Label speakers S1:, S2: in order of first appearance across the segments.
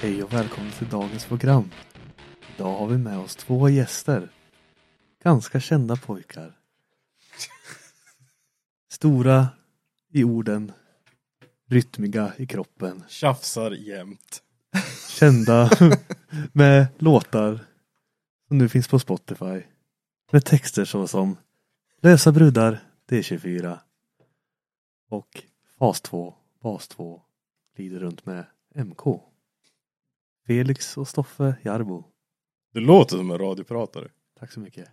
S1: Hej och välkommen till dagens program. Idag har vi med oss två gäster. Ganska kända pojkar. Stora i orden, rytmiga i kroppen,
S2: Tjafsar jämt.
S1: kända med låtar som nu finns på Spotify. Med texter såsom Lösa brudar, D24 och Fas 2, Bas 2 glider runt med MK. Felix och Stoffe Jarbo.
S2: Du låter som en radiopratare.
S1: Tack så mycket.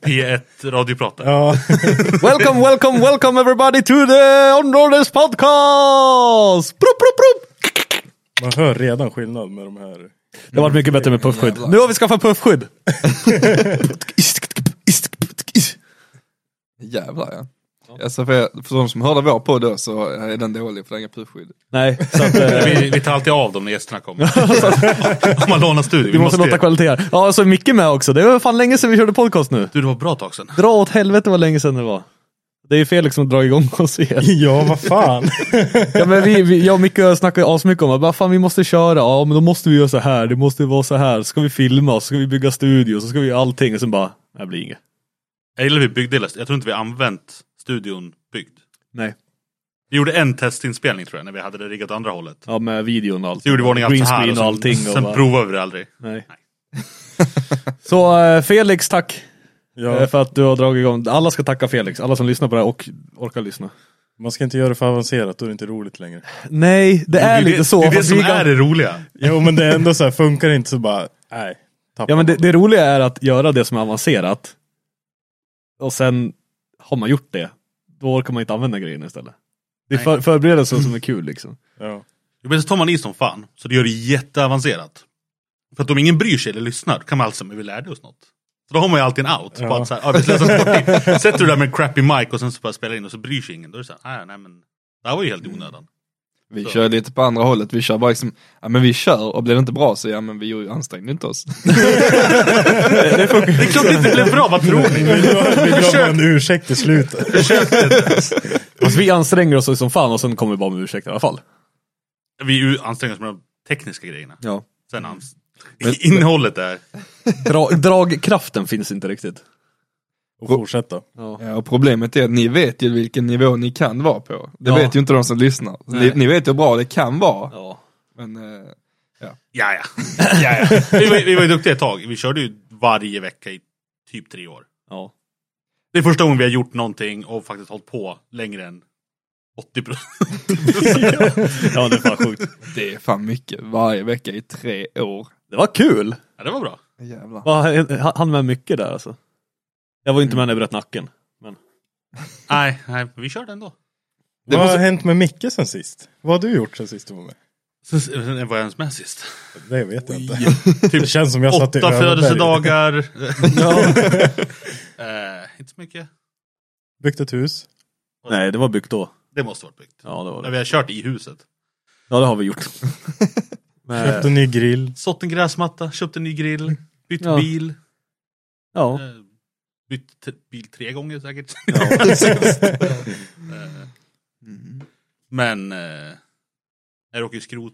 S3: P1 radiopratare.
S2: Ja.
S1: Welcome, welcome, welcome everybody to the Onroaders podcast! Prop, prop, prop.
S2: Man hör redan skillnad med de här.
S1: Det har varit mycket bättre med puffskydd. Nu har vi skaffat puffskydd!
S4: Jävlar ja. Alltså för, för de som hörde vår podd då så är den dålig för den har inga puffskydd.
S1: Nej, så att, eh,
S3: Vi, vi tar alltid av dem när gästerna kommer. Om man lånar studion.
S1: vi måste låta kvalitet här. Ja, så är Micke med också. Det var fan länge sedan vi körde podcast nu.
S3: Du, det var ett bra tag sedan.
S1: Dra åt helvete vad länge sedan det var. Det är ju Felix som drar igång oss igen.
S2: Ja, vad fan.
S1: Ja, men vi, vi, jag och Micke snackade ju asmycket om att bara, fan, vi måste köra, ja men då måste vi göra så här, det måste vara så här, ska vi filma, så ska vi bygga studio, så ska vi göra allting och sen bara, det blir inget.
S3: Jag gillar vi byggde hela- Jag tror inte vi har använt studion byggd.
S1: Nej.
S3: Vi gjorde en testinspelning tror jag, när vi hade det riggat åt andra hållet.
S1: Ja med videon och allt.
S3: Så gjorde vi i ordning allt
S1: Green
S3: så här.
S1: screen och
S3: och
S1: allting.
S3: sen,
S1: Och
S3: sen
S1: bara,
S3: provade vi det aldrig.
S1: nej. så eh, Felix, tack eh,
S2: Ja,
S1: för att du har dragit igång. Alla ska tacka Felix, alla som lyssnar på det här och orkar lyssna.
S2: man ska inte göra det för avancerat, då är det inte roligt längre.
S1: Nej, det är
S3: ju
S1: lite
S3: det,
S1: så.
S3: Det är det
S1: fast
S3: som
S1: vi kan-
S3: är det roliga.
S2: Jo, men det är ändå så här, funkar det inte så bara, nej. Tappar
S1: Ja men det,
S2: man.
S1: det roliga är att göra det som är avancerat. Och sen har man gjort det. Då orkar man inte använda grejerna istället. Det är för, förberedelsen som är kul liksom.
S2: Ja.
S3: Jo, Men så tar man i som fan, så det gör det jätteavancerat. För att om ingen bryr sig eller lyssnar, då kan man alltså men vi lärde oss något. Så då har man ju alltid en out. På
S2: Ja.
S3: att så här, ah, vi slösar sporttid. Sätter du där med en crappy mic och sen så bara spelar in och så bryr sig ingen. Då är det så här, ah, nej men det här var ju helt i onödan.
S4: Vi
S3: Så.
S4: kör lite på andra hållet, vi kör bara liksom, ja men vi kör och blir det inte bra så ja men vi gjorde- ansträngde inte oss.
S3: Det är klart det inte blev bra, vad tror ni?
S2: Vi gav- vi gav bara en ursäkt i slutet.
S1: Fast vi anstränger oss som fan och sen kommer vi bara med ursäkt i alla fall.
S3: Vi är ju ansträngda oss med de tekniska grejerna.
S1: Ja.
S3: Sen ans- innehållet där.
S1: Dra, dragkraften finns inte riktigt.
S2: Och fortsätta.
S4: Ja, och problemet är att ni vet ju vilken nivå ni kan vara på. Det
S1: Ja.
S4: vet ju inte de som lyssnar. Så Ni,
S1: Nej.
S4: ni vet hur bra det kan vara.
S1: Ja.
S4: Men, eh,
S3: Ja, ja. ja, ja. Vi, var, vi var ju duktiga ett tag. Vi körde ju varje vecka i typ tre år.
S1: Ja.
S3: Det är första gången vi har gjort någonting och faktiskt hållit på längre än 80
S1: ja, det är fan sjukt.
S4: det är fan mycket, varje vecka i tre år.
S1: Det var kul!
S3: Ja, det var bra.
S4: Jävlar.
S1: Va, Han han med mycket där alltså. Jag var inte med när jag bröt nacken.
S3: Nej, nej vi körde ändå.
S4: Det
S2: Vad har
S4: måste,
S2: hänt med Micke sen sist? Vad har du gjort sen sist du var med?
S3: Sen, sen var jag ens med sist. typ
S2: Det vet jag inte. Det känns som jag satt i
S3: Åtta
S2: Överberg.
S3: födelsedagar. eh, inte så mycket.
S2: Byggt ett hus.
S1: Nej, det var byggt då.
S3: Det måste varit byggt.
S1: Ja, det var
S3: Ja, vi har kört i huset.
S1: Ja, det har vi gjort. Köpte en ny grill.
S3: Sått en gräsmatta, köpt en ny grill, bytt
S5: Mm. Ja.
S3: bil.
S5: Ja.
S3: Eh, bytt t- bil tre gånger säkert. Eh,
S5: Mm.
S3: Men eh, jag råkade ju skrot...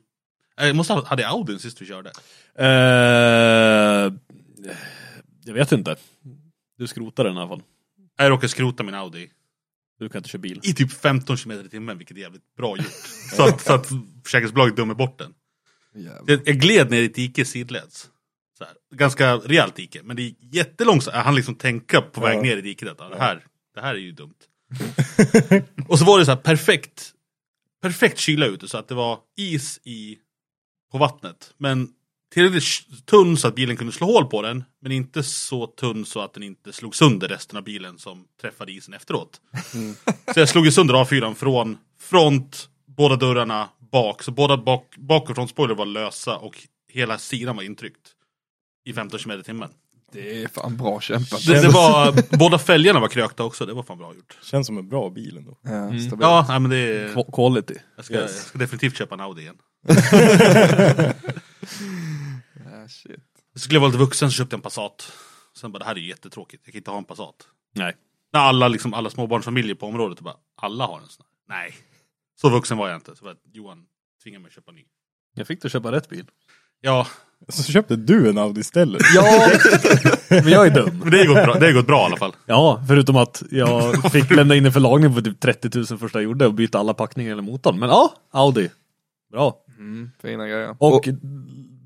S3: Eh, Jag måste ha, hade jag Audin sist vi körde?
S2: Eh, jag vet inte. Du skrotar den i alla fall.
S3: Jag råkade skrota min Audi
S2: Du kan inte köra bil.
S3: i typ 15 km i timmen, vilket är jävligt bra gjort. så, att, så att försäkringsbolaget dömer bort den.
S4: Jävlar.
S3: Jag, jag gled ner i ett dike sidleds. Så här. Ganska rejält dike, men det är jättelångsamt. Han liksom tänka på väg
S1: Ja.
S3: ner i diket att ah, det, här, det här är ju dumt. och så var det så här perfekt, perfekt kyla ute så att det var is i, på vattnet. Men tillräckligt sh- tunn så att bilen kunde slå hål på den. Men inte så tunn så att den inte slog sönder resten av bilen som träffade isen efteråt. Så jag slog ju sönder A4 från front, båda dörrarna, bak. Så båda bak, bak och frontspoiler var lösa och hela sidan var intryckt. I 15 km i timmen.
S4: Det är fan bra kämpat.
S3: Det, det var, båda fälgarna var krökta också, det var fan bra gjort.
S1: Känns som en bra bil ändå.
S4: Ja, stabilt.
S3: Ja, nej, men det är,
S2: Qu- Quality.
S3: jag, ska, jag ska definitivt köpa en Audi igen.
S4: Ja, shit.
S3: Så skulle jag vara lite vuxen så köpte jag en Passat. Sen bara, det här är ju jättetråkigt, jag kan inte ha en Passat.
S2: Nej.
S3: När alla, liksom, alla småbarnsfamiljer på området bara, alla har en sån här. Nej. Så vuxen var jag inte. Så bara, Johan tvingade mig att köpa en ny.
S2: Jag fick dig köpa rätt bil.
S3: Ja,
S1: Så köpte du en Audi istället.
S2: Ja! Men jag är dum.
S3: men det har gått bra, det har gått bra i alla fall.
S2: Ja, förutom att jag fick lämna in en förlagning på typ 30 000 första jag gjorde och byta alla packningar eller motorn. Men ja, Audi. Bra.
S4: Mm, fina grejer.
S2: Och,
S4: Och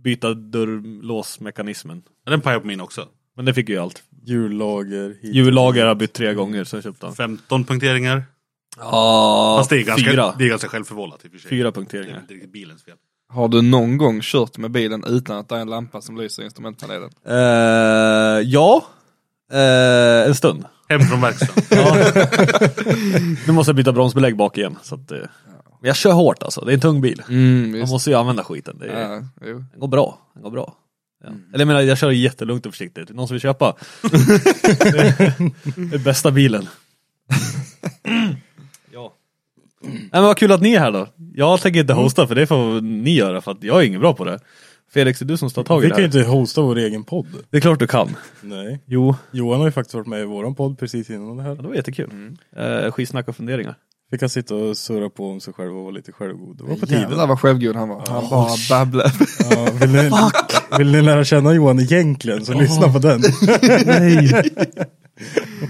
S2: byta dörrlåsmekanismen.
S3: Ja, Den pajade på min också.
S2: Men det fick ju allt.
S1: Jullager. hit.
S2: Hjullager har jag bytt tre gånger sen jag köpte den.
S3: 15 punkteringar.
S2: Ah,
S3: Fast det är ganska,
S2: fyra.
S3: det är ganska självförvållat i och för sig.
S2: Fyra
S3: Det är
S2: punkteringar.
S3: inte riktigt bilens fel.
S4: har du någon gång kört med bilen utan att det är en lampa som lyser i instrumentpanelen?
S2: Eh, ja. Eh, en stund.
S3: Hem från verkstaden.
S2: Nu måste jag byta bromsbelägg bak igen. Så att, eh. Men jag kör hårt alltså, det är en tung bil.
S4: Mm,
S2: Man
S4: just
S2: måste ju använda skiten. Det
S4: det.
S2: är,
S4: Ja, jo.
S2: Den går bra. Den går bra. Ja. Eller jag menar, jag kör jättelugnt och försiktigt. Någon som vill köpa? det är bästa bilen. ja. Nej, men vad kul att ni är här då. Jag tänker inte
S1: Mm.
S2: hosta för det får ni göra för att jag är ingen bra på det. Felix, det är du som står tag i
S1: Vi
S2: det
S1: kan ju
S2: här.
S1: inte hosta vår egen podd.
S2: Det är klart du kan.
S1: Nej.
S2: Jo,
S1: Johan har ju faktiskt varit med i våran podd precis innan det här.
S2: ja, det var jättekul. Eh, skitsnack och funderingar.
S1: Fick han sitta och surra på om sig själv och vara lite självgod. Det var på tiden.
S4: Jävlar vad självgod han var. Han bara babblade.
S1: Ja, vill, ni, vill ni lära känna Johan egentligen så lyssna på den.
S2: Nej.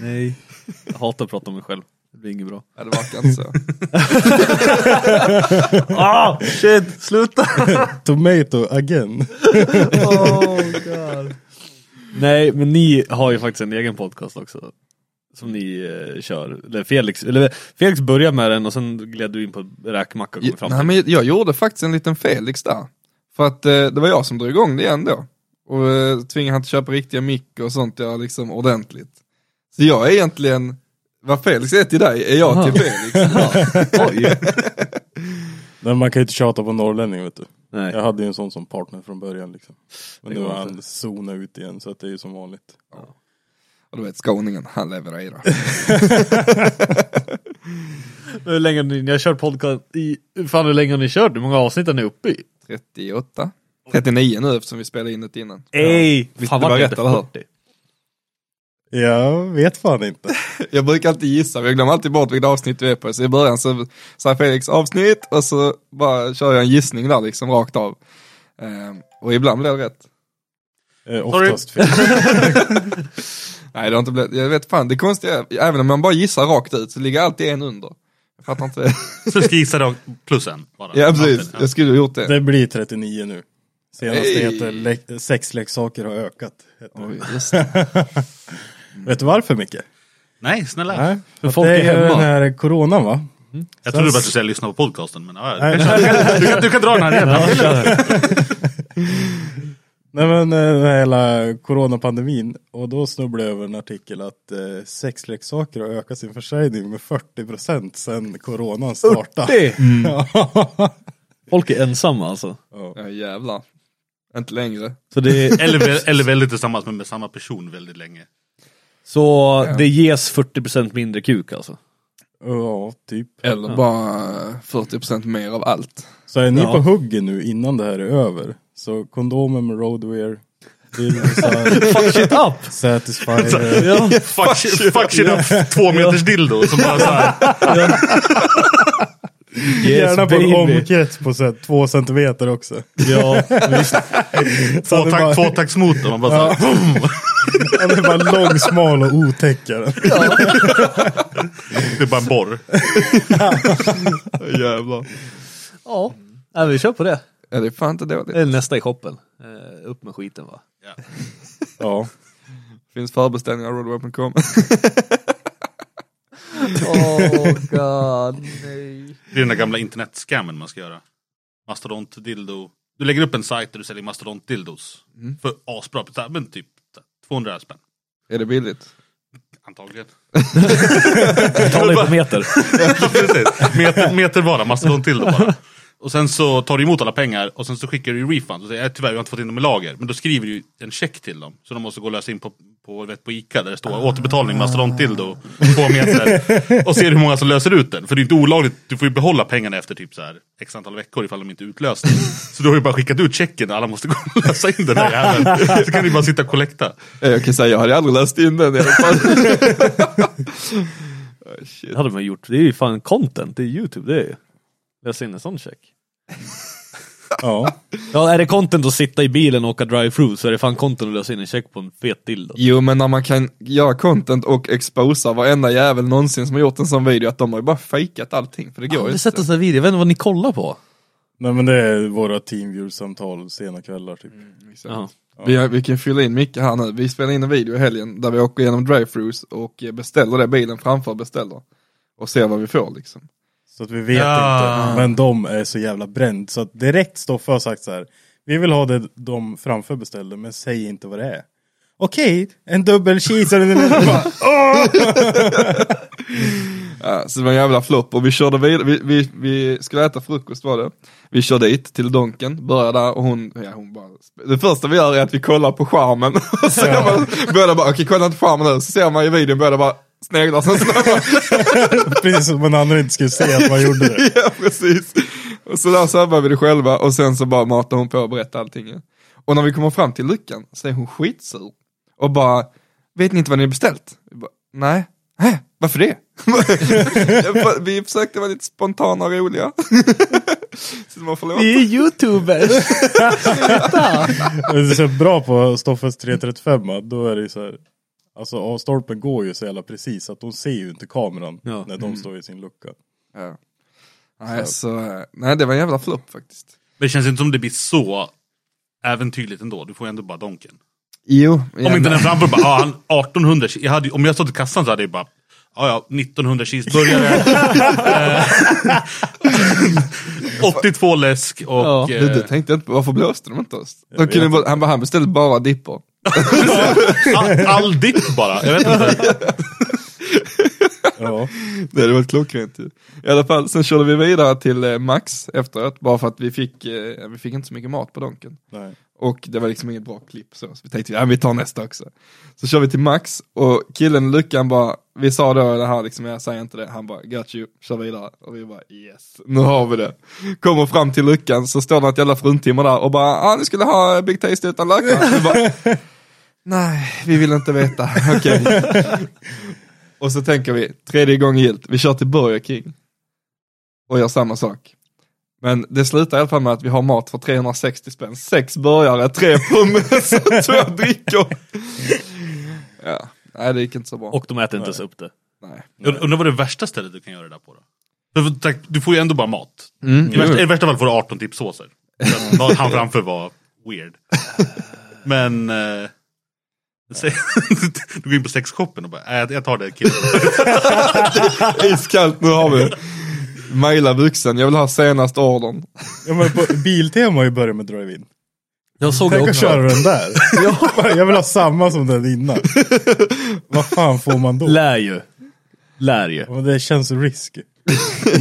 S2: Nej. Jag hatar att prata om mig själv. Det blir inget bra.
S4: Ja, det verkar inte så.
S2: Ah, shit, sluta!
S1: Tomato again.
S2: Nej, men ni har ju faktiskt en egen podcast också. Som ni eh, kör. Eller Felix, eller Felix började med den och sen gled du in på räkmacka och kom fram
S4: Nej,
S2: till.
S4: men jag gjorde faktiskt en liten Felix där. För att eh, det var jag som drog igång det igen då. Och eh, tvingade han att köpa riktiga mick och sånt ja, liksom ordentligt. Så jag är egentligen, vad Felix är till dig är jag till Felix.
S2: Oj!
S1: Men man kan ju inte tjata på norrlänning vet du.
S2: Nej.
S1: Jag hade ju en sån som partner från början liksom. Men
S2: Det
S1: nu
S2: går
S1: har
S2: inte.
S1: han zonat ut igen så att det är ju som vanligt.
S4: Och du vet skåningen, han levererar.
S2: Hur länge har ni, ni har kört podcast i, fan hur länge har ni kört? Hur många avsnitt har ni uppe i?
S4: 38, 39 nu eftersom vi spelade in det innan.
S2: Ej!
S4: Visst,
S2: Fan
S4: det var
S2: vart det
S4: rätt,
S2: inte
S4: eller hur?
S2: 40?
S1: Jag vet fan inte.
S4: Jag brukar alltid gissa, men jag glömmer alltid bort vilket avsnitt vi är på. Så i början så sa Felix avsnitt och så bara kör jag en gissning där liksom rakt av. Ehm, och ibland blir det rätt.
S1: Eh, oftast fel.
S4: Nej det har inte blivit, jag vet fan det konstiga är, även om man bara gissar rakt ut så ligger alltid en under. Jag fattar inte.
S3: Så du ska gissa då, plus en bara.
S4: ja precis, jag skulle ha gjort det.
S1: Det blir 39 nu. Senast det
S4: Hey.
S1: heter le- sexleksaker har ökat. Heter det.
S4: Oj, just det.
S1: Vet du varför Micke?
S3: Nej, snälla.
S1: Nej, för
S2: folk
S1: det
S2: är
S1: är ju
S2: hemma.
S1: den här coronan va?
S3: jag trodde bara att du skulle lyssna på podcasten. Men, ja, du, kan, du, kan, du, kan, du kan dra den här redan.
S1: Nej men eh, den här hela coronapandemin. Och då snubblade jag över en artikel att eh, sexleksaker har ökat sin försäljning med 40% sedan coronan startade.
S2: Det!
S1: Mm.
S2: Folk är ensamma alltså.
S4: Ja jävlar. Inte längre.
S2: Så det,
S3: Eller, vä- eller väldigt tillsammans men med samma person väldigt länge.
S2: så det ges 40% mindre kuk alltså.
S1: Ja, typ.
S4: Eller bara 40% mer av allt.
S1: Så är ni
S2: Ja.
S1: på huggen nu innan det här är över, så kondomer med roadwear, dildo,
S2: Fuck shit up!
S1: satisfier. eh,
S2: Ja.
S3: Fuck, shit- fuck shit up två meters dildo som bara såhär.
S1: Gärna på en
S2: baby.
S1: omkrets på så här, två centimeter också.
S2: Ja,
S1: Så att det bara-
S3: Tvåtak- Tvåtaktsmotor. Man bara såhär.
S1: Ja, det är bara lång, smal och otäck är den.
S3: Det är bara en borr.
S4: Jävlar.
S2: ja. Nej, vi kör på det.
S4: Ja det är fan inte dåligt.
S2: Det är nästa i shoppen. Eh, upp med skiten va.
S1: Ja.
S4: Finns förbeställningar roadweapon.com.
S2: Oh god, nej.
S3: Det är den där gamla internetscammen man ska göra. Mastodont, dildo. Du lägger upp en sajt där du säljer mastodont dildos. För asbra, så här, men typ 200 spänn.
S4: är det billigt?
S3: Antagligen.
S2: Tala i på meter.
S3: Ja, precis. meter, meter bara, mastodont dildo bara. Och sen så tar du emot alla pengar och sen så skickar du refund och säger "Eh, tyvärr vi har inte fått in dem i lager. Men då skriver du en check till dem. Så de måste gå och lösa in på, på, vet, på Ica där det står återbetalning mastodont dildo, två meter. Och ser hur många som löser ut den. För det är inte olagligt, du får ju behålla pengarna efter typ så här x antal veckor ifall de inte utlöst den. Så du har ju bara skickat ut checken och alla måste gå och lösa in den där jäveln. Så kan du bara sitta och kollekta.
S4: Eh, Jag kan säga jag hade aldrig läst in den i alla fall. Ah, shit.
S2: Det hade man gjort. Det är ju fan content. Det är youtube det är ju. Läsa in en sån check.
S1: ja.
S2: Ja är det content att sitta i bilen och åka drive-through så är det fan content att lösa in en check på en fet dildo.
S4: Jo men när man kan göra content och exposa varenda jävel någonsin som har gjort en sån video att de har ju bara fejkat allting för det går
S2: Jag
S4: ju
S2: har
S4: inte.
S2: sett en sån här video, jag vet inte vad ni kollar på.
S1: Nej men det är våra teamview-samtal sena kvällar typ.
S2: Ja.
S4: Vi, vi kan fylla in mycket här nu. Vi spelar in en video i helgen där vi åker igenom drive-thrus och eh, beställer det bilen framför beställer. Och ser vad vi får liksom.
S1: Så att vi vet
S3: Ja.
S1: inte. Men de är så jävla bränd. Så att direkt Stoffe har sagt så här. Vi vill ha det de framför beställde men säg inte vad det är. Okej, en dubbel cheese. Och bara,
S4: Ja, Äh, så det var en jävla flopp och vi körde vidare, vi, vi, vi skulle äta frukost var det. Vi kör dit till Donken, börjar där och hon, ja hon bara, det första vi gör är att vi kollar på skärmen och ser man, båda bara, okej kolla inte på skärmen nu, så ser man i videon båda bara sneglar, sen så
S1: Precis som en annan inte skulle se att man gjorde det.
S4: ja precis. Och så där sabbar vi det själva och sen så bara matar hon på och berättar allting. ju. Och när vi kommer fram till luckan så är hon skitsur. Och bara, vet ni inte vad ni har beställt? Vi bara, Nej. Hä? Varför det? vi försökte vara lite spontana och roliga. så man får låta.
S2: är youtubers!
S1: Och Det är så bra på Stoffes 335 att då är det ju så här. Alltså avstolpen går ju så jävla precis att de ser ju inte kameran
S2: Ja.
S1: när de står i sin lucka.
S4: Ja. Nej, så, eh, nej, det var en jävla flopp faktiskt.
S3: Men det känns inte som det blir så äventyrligt ändå. Du får ju ändå bara donken.
S4: Jo,
S3: Om inte den framför bara, ah, han 1800, jag hade, ju- om jag stått i kassan så hade jag bara, ja ja, 1900 cheeseburgare. eh, 82 läsk och...
S2: Ja,
S4: Du, du
S3: eh,
S4: tänkte inte på, varför blåste de inte oss? De kunde, bara- han, bara, han beställde bara dipper.
S3: all, all dipp bara. Jag vet inte.
S1: Ja.
S4: Nej, det var ett klockrent ju. I alla fall, sen körde vi vidare till eh, Max efteråt, bara för att vi fick, eh, vi fick inte så mycket mat på Donken.
S1: Nej.
S4: Och det var liksom inget bra klipp så, så vi tänkte, ja vi tar nästa också. Så kör vi till Max och killen i luckan bara, vi sa då det här liksom, jag säger inte det, han bara got you, kör vidare. Och vi bara yes, nu har vi det. Kommer fram till luckan så står det ett jävla fruntimmer där och bara, ah ni skulle ha Big Taste utan lök va?" Vi bara, Nej, vi vill inte veta, okej. och så tänker vi, tredje gången gillt, vi kör till Burger King. Och gör samma sak. Men det slutar i alla fall med att vi har mat för 360 spänn. Sex burgare, tre hummus och två drickor. Ja, nej det gick inte så bra.
S2: Och de äter inte ens upp det.
S4: nej.
S3: Jag Undrar vad det värsta stället du kan göra det där på då? För- för tack, Du får ju ändå bara mat. I
S4: Mm.
S3: värsta, I värsta fall får du 18 typ såser. Så att någon Han framför var weird. Men... Eh, säg- du går in på sexshoppen och bara, "Nej, jag- jag tar det killen.
S4: Iskallt, nu har vi. Maila vuxen, jag vill ha senast ordern.
S1: Ja, men på, Biltema har ju börjat med drive-in.
S2: Jag såg
S1: Tänk att köra den där. Jag vill ha samma som den innan. Vad fan får man då?
S2: Lär ju. Lär ju.
S1: Ja, men det känns risk.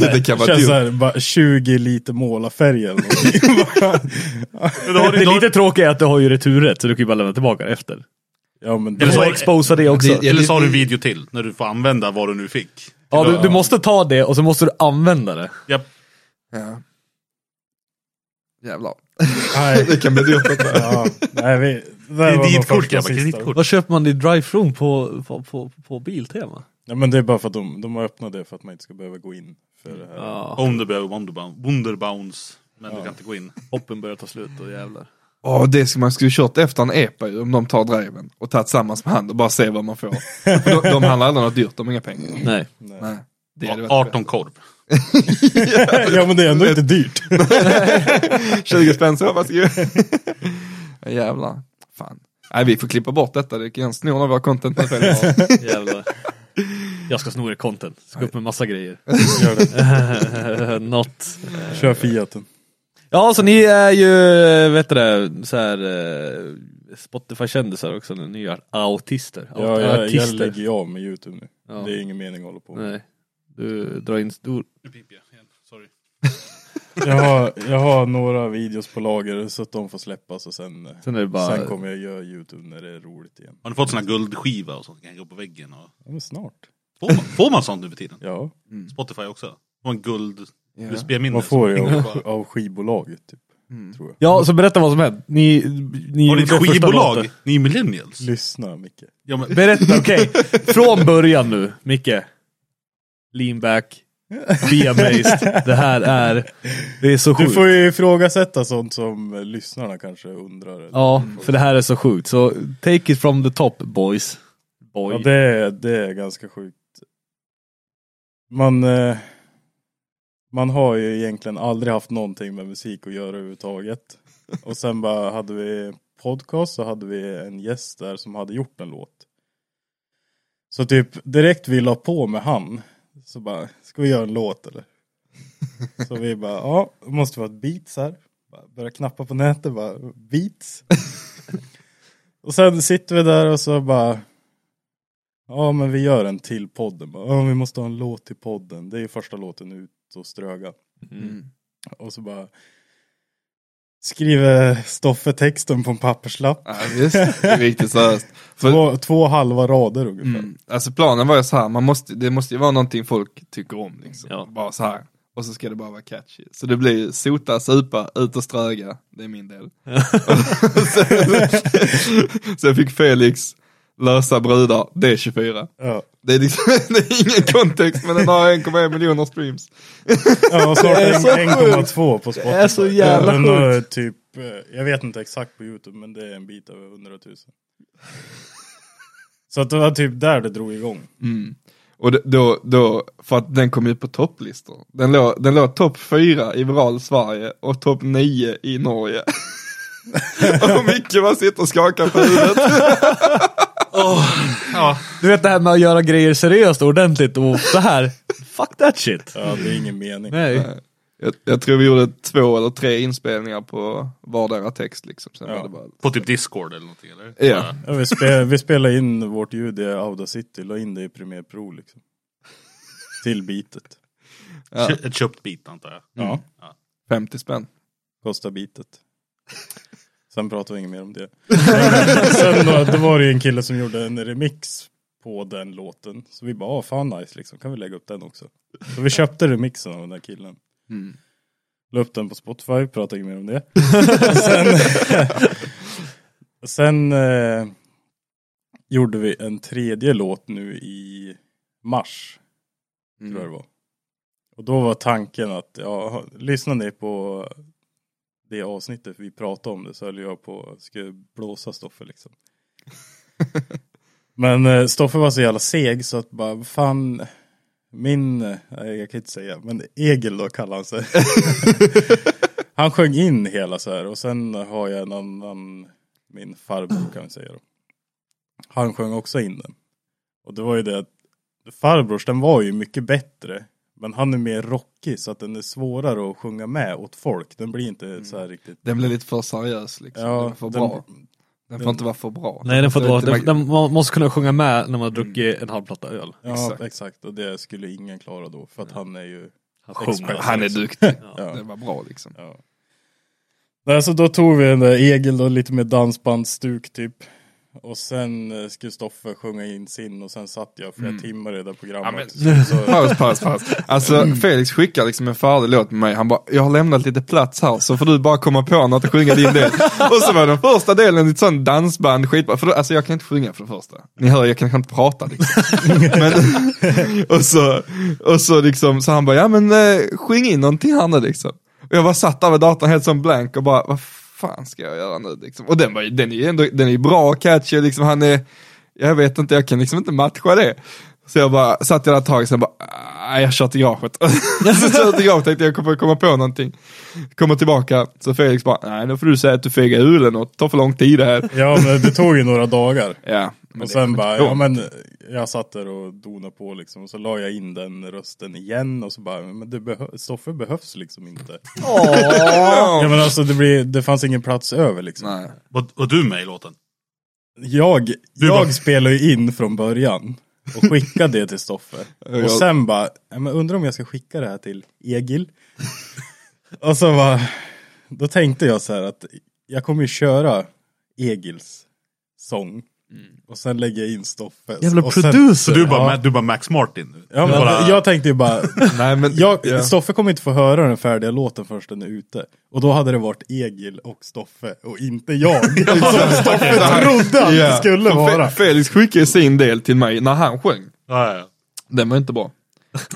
S4: det kan
S1: Det
S4: vara
S1: känns
S4: dumt.
S1: såhär, bara 20 liter målarfärg eller någonting.
S3: Men då har du-
S2: Det
S3: då har-
S2: lite tråkiga är att du har ju returrätt så du kan ju bara lämna tillbaka det efter.
S1: Ja men
S3: Eller
S2: Så
S3: så-
S1: då,
S2: exposa det också.
S4: Det-
S3: Eller så har du en video till när du får använda vad du nu fick.
S2: Ja, du, du måste ta det och så måste du använda det.
S3: Japp.
S4: Ja. Jävlar.
S1: Nej,
S4: Det kan bli dyrt att
S1: ja, nej vi, det
S3: Det
S1: där var
S3: är
S1: nog
S3: kreditkort
S1: första och
S3: grabbar,
S1: sista.
S3: kreditkort.
S2: Vad köper man i drive-through på, på, på, på Biltema?
S1: Nej men det är bara för att de, de har öppnat det för att man inte ska behöva gå in för det här.
S2: Ja.
S3: Om du behöver Wonderbound, Wonderbounds. Men du kan inte gå in.
S2: Hoppen börjar ta slut och jävlar.
S4: Ja, det ska man skulle kört efter en EPA ju, om de tar driven och tagit tillsammans med han och bara se vad man får. För de, de handlar aldrig något dyrt, de har inga pengar.
S2: Nej.
S4: Nej. Det hade varit
S3: 18 korv.
S1: ja men det är ändå inte dyrt.
S4: bättre. 20 spänn så, varsågod. Ja, Jävlar. Fan. Nej, vi får klippa bort detta, det kan sno några av våra content
S2: Jävlar. Jag ska sno er content. Ska upp med massa grejer.
S1: Gör det.
S2: Något.
S1: Kör Fiaten.
S2: Ja, så ni är ju, vet du det, så här eh, Spotify-kändisar också nu. Ni är autister.
S1: Ja, jag, jag
S2: Autister.
S1: lägger ju av med Youtube nu.
S2: Ja.
S1: Det är ingen mening att hålla på med.
S2: Nej. Du drar in stor...
S3: Nu piper jag igen, sorry.
S1: Jag har, jag har några videos på lager så att de får släppas och sen, eh,
S2: Sen är det bara...
S1: sen kommer jag göra Youtube när det är roligt igen.
S3: Har ni fått sån här guldskiva och sånt? Kan hänga upp på väggen? Och...
S1: Ja, men snart.
S3: Får, man, får man sånt nu för tiden?
S1: Ja,
S3: Spotify också? Får man guld
S4: material.
S3: USB-minne?
S1: man får det
S3: som-
S1: av, av skivbolaget typ,
S4: Mm.
S1: tror jag.
S2: Ja, så berätta vad som hänt. Ni... ni
S3: Har ni ett
S2: gjorde första låten.
S3: skivbolag? Ni är millennials.
S1: Lyssna Micke.
S3: Ja, men,
S2: Berätta, okej. Från början nu, Micke. Lean back, be amazed. Det här är... Det är så
S1: Du
S2: sjukt.
S1: får ju ifrågasätta sånt som eh, lyssnarna kanske undrar. eller-
S2: Ja, för det här är så sjukt. Så take it from the top boys. Boy.
S1: Ja, det, är- det är ganska sjukt. Man, eh, man har ju egentligen aldrig haft någonting med musik att göra överhuvudtaget. Och sen bara hade vi podcast så hade vi en gäst där som hade gjort en låt. Så typ direkt vi la på med han så bara, ska vi göra en låt eller? Så vi bara, ja, det måste vara ett beats här. Bara Börja knappa på nätet, bara beats. Och sen sitter vi där och så bara, Ja men vi gör en till podden. Bara, Ja vi måste ha en låt till podden. Det är ju första låten ut och ströga.
S4: Mm.
S1: Och så bara skriver Stoffe texten på en papperslapp.
S4: Ja, visst. Det är riktigt seriöst. För-
S1: Två, två halva rader ungefär.
S4: Mm. Alltså planen var ju så här, man måste, det måste ju vara någonting folk tycker om liksom.
S2: Ja.
S4: Bara så här. Och så ska det bara vara catchy. Så det blir ju sota, supa, ut och ströga. Det är min del. sen, sen fick Felix lösa brudar, D24.
S1: Ja.
S4: Det är liksom, det är ingen kontext men den har 1,1 miljoner streams.
S1: ja och snart
S2: Det är
S1: en-
S2: så
S1: 1,2 på Spotify.
S2: Det är så jävla
S1: Den har
S2: sjukt.
S1: typ, eh, jag vet inte exakt på Youtube men det är en bit över 100 000. Så att det var typ där det drog igång.
S4: Och det- då, då, för att den kom ju på topplistor. Den låg, den låg topp 4 i viral Sverige och topp 9 i Norge. och Micke bara sitter och skakar på huvudet.
S3: ja,
S2: Du vet det här med att göra grejer seriöst och ordentligt och så här. Fuck that shit.
S1: Ja det är ingen mening.
S2: Nej.
S4: Jag, jag tror vi gjorde två eller tre inspelningar på vardera text liksom. Sen var det bara...
S3: på typ Discord eller någonting eller?
S4: Ja.
S1: Ja, vi, spel, vi spelade in vårt ljud i Audacity, la in det i Premiere Pro liksom. Till bitet.
S4: Ja.
S3: Kö- Ett köpt bit antar jag.
S1: Ja.
S4: 50 spänn.
S1: Kostar bitet. Sen pratar vi inget mer om det. Sen då, då var det ju en kille som gjorde en remix på den låten. Så vi bara, ah, fan nice liksom, kan vi lägga upp den också? Så vi köpte remixen av den där killen.
S4: Mm.
S1: La upp den på Spotify, pratar inget mer om det. sen sen eh, gjorde vi en tredje låt nu i mars. tror jag det var. Och då var tanken att, ja, lyssnar ni på det avsnittet vi pratade om det så höll jag på, ska blåsa Stoffe liksom. Men eh, Stoffe var så jävla seg så att bara, fan, min, eh, nej, jag kan inte säga, men Egil då kallar han sig. han sjöng in hela så här och sen har jag en annan, min farbror kan vi säga då. Han sjöng också in den. Och det var ju det att farbrors, den var ju mycket bättre. Men han är mer rockig så att den är svårare att sjunga med åt folk. Den blir inte så här riktigt.
S4: Den blev lite för seriös liksom.
S1: Ja,
S4: den är för
S1: den-
S4: bra. Den får
S1: den-
S4: inte vara för bra.
S2: Nej, den får inte
S4: Så Mm.
S2: vara,
S4: att
S2: den,
S4: man-
S2: den, man måste kunna sjunga med när man har druckit en halv platta öl.
S1: Ja,
S4: exakt.
S1: exakt. Och det skulle ingen klara då. För att han är ju...
S2: Han sjunger. alltså.
S4: Han är duktig.
S1: Ja.
S4: Den var bra liksom.
S1: Ja. Nej, så då tog vi den där Egil då, lite mer dansbandstuk typ. Och sen eh, skulle Stoffe sjunga in sin och sen satt jag flera timmar i det programmet.
S4: Mm. Ja, Paus, paus, paus. Alltså Felix skickar liksom en färdig låt med mig. Han bara, jag har lämnat lite plats här så får du bara komma på något och sjunga din del. och så var den första delen ett sånt dansband, skitbra. För då, alltså jag kan inte sjunga för det första. Ni hör, jag kan knappt prata liksom. men, och så, och så liksom, så han bara, ja men eh, sjung in någonting här nu liksom. Och jag bara satt där vid datorn helt som blank och bara, vad fan ska jag göra nu liksom. Och den, var, ju- den är ju ändå, den är ju bra och catchy liksom, han är, jag vet inte, jag kan liksom inte matcha det. Så jag bara satt jag där ett tag, sen bara, "Ah, jag kör till garaget. så körde jag till garaget tänkte jag kommer komma på någonting. Kommer tillbaka, så Felix bara, nej nu får du säga att du fegar ur eller något, det tar för lång tid det här.
S1: Ja men det tog ju några dagar.
S4: Ja, men
S1: och
S4: det-
S1: sen bara,
S4: inte
S1: ja
S4: långt.
S1: men eh, jag satt där och donade på liksom. Och så la jag in den rösten igen och så bara, men det behö- Stoffe behövs liksom inte. Ja men alltså det, blir, det fanns ingen plats över liksom.
S4: nej.
S3: Var, var du med i låten?
S1: Jag, jag
S3: bara-
S1: spelar ju in från början och skickar det till Stoffe.
S4: jag-
S1: Och sen bara, ja, men undrar om jag ska skicka det här till Egil. Och så bara, då tänkte jag så här att jag kommer ju köra Egils sång. Och sen lägger jag in Stoffes.
S5: Jävla
S1: och sen,
S5: producer!
S3: Mm. Så du är bara,
S1: Ja.
S3: du är bara Max Martin? nu?
S1: Ja,
S3: Du
S1: men
S3: bara,
S1: Jag tänkte ju bara,
S4: nej men,
S1: jag,
S4: ja.
S1: Stoffe kommer inte få höra den färdiga låten förrän den är ute. Och då hade det varit Egil och Stoffe och inte jag. som Stoffe trodde att det
S4: Ja.
S1: skulle
S4: För Fe-
S1: vara.
S4: Felix skickade sin del till mig när han sjöng.
S3: ja, ja.
S4: Den var inte bra.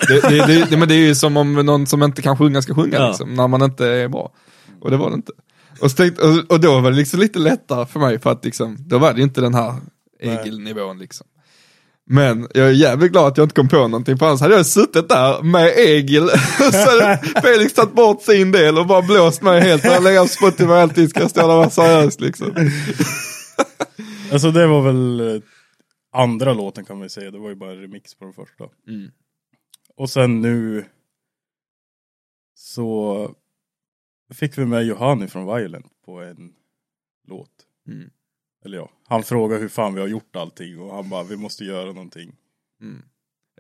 S4: Det, det, det, det, men det är ju som om någon som inte kan sjunga ska sjunga
S2: Ja.
S4: liksom, när man inte är bra. Och det var det inte. Och, så tänkte, och, och då var det liksom lite lättare för mig för att liksom, då var det ju inte den här Egil-nivån liksom. Men jag är jävligt glad att jag inte kom på någonting, för annars hade jag suttit där med Egil, och så hade Felix tagit bort sin del och bara blåst mig helt, och legat Spotify och alltid ska jag stå där och vara seriös liksom.
S1: Alltså det var väl eh, andra låten kan man ju säga. Det var ju bara en remix på den första.
S4: Mm.
S1: Och sen nu så fick vi med Johanny från Violent på en låt.
S4: Mm.
S1: Eller ja, han frågade hur fan vi har gjort allting och han bara vi måste göra någonting.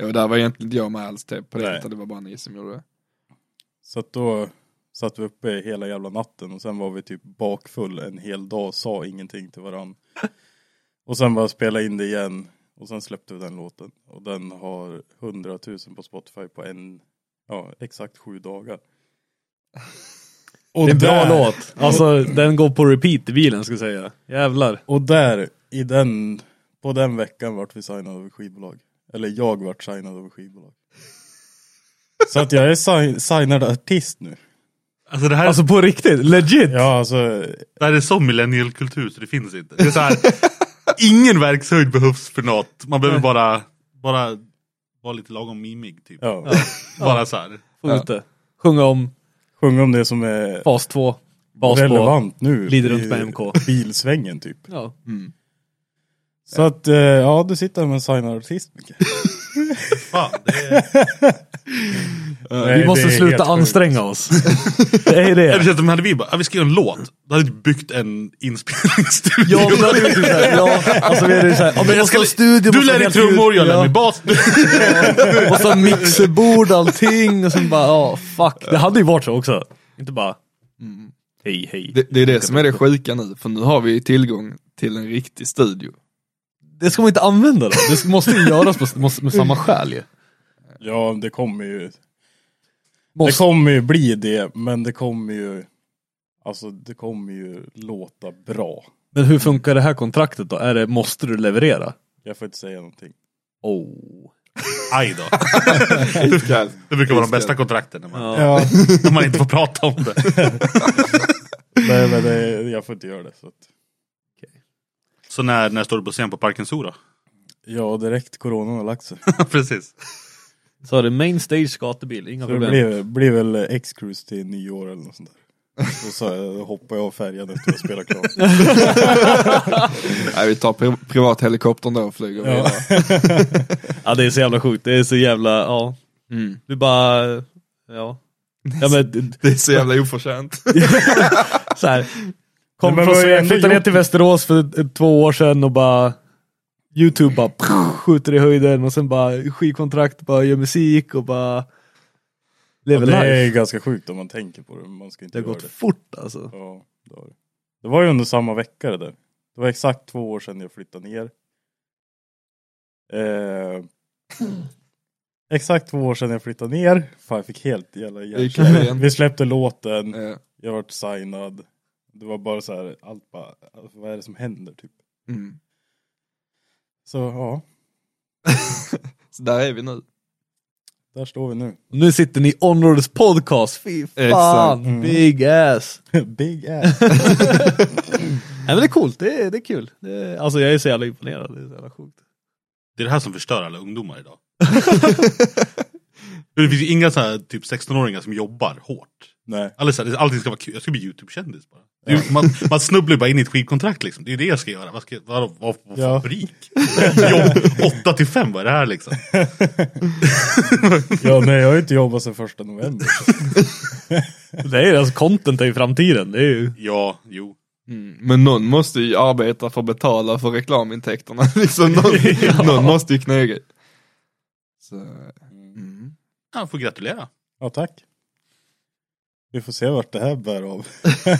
S4: Och där var egentligen inte jag med alls typ, på det,
S1: Nej.
S4: utan det var bara ni som gjorde det.
S1: Så att då satt vi uppe hela jävla natten och sen var vi typ bakfull en hel dag och sa ingenting till varann. Och sen bara spela in det igen och sen släppte vi den låten. Och den har 100 000 på Spotify på en, ja exakt sju dagar. Och
S2: Det är en bra
S1: där-
S2: låt. Alltså den går på repeat i bilen ska jag säga. Jävlar.
S1: Och där, i den, på den veckan vart vi signade av ett skivbolag. Eller jag vart signad av ett skivbolag. Så att jag är sign- signad artist nu.
S3: Alltså det här,
S2: Alltså på riktigt, legit!
S1: Ja alltså,
S3: det här är sån millennialkultur så det finns inte. Det är så här, ingen verkshöjd behövs för något. Man behöver bara, bara vara lite lagom mimig typ.
S1: ja.
S3: Bara så här.
S2: Få ut det. Sjunga om
S1: Sjunga om det som är
S2: fas 2. Bas 2.
S1: relevant nu.
S2: Glider
S1: i
S2: runt med MK.
S1: Bilsvängen typ.
S2: Ja.
S1: Så att, eh, ja du sitter här med en signad artist Micke.
S3: Fan, det är,
S1: Nej,
S2: Vi måste
S1: det är helt
S2: sluta
S1: sjukt.
S2: anstränga oss. Det är
S3: det
S2: det.
S3: känns som hade vi bara, "Ja, vi ska göra en låt. Då hade vi byggt en inspelningsstudio.
S2: Ja, men då hade vi typ såhär, ja, alltså vi hade ju såhär, ja, men
S3: jag
S2: måste
S3: ska-
S2: ha studio,
S3: du
S2: måste ha
S3: lär dig
S2: helt
S3: trummor,
S2: ljud.
S3: jag lär
S2: Ja.
S3: mig bas.
S2: Och så mixerbord allting och sen bara, ja fuck. Det hade ju varit så också. Inte bara, hej hej.
S4: Det, det är det som är det sjuka nu, för nu har vi tillgång till en riktig studio.
S2: Det ska man inte använda då. Det måste ju göras på, måste, med samma skäl ju.
S1: Ja det kommer ju, det
S2: Måste.
S1: kommer ju bli det men det kommer ju, alltså det kommer ju låta bra.
S2: Men hur funkar det här kontraktet då? Är det, måste du leverera?
S1: Jag får inte säga någonting.
S2: Oh.
S3: Aj då. Det brukar vara de bästa kontrakten när man,
S1: Ja.
S3: när man inte får prata om det.
S1: Nej men det, jag får inte göra det. Så att,
S3: Så när, när står du på scen på Parken Zoo då?
S1: ja direkt coronan har lagt sig.
S3: Precis.
S2: Så är det main stage gatubil, inga
S1: Så det
S2: problem.
S1: blir, blir väl X-cruise till nyår eller något sånt där. Och så hoppar jag av färjan efter att spela klart.
S4: Nej, vi tar pri- privathelikoptern då och flyger vidare.
S2: Ja det är så jävla sjukt, det är så jävla, ja.
S4: Mm.
S2: Du bara, ja. Ja men
S4: Det är så jävla oförtjänt.
S2: så här.
S1: Nej,
S2: Kom
S1: men
S2: från
S1: vad har jag
S2: Sverige, flyttade ner
S1: gjort?
S2: till Västerås för ett- två år sedan och bara Youtube bara pff, skjuter i höjden och sen bara skivkontrakt, bara gör musik och bara lever
S1: Det är
S2: life.
S1: ganska sjukt om man tänker på det. men Man ska inte
S2: Det har
S1: göra
S2: gått
S1: det.
S2: fort alltså.
S1: Ja, det, har det. det var ju under samma vecka det där. Det var exakt två år sedan jag flyttade ner. Eh, exakt två år sedan jag flyttade ner. Fan jag fick helt jävla
S4: gick över igen.
S1: hjärnsläpp. Vi släppte låten.
S4: Eh,
S1: Jag vart signad. Det var bara så här, allt bara, vad är det som händer typ?
S4: mm.
S1: Så ja,
S4: Så där är vi nu.
S1: där står vi nu.
S2: Nu sitter ni i Onroads podcast, fy fan!
S1: Mm.
S4: Exakt.
S2: Big ass!
S1: Big ass.
S2: Nej men det är coolt, det är, det är kul. Det är, alltså jag är så jävla imponerad, det är så jävla sjukt.
S3: Det är det här som förstör alla ungdomar idag. det finns ju inga så här, typ 16-åringar som jobbar hårt.
S1: Nej.
S3: Alla så här, allting ska vara kul, jag ska bli YouTube-kändis bara. Det är ju- Man, man snubblar ju bara in i ett skivkontrakt liksom, det är ju det jag ska göra. Vad ska, vad, vad, vad
S1: Ja.
S3: fabrik? Jobb 8 till 5, vad är det här liksom?
S1: Ja, nej jag har ju inte jobbat sedan första november.
S2: Det är alltså content är ju framtiden, det är ju...
S3: Ja, jo.
S4: Mm. Men någon måste ju arbeta för att betala för reklamintäkterna. liksom någon, någon måste ju knäga. Så, mm.
S3: Ja, får gratulera.
S1: Ja, tack. Vi får se vart det här bär av.
S2: Ja,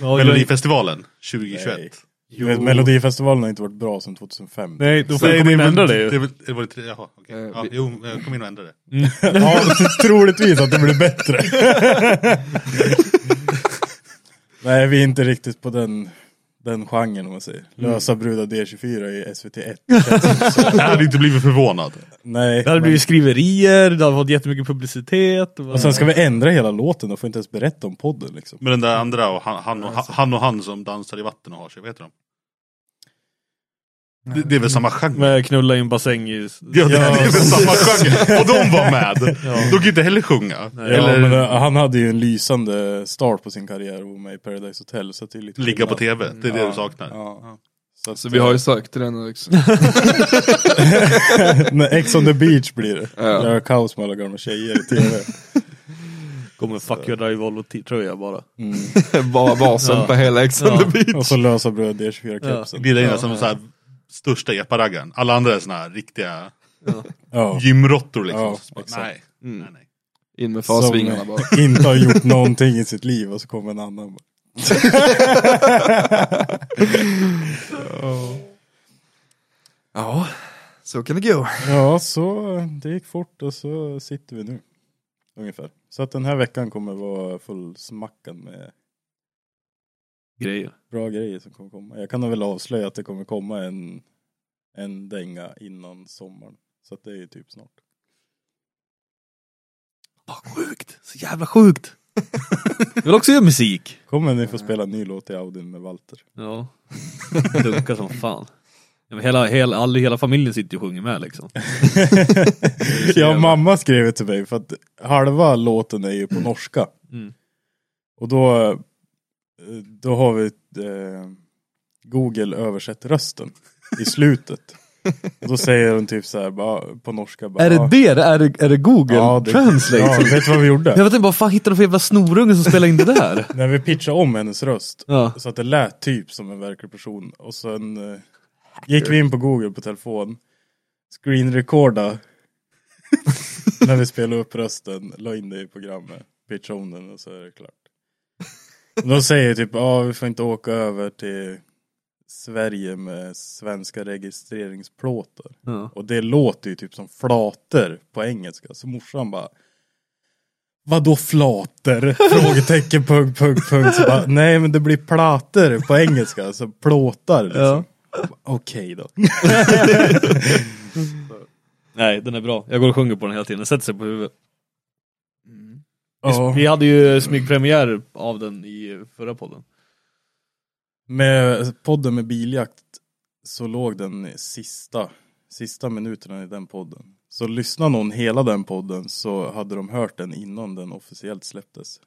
S2: jag,
S3: Melodifestivalen 2021.
S1: Nej. Men Melodifestivalen har inte varit bra sedan 2005.
S2: nej, då får
S3: Nej,
S2: jag
S3: det
S2: komma
S3: är
S2: in och
S3: väl-
S1: typ-
S2: ändra det
S3: Det är
S2: ju.
S3: väl, det var det tre, jaha, okej.
S4: Eh,
S3: ja,
S4: vi-
S3: jo, jag kom in och ändrade det.
S1: Ja, troligtvis att det blir bättre. nej, vi är inte riktigt på den, den genren om man säger.
S2: Mm.
S1: Lösa brudar D24 i SVT1.
S3: Jag hade inte blivit förvånad.
S1: Nej.
S2: Det hade
S1: men-
S2: blivit skriverier, det hade fått jättemycket publicitet.
S1: Och sen ska vi ändra hela låten och får inte ens berätta om podden liksom.
S3: Med den där andra och han, han, och, han och han som dansar i vatten och har sig, vad heter de? Det, det är väl samma genre?
S2: Med knulla i en bassäng i...
S3: Ja, det är väl samma genre. Och de var med. De kan inte heller sjunga.
S1: Ja,
S3: Eller
S1: men, eh, han hade ju en lysande start på sin karriär och var med i Paradise Hotel. Så att det är lite
S3: ligga
S1: skillnad.
S3: på tv. Det är det
S1: Ja,
S3: du saknar.
S1: Ja. att,
S4: så vi har ju sökt till den nu också.
S1: Nej, Ex on the beach blir det.
S4: Ja.
S1: Jag har kaos med alla gamla tjejer i tv.
S2: Kommer fuck your drive-all-tröja bara.
S1: Mm.
S4: Bara basen på hela Ex on the beach.
S1: Och så lösa bröd D24-kepsen.
S3: Glida in där som så här största epa-raggaren. Alla andra är såna här riktiga
S1: Ja.
S3: gymråttor liksom.
S1: Ja,
S3: Så bara,
S1: exakt. Mm.
S3: nej. nej, nej.
S4: In med
S1: Som
S4: fasvingarna bara.
S1: eh, inte har gjort någonting i sitt liv och så kommer en annan. bara.
S4: Ja, så kan det gå.
S1: Ja, så eh, det gick fort och så sitter vi nu. Ungefär. Så att den här veckan kommer vara fullsmackad med
S2: Grejer.
S1: bra grejer som kommer komma. Jag kan väl avslöja att det kommer komma en, en dänga innan sommaren. Så att det är ju typ snart.
S2: Fan sjukt, så jävla sjukt. jag vill också göra musik.
S1: Kommer ni få spela en ny låt i Audin med Walter?
S2: Ja. Dunkar som fan. Ja, men Hela, hela, all, hela familjen sitter ju och sjunger med liksom.
S1: ja, mamma skrev det till mig för att halva låten är ju på norska.
S2: Mm.
S1: Och då, eh, då har vi eh, Google översätt rösten i slutet. Och då säger hon typ så här bara, på norska bara, "Ah,
S2: det? Är det, är det Google
S1: ja, det- Ja, vet du vad vi gjorde?
S2: Jag vet inte, bara fan hittade de för jävla snorunge som spelar in det där?
S1: När vi pitchade om hennes röst
S2: Ja.
S1: så att det lät typ som en verklig person och sen eh, gick vi in på Google på telefon, screen recorda när vi spelade upp rösten, la in det i programmet, pitchade om den och så är det klart. Och de säger typ, ja vi får inte åka över till Sverige med svenska registreringsplåtar.
S2: Ja.
S1: Och det låter ju typ som flater på engelska. Så morsan bara Vadå flater? Frågetecken, punkt, punkt, punkt. Så bara, Nej men det blir plater på engelska. Alltså plåtar liksom. Jag bara, Okej då.
S2: Nej, den är bra. Jag går och sjunger på den hela tiden. Den sätter sig på huvudet.
S1: Ja.
S2: Vi hade ju smygpremiär av den i förra podden.
S1: Med podden med biljakt så låg den i sista, sista minuterna i den podden. Så lyssnar någon hela den podden så hade de hört den innan den officiellt släpptes.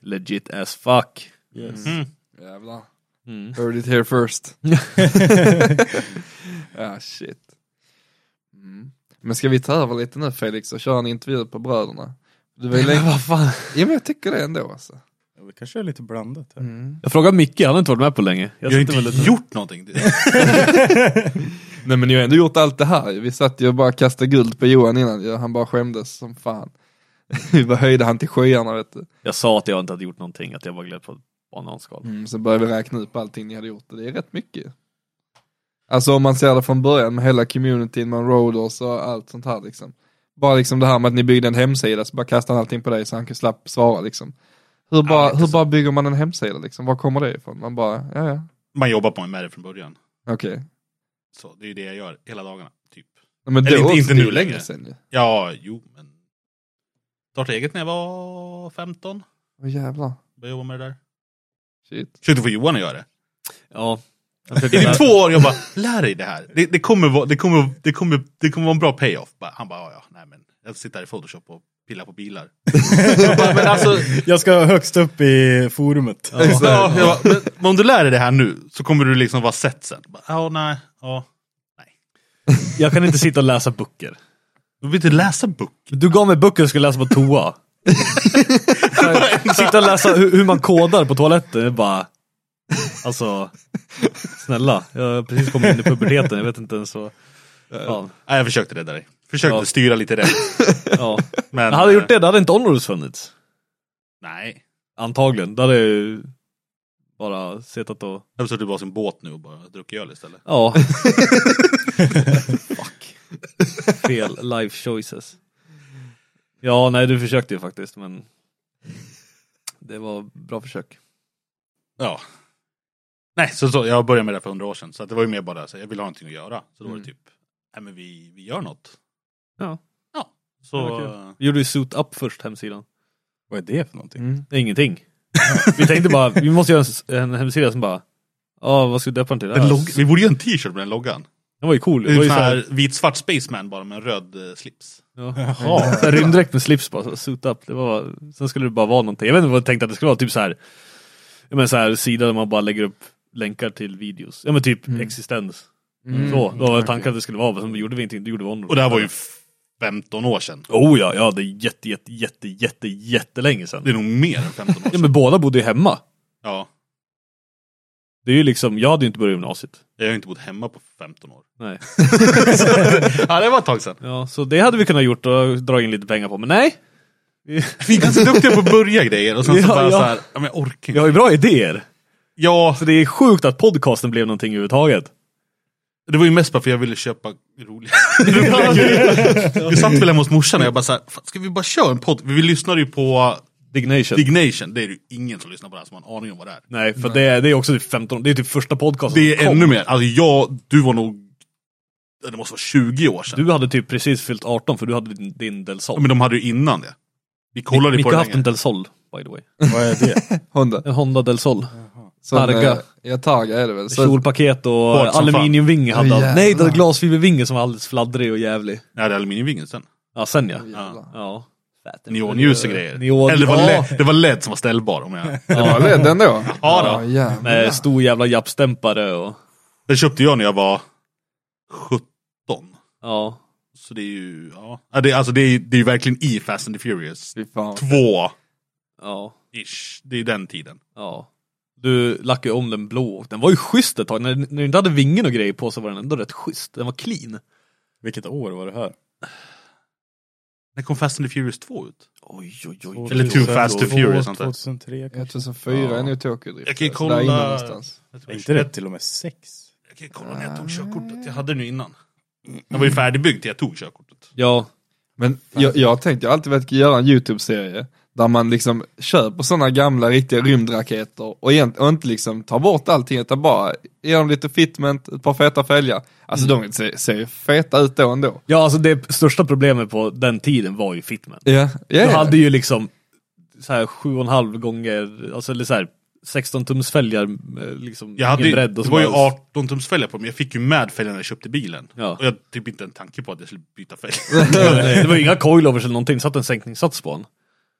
S2: Legit as fuck.
S1: Yes.
S3: Mm.
S4: Jävlar.
S2: Mm.
S4: Heard it here first. ah shit. Mm. Men ska vi ta över lite nu Felix och köra en intervju på bröderna? Du var ju länge... Vad fan? Ja men jag tycker det ändå alltså.
S1: Ja, Vi kanske är lite blandat här.
S2: Jag frågade Micke, han har inte varit med på länge.
S3: Jag har
S2: sitter väl
S3: inte
S2: lite-
S3: gjort någonting.
S4: Nej men jag har ändå gjort allt det här Vi satt ju och bara kastade guld på Johan innan ju. Han bara skämdes som fan. Vi bara höjde han till sjöarna vet du.
S2: Jag sa att jag inte hade gjort någonting, att jag var glad på att bananskal.
S4: Mm, så började vi räkna upp allting ni hade gjort och det är rätt mycket. Alltså om man ser det från början med hela communityn, med roaders och allt sånt här liksom. Bara liksom det här med att ni byggde en hemsida så bara kastade han allting på dig så han slapp svara liksom. Hur bara,
S3: inte
S4: hur
S3: så.
S4: bara bygger man en hemsida liksom? Var kommer det ifrån? Man bara, ja ja,
S3: Man jobbar på med det från början.
S4: okej.
S3: Så det är ju det jag gör hela dagarna. Typ.
S4: Men
S3: Eller inte-
S4: också,
S3: inte
S4: det är
S3: nu
S4: ju
S3: längre.
S4: sedan ju.
S3: Ja, jo men. Startade eget när jag var 15.
S4: Åh jävlar.
S3: Började jobba med det där.
S4: Shit.
S3: Försökte få Johan att göra det.
S2: Ja.
S3: I typ två år jag bara, lär dig det här. Det, det, kommer, vara, det, kommer, det, kommer, det kommer vara en bra payoff. Bara, Han bara, ja ja, nej men. Jag sitter här i Photoshop och pillar på bilar. jag bara, men alltså.
S1: Jag ska högst upp i forumet.
S3: Ja, jag bara, men, men om du lär dig det här nu så kommer du liksom vara sett sen. Bara, Ja, nej, ja.
S2: Jag kan inte sitta och läsa böcker.
S3: Du vill inte läsa böcker.
S2: Du gav mig böcker jag skulle läsa på toa. sitta och läsa hur, hur man kodar på toaletten. Jag bara, alltså, snälla. Jag har precis kommit in i puberteten. Jag vet inte ens vad... Fan.
S3: Nej, jag försökte rädda dig. Försökte
S2: Ja.
S3: styra lite rätt.
S2: Ja.
S3: Men, eh,
S2: Men hade jag gjort det, då hade inte Onrus funnits.
S3: Nej.
S2: Antagligen. Då hade jag ju bara suttit och...
S3: Jag har suttit på sin båt nu och bara druckit öl istället.
S2: Ja. Fuck. Fel life choices. Ja, nej du försökte ju faktiskt men det var bra försök.
S3: Ja. Nej, så, så jag började med det här för hundra år sedan. Så att det var ju mer bara så här, jag vill ha någonting att göra. Så då var det typ, nej men vi, vi gör något.
S2: Ja.
S3: Ja. Så,
S2: Det var Vi gjorde ju Suit Up först, hemsidan.
S1: Vad är det för någonting?
S3: Mm.
S2: Det är Ingenting. vi tänkte bara, vi måste göra en, s- en hemsida som bara, ja vad ska vi döpa den till?
S3: en
S2: Ja,
S3: logg- vi borde göra en t-shirt med den loggan.
S2: Den var ju cool.
S3: Det
S2: Det
S3: är
S2: var
S3: ju
S2: ju
S3: sån
S2: såhär,
S3: här vit-svart spaceman bara med en röd eh, slips.
S2: ja. såhär rymddräkt med slips bara, så Suit Up. Det var, sen skulle det bara vara någonting. Jag vet inte vad jag tänkte att det skulle vara, typ såhär, ja men såhär sida där man bara lägger upp länkar till videos. Ja men typ existens. Så, då var tanken att det skulle vara, men sen gjorde vi ingenting, då gjorde vi Onrus.
S3: Och det här var ju 15 år sedan.
S2: Oh ja, ja det är jätte, jätte, jätte, jätte, jättelänge sedan.
S3: Det är nog mer än 15 år
S2: Ja
S3: sedan.
S2: men båda bodde ju hemma.
S3: Ja.
S2: Det är ju liksom, jag hade ju inte börjat gymnasiet.
S3: Jag har ju inte bott hemma på 15 år.
S2: Nej.
S3: Ja, det var ett tag sedan.
S2: Ja, så det hade vi kunnat gjort och dra in lite pengar på, men nej.
S3: Vi är ganska duktiga på att börja grejer och sen så
S2: Ja,
S3: bara
S2: ja.
S3: så här, ja men jag orkar
S2: Vi
S3: inte.
S2: har ju bra idéer.
S3: Ja,
S2: Så det är sjukt att podcasten blev någonting överhuvudtaget.
S3: det var ju mest bara för jag ville köpa roliga, roliga grejer. Vi satt väl hemma hos morsan och jag bara så här, "Fan, ska vi bara köra en podd? Vi lyssnade ju på
S2: Dignation.
S3: Dignation, det är ju ingen som lyssnar på det här som har en aning om vad det är.
S2: nej, för Det, är, det är också typ 15, det är typ första podcasten
S3: Det
S2: som
S3: är
S2: kom.
S3: ännu mer, alltså jag, du var nog, det måste vara 20 år sedan.
S2: Du hade typ precis fyllt 18 för du hade din, din Del Sol.
S3: Ja, Men de hade ju innan det. Vi kollade ju
S2: Micke
S3: på
S2: har
S3: det
S2: haft en
S3: länge.
S2: Del Sol, by the way.
S1: Vad är det?
S4: Honda.
S2: En Honda Del Sol.
S4: Som,
S2: Targa.
S4: eh, Ja, Targa är det väl. Så,
S2: Kjolpaket och
S3: Hårt som fan.
S2: aluminiumvinge hade
S4: Åh,
S2: han. Nej, det
S4: jävlar.
S2: var glasfibervinge som var alldeles fladdrig och jävlig.
S3: Jag hade aluminiumvingen sen.
S2: Ja, sen ja.
S4: Jävlar.
S2: ja.
S3: Neonljus och grejer.
S2: Eh, Neon,
S3: Eller det var,
S2: ja.
S3: LED, det var LED som var ställbar. Om jag...
S4: det var LED ändå.
S3: Ja då.
S4: jävlar.
S2: Med stor jävla jappstämpare och...
S3: Den köpte jag när jag var 17.
S2: Ja.
S3: Så det är ju, ja. Ja, Det, är- alltså det, är, det är ju verkligen i Fast and the Furious.
S4: Fy fan.
S3: Två
S2: Ja.
S3: ish. Det är den tiden.
S2: Ja. Du lackade ju om den blå och den var ju schysst ett tag. När, när du inte hade vingen och grejer på så var den ändå rätt schysst. Den var clean.
S1: Vilket år var det här?
S3: När kom Fast and the Furious 2 ut?
S2: Oj, oj,
S3: Eller Too Fast, Too Furious, antar jag.
S1: 2003 kanske?
S4: 2004 är nog Tokyo-drift.
S3: Jag kan ju
S4: Så där inne
S3: kolla-
S4: någonstans.
S3: Jag, tror
S1: Är
S3: jag,
S1: inte det
S3: jag,
S1: till och med sex?
S3: jag kan kolla när jag
S2: Ah.
S3: tog körkortet. Jag hade den ju innan. Den
S2: Mm.
S3: var ju färdigbyggd till jag tog körkortet.
S2: Ja.
S4: Men jag, jag tänkte, jag har alltid velat göra en YouTube-serie där man liksom köper sådana gamla riktiga rymdraketer och, egent, och inte liksom tar bort allting utan bara ger dem lite fitment, ett par feta fälgar. Alltså
S2: Mm.
S4: de ser, ser ju feta ut då ändå.
S2: Ja, alltså det största problemet på den tiden var ju fitman.
S4: Ja, ja,
S2: Du
S4: ja.
S2: hade ju liksom så här sju och en halv gånger, alltså eller så här 16 tums fälgar, eh, liksom
S3: Jag hade
S2: ingen
S3: ju,
S2: bredd
S3: det
S2: och så
S3: var ju
S2: bara-
S3: 18 tums fälgar på mig. Jag fick ju med fälgarna när jag köpte bilen.
S2: Ja.
S3: Och jag hade typ inte en tanke på att jag skulle byta fälg.
S2: Det var ju inga coilovers eller någonting, det satt en sänkningssats på den.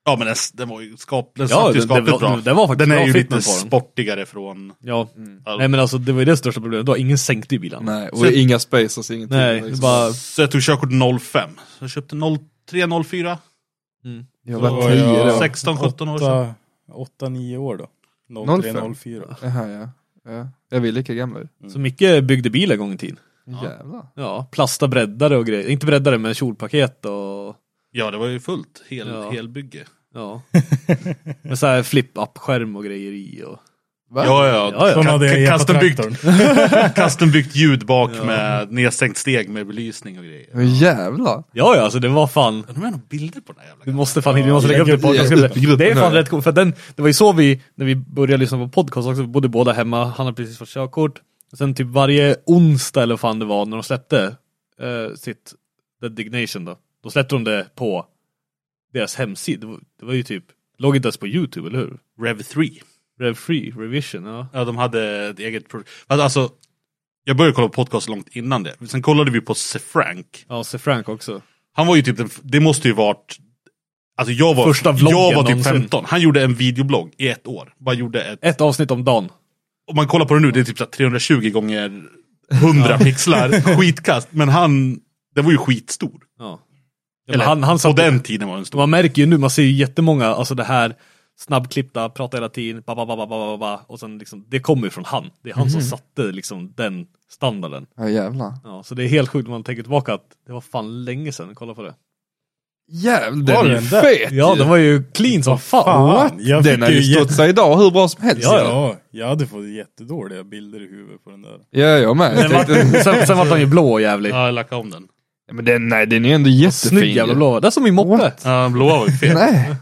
S3: ja men den, den var ju skap, den
S2: Ja,
S3: satt ju
S2: den- den
S3: skapligt
S2: var-
S3: bra.
S2: den var faktiskt
S3: den är
S2: bra
S3: ju
S2: fitment
S3: lite
S2: på den.
S3: sportigare från...
S2: Ja.
S3: All-
S2: Nej men alltså det var ju det största problemet då, ingen sänkte ju bilen.
S4: Nej, och inga spacers, ingenting.
S2: Nej, det
S4: liksom.
S2: bara...
S3: Så jag tog körkort 05. Så jag köpte 03, 04.
S2: Mm.
S4: jag
S3: Så
S4: var
S3: var
S4: tio
S1: jag-
S4: då.
S3: 16, 17 år sedan.
S1: 8, 8 9 år då.
S4: 05.
S1: 03, 04.
S4: Jaha, ja. ja. Jag vill lika gamla ju.
S2: Så Micke byggde bil en gång i tiden.
S4: Jävlar.
S2: Ja, plasta breddare och grejer. Inte breddare men kjolpaket och...
S3: Ja det var ju fullt. Hel,
S2: Ja.
S3: Helbygge.
S2: Ja. Med så här flip-up-skärm och grejer i och...
S4: Va?
S3: Ja,
S2: Ja,
S3: ja.
S2: ja.
S3: Ka-
S1: Sån hade jag
S3: ka-
S1: i
S3: Custombyggt
S1: epatraktorn.
S3: custombyggt ljud bak med nedsänkt steg med belysning och grejer.
S4: Men jävlar.
S2: Ja, ja, alltså det var fan.
S3: De har nog bilder på den här jävla
S2: Vi måste fan vi måste lägga upp det på podcast. Det är fan rätt coolt, för den, det var ju så vi, när vi började lyssna på podcast också, vi bodde båda hemma, han hade precis fått körkort. Och Sen typ varje onsdag eller vad fan det var när de släppte eh, sitt The Dignation då, då släppte de det på deras hemsida. Det var, det var ju typ, låg inte ens på YouTube, eller hur?
S3: Rev 3.
S2: Rev Free, Revision, ja.
S3: Ja, de hade ett eget projekt. Alltså, jag började kolla på podcast långt innan det. Sen kollade vi på Sefrank.
S2: Ja, se Frank också.
S3: Han var ju typ den, f- det måste ju varit Alltså jag var,
S2: Första vloggen
S3: jag var typ
S2: någonsin.
S3: 15, han gjorde en videoblogg i ett år. Bara gjorde ett,
S2: Ett avsnitt om dagen.
S3: om man kollar på det nu, det är typ så här 320 gånger 100 pixlar, skitkast. Men han, den var ju skitstor.
S2: Ja. men
S3: Eller,
S2: han- han
S3: på
S2: satt-
S3: den tiden var den stor.
S2: Man märker ju nu, man ser ju jättemånga, alltså det här snabbklippta, prata hela tiden, ba, ba, ba, ba, ba, ba, ba, och sen liksom, det kommer ju från han. Det är han
S1: Mhm.
S2: som satte liksom den standarden.
S4: Ja jävlar.
S2: Ja, så det är helt sjukt när man tänker tillbaka att det var fan länge sedan, kolla på det.
S4: Jävlar,
S1: Var
S4: den är ju
S1: den där?
S4: fet
S2: Ja,
S4: ju.
S2: den var ju clean som fan.
S4: What?
S1: jag
S4: Den
S1: fick
S4: har
S1: ju
S4: ju stått
S1: jätte-
S4: sig idag hur bra som helst.
S2: Ja, ja.
S1: Ja, jag hade fått jättedåliga bilder i huvudet på den där.
S4: ja jag med. Jag
S2: Den var,
S4: tänkte,
S2: sen, sen var han ju blå och jävlig.
S3: Ja, jag lackade om den.
S4: Ja, men den, nej, den är ju ändå jättefin.
S2: Snygg jävla
S4: ju.
S2: blå. Det är som min moppe.
S4: What?
S3: Ja, den blåa var ju fet.
S4: Nej.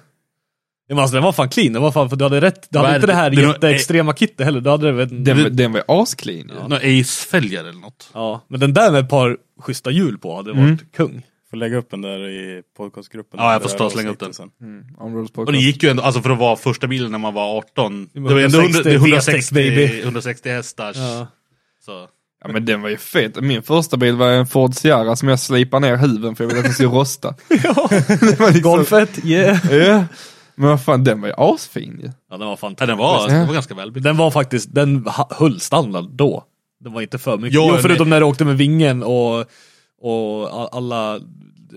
S2: Ja, men alltså, den var fan clean, den var fan, för du hade rätt. Du hade
S3: Vad är
S2: inte det här
S3: det? eh, Det är nog-
S2: jätteextrema kittet heller. Du hade det, väl-
S4: Den, var- den var ju asclean. ju.
S3: Några Ace-fälgar eller något.
S2: Ja, men den där med ett par schyssta hjul på hade varit kung.
S1: Får lägga upp den där i podcastgruppen.
S3: Ja, jag får
S1: Det där
S3: stå och slänga upp
S1: avsnittet sen.
S4: Områdes
S3: Och det gick ju ändå, alltså för att vara första bilen när man var 18. Det var ju ändå
S2: 160
S3: 100, det är 160,
S2: baby.
S3: 160 hästars.
S2: Ja.
S3: Så.
S4: Ja men den var ju fet. Min första bil var en Ford Sierra som jag slipade ner huven för jag ville att den skulle rosta. Det var liksom-
S2: Golfet, yeah.
S4: Ja. Men vad fan, den var ju asfin ju.
S2: Ja, den var fantastisk.
S3: Ja, den, var, den var ganska välbyggd.
S2: Den var faktiskt, den ha- höll standard då. Den var inte för mycket.
S3: Ja,
S2: Jo,
S3: men-
S2: förutom när du åkte med vingen och, och a- alla,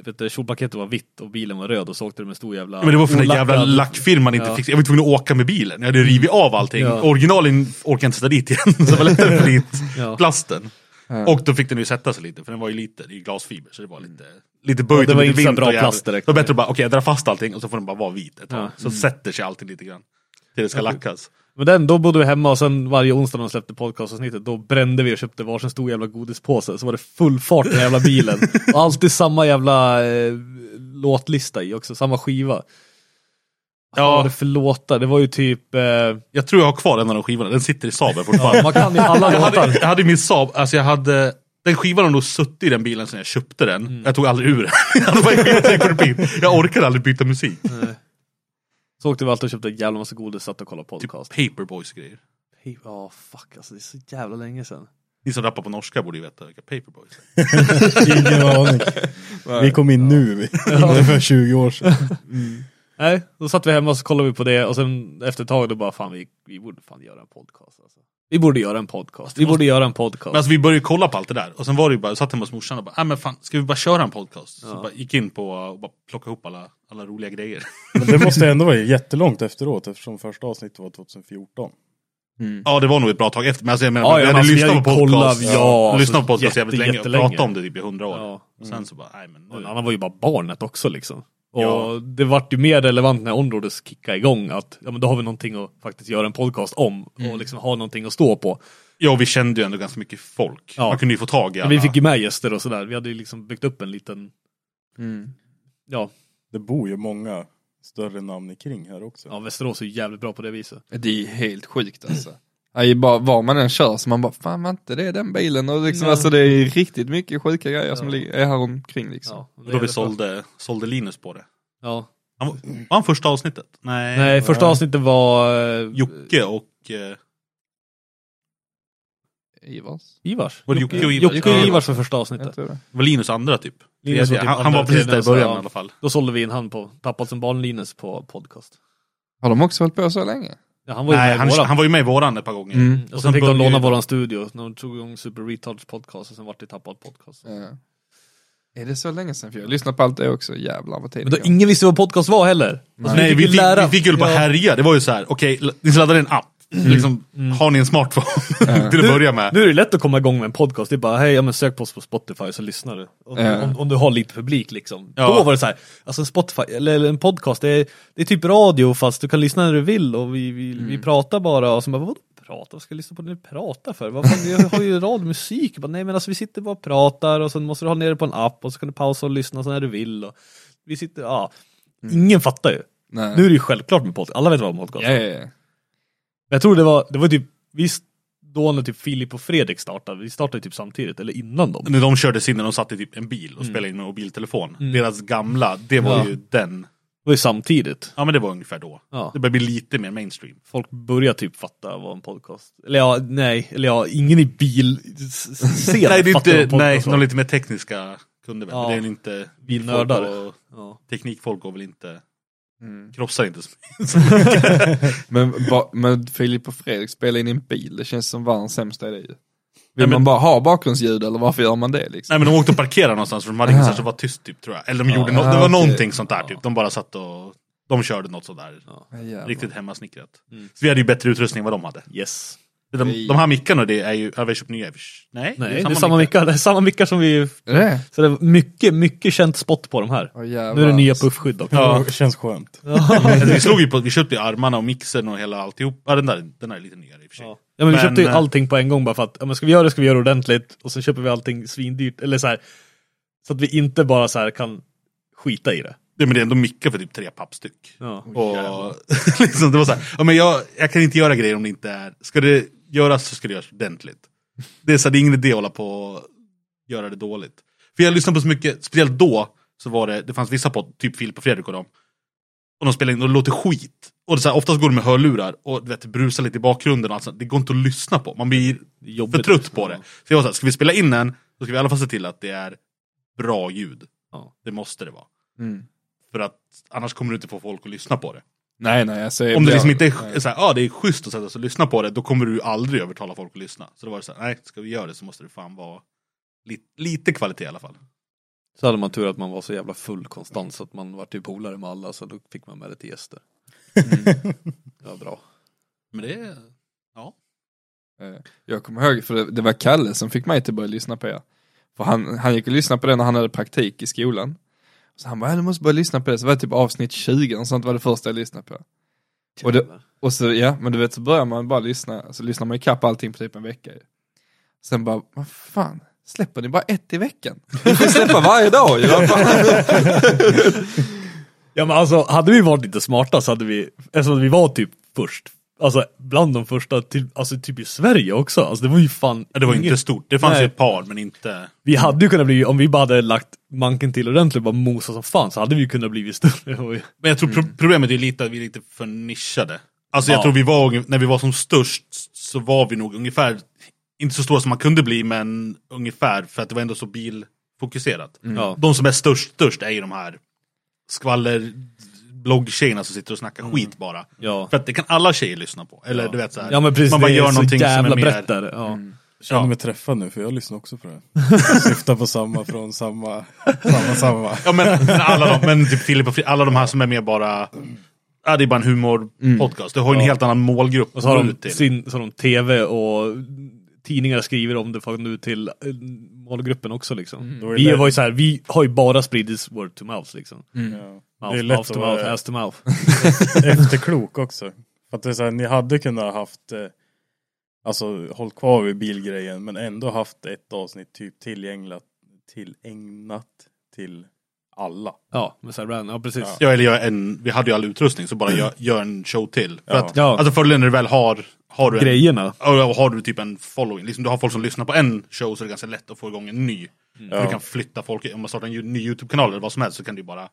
S2: vet du, kjolpaketet var vitt och bilen var röd och så åkte du med stor jävla...
S3: Men det var från den där jävla
S2: olackad-
S3: lackfirman inte
S2: Ja. Mm.
S3: fixade. Jag var tvungen att åka med bilen. Jag hade rivit av allting.
S2: Ja.
S3: Originalen orkade inte sätta dit igen. Så det var lättare att få dit
S2: Ja.
S3: plasten.
S4: Ja.
S3: Och då fick den ju sätta sig lite, för den var ju lite i glasfiber. Så det var lite, lite böjt.
S2: Ja, det
S3: och
S2: var
S3: lite
S2: inte så
S3: vint
S2: bra
S3: och jävligt.
S2: plast direkt.
S3: Det var bättre att bara, okej jag drar fast allting och så får den bara vara vit ett tag.
S2: Ja. Mm.
S3: Så sätter sig allting lite grann. Till det ska lackas.
S2: Men den, då bodde vi hemma och sen varje onsdag när de släppte podcastavsnittet, då brände vi och köpte varsin stor jävla godispåse. Så var det full fart i den jävla bilen. Och alltid samma jävla eh, låtlista i också, samma skiva. Ja. Vad var det för låtar? Det var ju typ... Eh,
S3: Jag tror jag har kvar en av de skivorna, den sitter i Saaben fortfarande.
S2: man kan ju alla
S3: jag, hade,
S2: låtar.
S3: jag hade min Saab, alltså jag hade den skivan har nog suttit i den bilen sen jag köpte den.
S2: Mm.
S3: Jag tog aldrig ur den. jag, hade bara en skiva till på repeat. jag orkade aldrig byta musik.
S2: Mm. Så åkte vi alltid och köpte en jävla massa godis, satt och kollade podcast.
S3: Paperboys grejer.
S2: Typ. Ja, fuck alltså, det är så jävla länge sedan.
S3: Ni som rappar på norska borde ju veta vilka Paperboys är.
S1: Ingen aning. Vi kom in nu, inte för 20 år sedan.
S2: Nej, då satt vi hemma och så kollade vi på det och sen efter ett tag då bara fan vi, vi borde fan göra en podcast alltså. Vi borde göra en podcast. Vi borde göra en podcast.
S3: Men alltså vi började ju kolla på allt det där. Och sen var det ju bara, jag satt hemma hos morsan och bara, äh, men fan, ska vi bara köra en podcast? Så bara gick in på och bara plockade ihop alla, alla roliga grejer.
S1: Men det måste ändå vara jättelångt efteråt eftersom första avsnittet var 2014.
S3: ja det var nog ett bra tag efter. Men alltså jag menar,
S2: Mm. Ja,
S3: jag
S2: ja,
S3: hade
S2: alltså, vi
S3: lyssnat
S2: har
S3: på
S2: ju kollat,
S3: podcast.
S2: ja,
S3: jag
S2: alltså,
S3: lyssnat på podcast jävligt
S2: jätte-
S3: länge och
S2: jättelänge.
S3: pratat om det typ i hundra år.
S2: Ja. mm.
S3: Och sen så bara, nej men.
S2: Men Han var ju bara barnet också liksom. Och
S3: Ja.
S2: det vart ju mer relevant när Onrodes kickade igång att ja, men då har vi någonting att faktiskt göra en podcast om och liksom ha någonting att stå på.
S3: Ja och vi kände ju ändå ganska mycket folk.
S2: Ja.
S3: Man kunde ju få tag i alla.
S2: Men vi fick ju med gäster och sådär. Vi hade ju liksom byggt upp en liten,
S4: Mm.
S2: ja,
S1: Det bor ju många större namn i kring här också.
S2: ja Västerås är ju jävligt bra på det viset.
S4: Det är ju helt sjukt alltså. Ja, ju bara, var man än kör så man bara, fan var inte det den bilen? Och liksom,
S2: Nej.
S4: alltså, det är ju riktigt mycket sjuka grejer som
S2: Ja.
S4: ligger, är här omkring liksom.
S2: Ja,
S3: Och då vi sålde, sålde Linus på det.
S2: Ja.
S3: Han var, var han första avsnittet? Nej.
S2: Nej, första avsnittet var eh,
S3: Jocke och... eh,
S4: Ivars,
S2: Ivars.
S3: Var det Jocke och Ivars?
S2: Jocke
S3: Ja.
S2: och Ivars för första
S4: jag
S2: avsnittet.
S4: tror det.
S3: Det var Linus andra typ.
S2: Linus var
S3: Tredje.
S2: typ
S3: han, han
S2: andra,
S3: var precis där i
S2: tredje,
S3: början
S2: ja.
S3: i alla fall.
S2: Då sålde vi in han på Tappad som barn Linus på podcast.
S4: Har de också hållit på så länge?
S2: Ja, han var ju
S3: Nej,
S2: med i
S3: han,
S2: våran.
S3: han var ju med i våran ett par gånger.
S4: Mm.
S2: Och sen,
S3: sen
S2: fick de
S3: började-
S2: låna våran studio. När de tog igång Super Retards podcast och sen vart det Tappad podcast.
S4: Ja. Är det så länge sedan? För jag lyssnar på allt det också, jävlar vad
S2: Men då,
S4: tidigt.
S2: ingen visste vad podcast var heller. Alltså,
S3: Nej,
S2: fick
S3: vi
S2: ju
S3: fick,
S2: lära-
S3: vi fick ju på
S2: Ja. Mm.
S3: härja. Det var ju så här, okej, ni laddade en app Liksom, Har ni en smartphone till att börja med?
S2: Nu är det lätt att komma igång med en podcast. Det är bara, hej, ja, men sök på oss på Spotify så lyssnar du. Om,
S4: Ja.
S2: om, om du har lite publik liksom.
S3: Ja.
S2: Då var det så här, alltså en Spotify, eller eller en podcast, det är, det är typ radio fast du kan lyssna när du vill och vi, vi,
S4: Mm.
S2: vi pratar bara och så bara, vadå prata? Vad ska jag lyssna på när du pratar för? Vad fan, vi har ju radiomusik. Jag Bara, nej men alltså vi sitter bara och pratar och sen måste du ha ner det på en app och så kan du pausa och lyssna så när du vill. Och vi sitter, ja. Ingen fattar ju.
S4: Mm. Nej.
S2: Nu är det ju självklart med podcast, alla vet vad en podcast är.
S4: Ja, ja, ja.
S2: Men Jag tror det var, det var typ, vi st- då när typ Filip och Fredrik startade, vi startade typ samtidigt, eller innan dem.
S3: När de körde sin, när de satt i typ en bil och spelade in med mobiltelefon. Deras gamla, det var
S2: Mm. Ja.
S3: ju den.
S2: Det var ju samtidigt.
S3: Ja men det var ungefär då.
S2: Ja.
S3: Det började bli lite mer mainstream.
S2: Folk började typ fatta vad en podcast, eller ja, nej, eller ja, ingen i bilscenen
S3: nej, det är
S2: fattar vad en
S3: inte, nej,
S2: podcast var.
S3: de lite mer tekniska kunde väl.
S2: Ja.
S3: Det är väl inte...
S2: Vi nördar.
S3: och
S2: Ja.
S3: Teknikfolk går väl inte...
S2: Mm.
S3: Krossar inte så
S4: Men, ba, men Filip och Fredrik spelar in i en bil, det känns som världens sämsta idé ju. Vill
S3: men-
S4: man bara ha bakgrundsljud eller varför gör man det liksom?
S3: Nej men de åkte och parkerade någonstans för de hade ingenstans att vara tyst typ tror jag. Eller de
S2: Ah,
S3: gjorde nå- det
S4: Ja,
S3: var
S4: okej.
S3: någonting sånt där typ. De bara satt och... De körde något sådär.
S4: Jävlar.
S3: Riktigt hemmasnickrat. Så vi hade ju bättre utrustning än vad de hade.
S2: Mm. Yes.
S3: De, de här mickarna det är ju... Har vi köpt nya? i och för sig. Nej,
S2: Nej, det är, samma mickar, det är samma mickar som vi,
S4: Är det?
S2: så det är mycket, mycket känt spott på de här.
S4: Åh, jävlar.
S2: nu är det nya puffskydd dock.
S3: Ja.
S1: Det känns skönt.
S3: Alltså, vi slog ju på... Vi köpte ju armarna och mixen och hela alltihop. Ja, den där, den där är lite nyare i och för sig.
S2: Ja, men vi
S3: Men,
S2: köpte ju
S3: eh,
S2: allting på en gång bara för att, ja, men ska vi göra det ska vi göra det ordentligt och så köper vi allting svindyrt, eller så här, så att vi inte bara så här kan skita i det.
S3: Ja, men det är ändå mickar för typ tre papp styck.
S2: Ja.
S3: Och liksom, det var så här, ja, men jag, jag kan inte göra grejer om det inte är, ska det göras så ska det göras ordentligt. Det är, så här, det är ingen idé att hålla på och göra det dåligt. För jag lyssnade på så mycket, speciellt då, så var det, det fanns vissa podd, typ Filip och Fredrik och dem, och de spelar in och det låter skit. Och det är så här, oftast går de med hörlurar och du vet, brusar lite i bakgrunden och allt sånt. Det går inte att lyssna på, man blir
S2: Jobbigt. liksom.
S3: för trött på det. Så jag var så här, ska vi spela in en, då ska vi i alla fall se till att det är bra ljud.
S2: Ja.
S3: Det måste det vara.
S4: Mm.
S3: För att annars kommer du inte få folk att lyssna på det.
S4: Nej, nej, alltså, jag
S3: Om det
S4: blir-
S3: liksom inte är,
S4: nej.
S3: såhär, ja, det är schysst att sätta sig och lyssna på det, då kommer du aldrig övertala folk att lyssna. Så då var det såhär, nej, ska vi göra det så måste det fan vara li- lite kvalitet i alla fall.
S2: Så hade man tur att man var så jävla full konstant så att man var typ polare med alla så då fick man med det till gäster.
S1: Mm.
S2: Det var bra.
S3: Men det är... Ja.
S4: Eh, Jag kommer ihåg, för det, det var Kalle som fick mig till att börja lyssna på er. För han, han gick och lyssnade på det när han hade praktik i skolan. Så han bara, "Ja, du måste börja lyssna på det. Så var det typ avsnitt 20, och sånt var det första jag lyssnade på. Och, det, och så, ja, men du vet så börjar man bara lyssna, så lyssnar man ikapp allting på typ en vecka ju. Sen bara, vad fan, släpper ni bara ett i veckan? Ni får släppa varje dag ju. vad fan."
S2: Ja men alltså, hade vi varit lite smarta så hade vi, eftersom vi var typ först, alltså bland de första, till, alltså typ i Sverige också, alltså det var ju fan
S3: ja det var ju inte stort, det fanns
S2: Nej.
S3: ju ett par, men inte...
S2: Vi hade ju kunnat bli, om vi bara hade lagt manken till ordentligt och bara mosa som fan så hade vi ju kunnat blivit större.
S3: Men jag tror pro- problemet är lite att vi är lite för nischade. Alltså jag
S2: Mm. Ja.
S3: tror vi var, unge- när vi var som störst så var vi nog ungefär, inte så stora som man kunde bli, men ungefär, för att det var ändå så bilfokuserat.
S2: Ja.
S3: De som är störst, störst är ju de här skvaller bloggtjejerna som sitter och snackar skit bara.
S2: Mm. Ja.
S3: För att det kan alla tjejer lyssna på. Eller du vet så här,
S2: Ja men precis,
S3: man bara
S2: det
S3: gör
S2: är så
S3: någonting
S2: jävla
S3: som är
S2: brett
S3: mer... mm.
S2: där. Ja.
S1: Jag känner mig träffad nu för jag lyssnar också på det. Jag syftar på samma från samma, samma, samma.
S3: Ja men men alla de, men typ Filip och Fri, alla de här som är mer bara, ja det är bara en humorpodcast. Du har ju en helt annan målgrupp
S2: Och så har
S3: att nå ut
S2: de,
S3: till.
S2: sin, så har de tv och tidningar skriver om det fan nu till eh, målgruppen också liksom.
S3: Mm.
S2: Vi, var ju så här, vi har ju bara spridits word to mouth liksom.
S3: Mm.
S1: Det är
S2: Mouth,
S1: lätt
S2: mouth
S1: att
S2: to mouth,
S1: vara-
S2: ass to mouth.
S1: efterklok också. För att det är så här, ni hade kunnat haft, eh, alltså hållit kvar vid bilgrejen, men ändå haft ett avsnitt typ tillägnat, tillägnat till alla.
S2: Ja, med så här, brand- ja precis. Ja.
S3: Ja, eller gör en, vi hade ju all utrustning, så bara gör, gör en show till. För
S1: Ja.
S3: att,
S2: Ja.
S3: Alltså fördelen när du väl har, har du en,
S2: Grejerna.
S3: ja, och har du typ en following, liksom, du har folk som lyssnar på en show så är det ganska lätt att få igång en ny. För Du kan flytta folk, om man startar en ju- ny YouTube-kanal eller vad som helst så kan du ju bara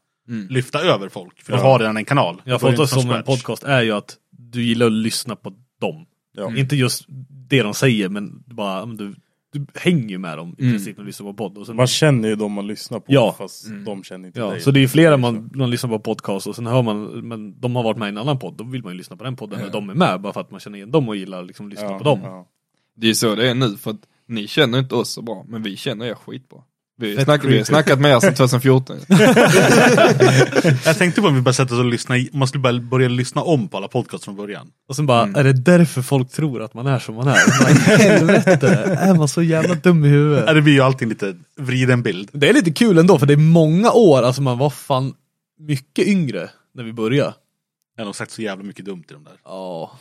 S3: lyfta över folk. För du har redan en kanal.
S2: Mm. Jag
S3: Då är det
S2: fattar
S3: inte från
S2: som en
S3: scratch.
S2: podcast är ju att du gillar att lyssna på dem. Mm.
S1: Ja.
S2: Inte just det de säger men du bara, men du, du hänger ju med dem i princip när du lyssnar på podd. Och sen,
S1: Man känner ju de man lyssnar på,
S2: Ja.
S1: fast de känner inte
S2: ja,
S1: dig. Liksom.
S2: så det är ju flera man, man lyssnar på podcast och sen hör man, men de har varit med i en annan podd, då vill man ju lyssna på den podden när de är med bara för att man känner igen dem och gillar liksom att lyssna
S1: Ja,
S2: på dem.
S1: ja.
S4: det är ju så det är nu, för att ni känner inte oss så bra, men vi känner er skitbra. Vi har
S1: Fett
S4: snackat, vi har
S1: creepy.
S4: snackat med er sedan 2014.
S3: Jag tänkte på om vi bara sätter oss och lyssnar, i- man skulle bara börja lyssna om på alla podcasts från början.
S2: Och sen bara, är det därför folk tror att man är som man är? Vad i helvete, är man så jävla dum i
S3: Ja,
S2: huvudet?
S3: Det blir ju alltid lite vriden bild.
S2: Det är lite kul ändå, för det är många år, alltså man var fan mycket yngre när vi började.
S3: Jag har nog sagt så jävla mycket dumt i de där.
S2: Ja.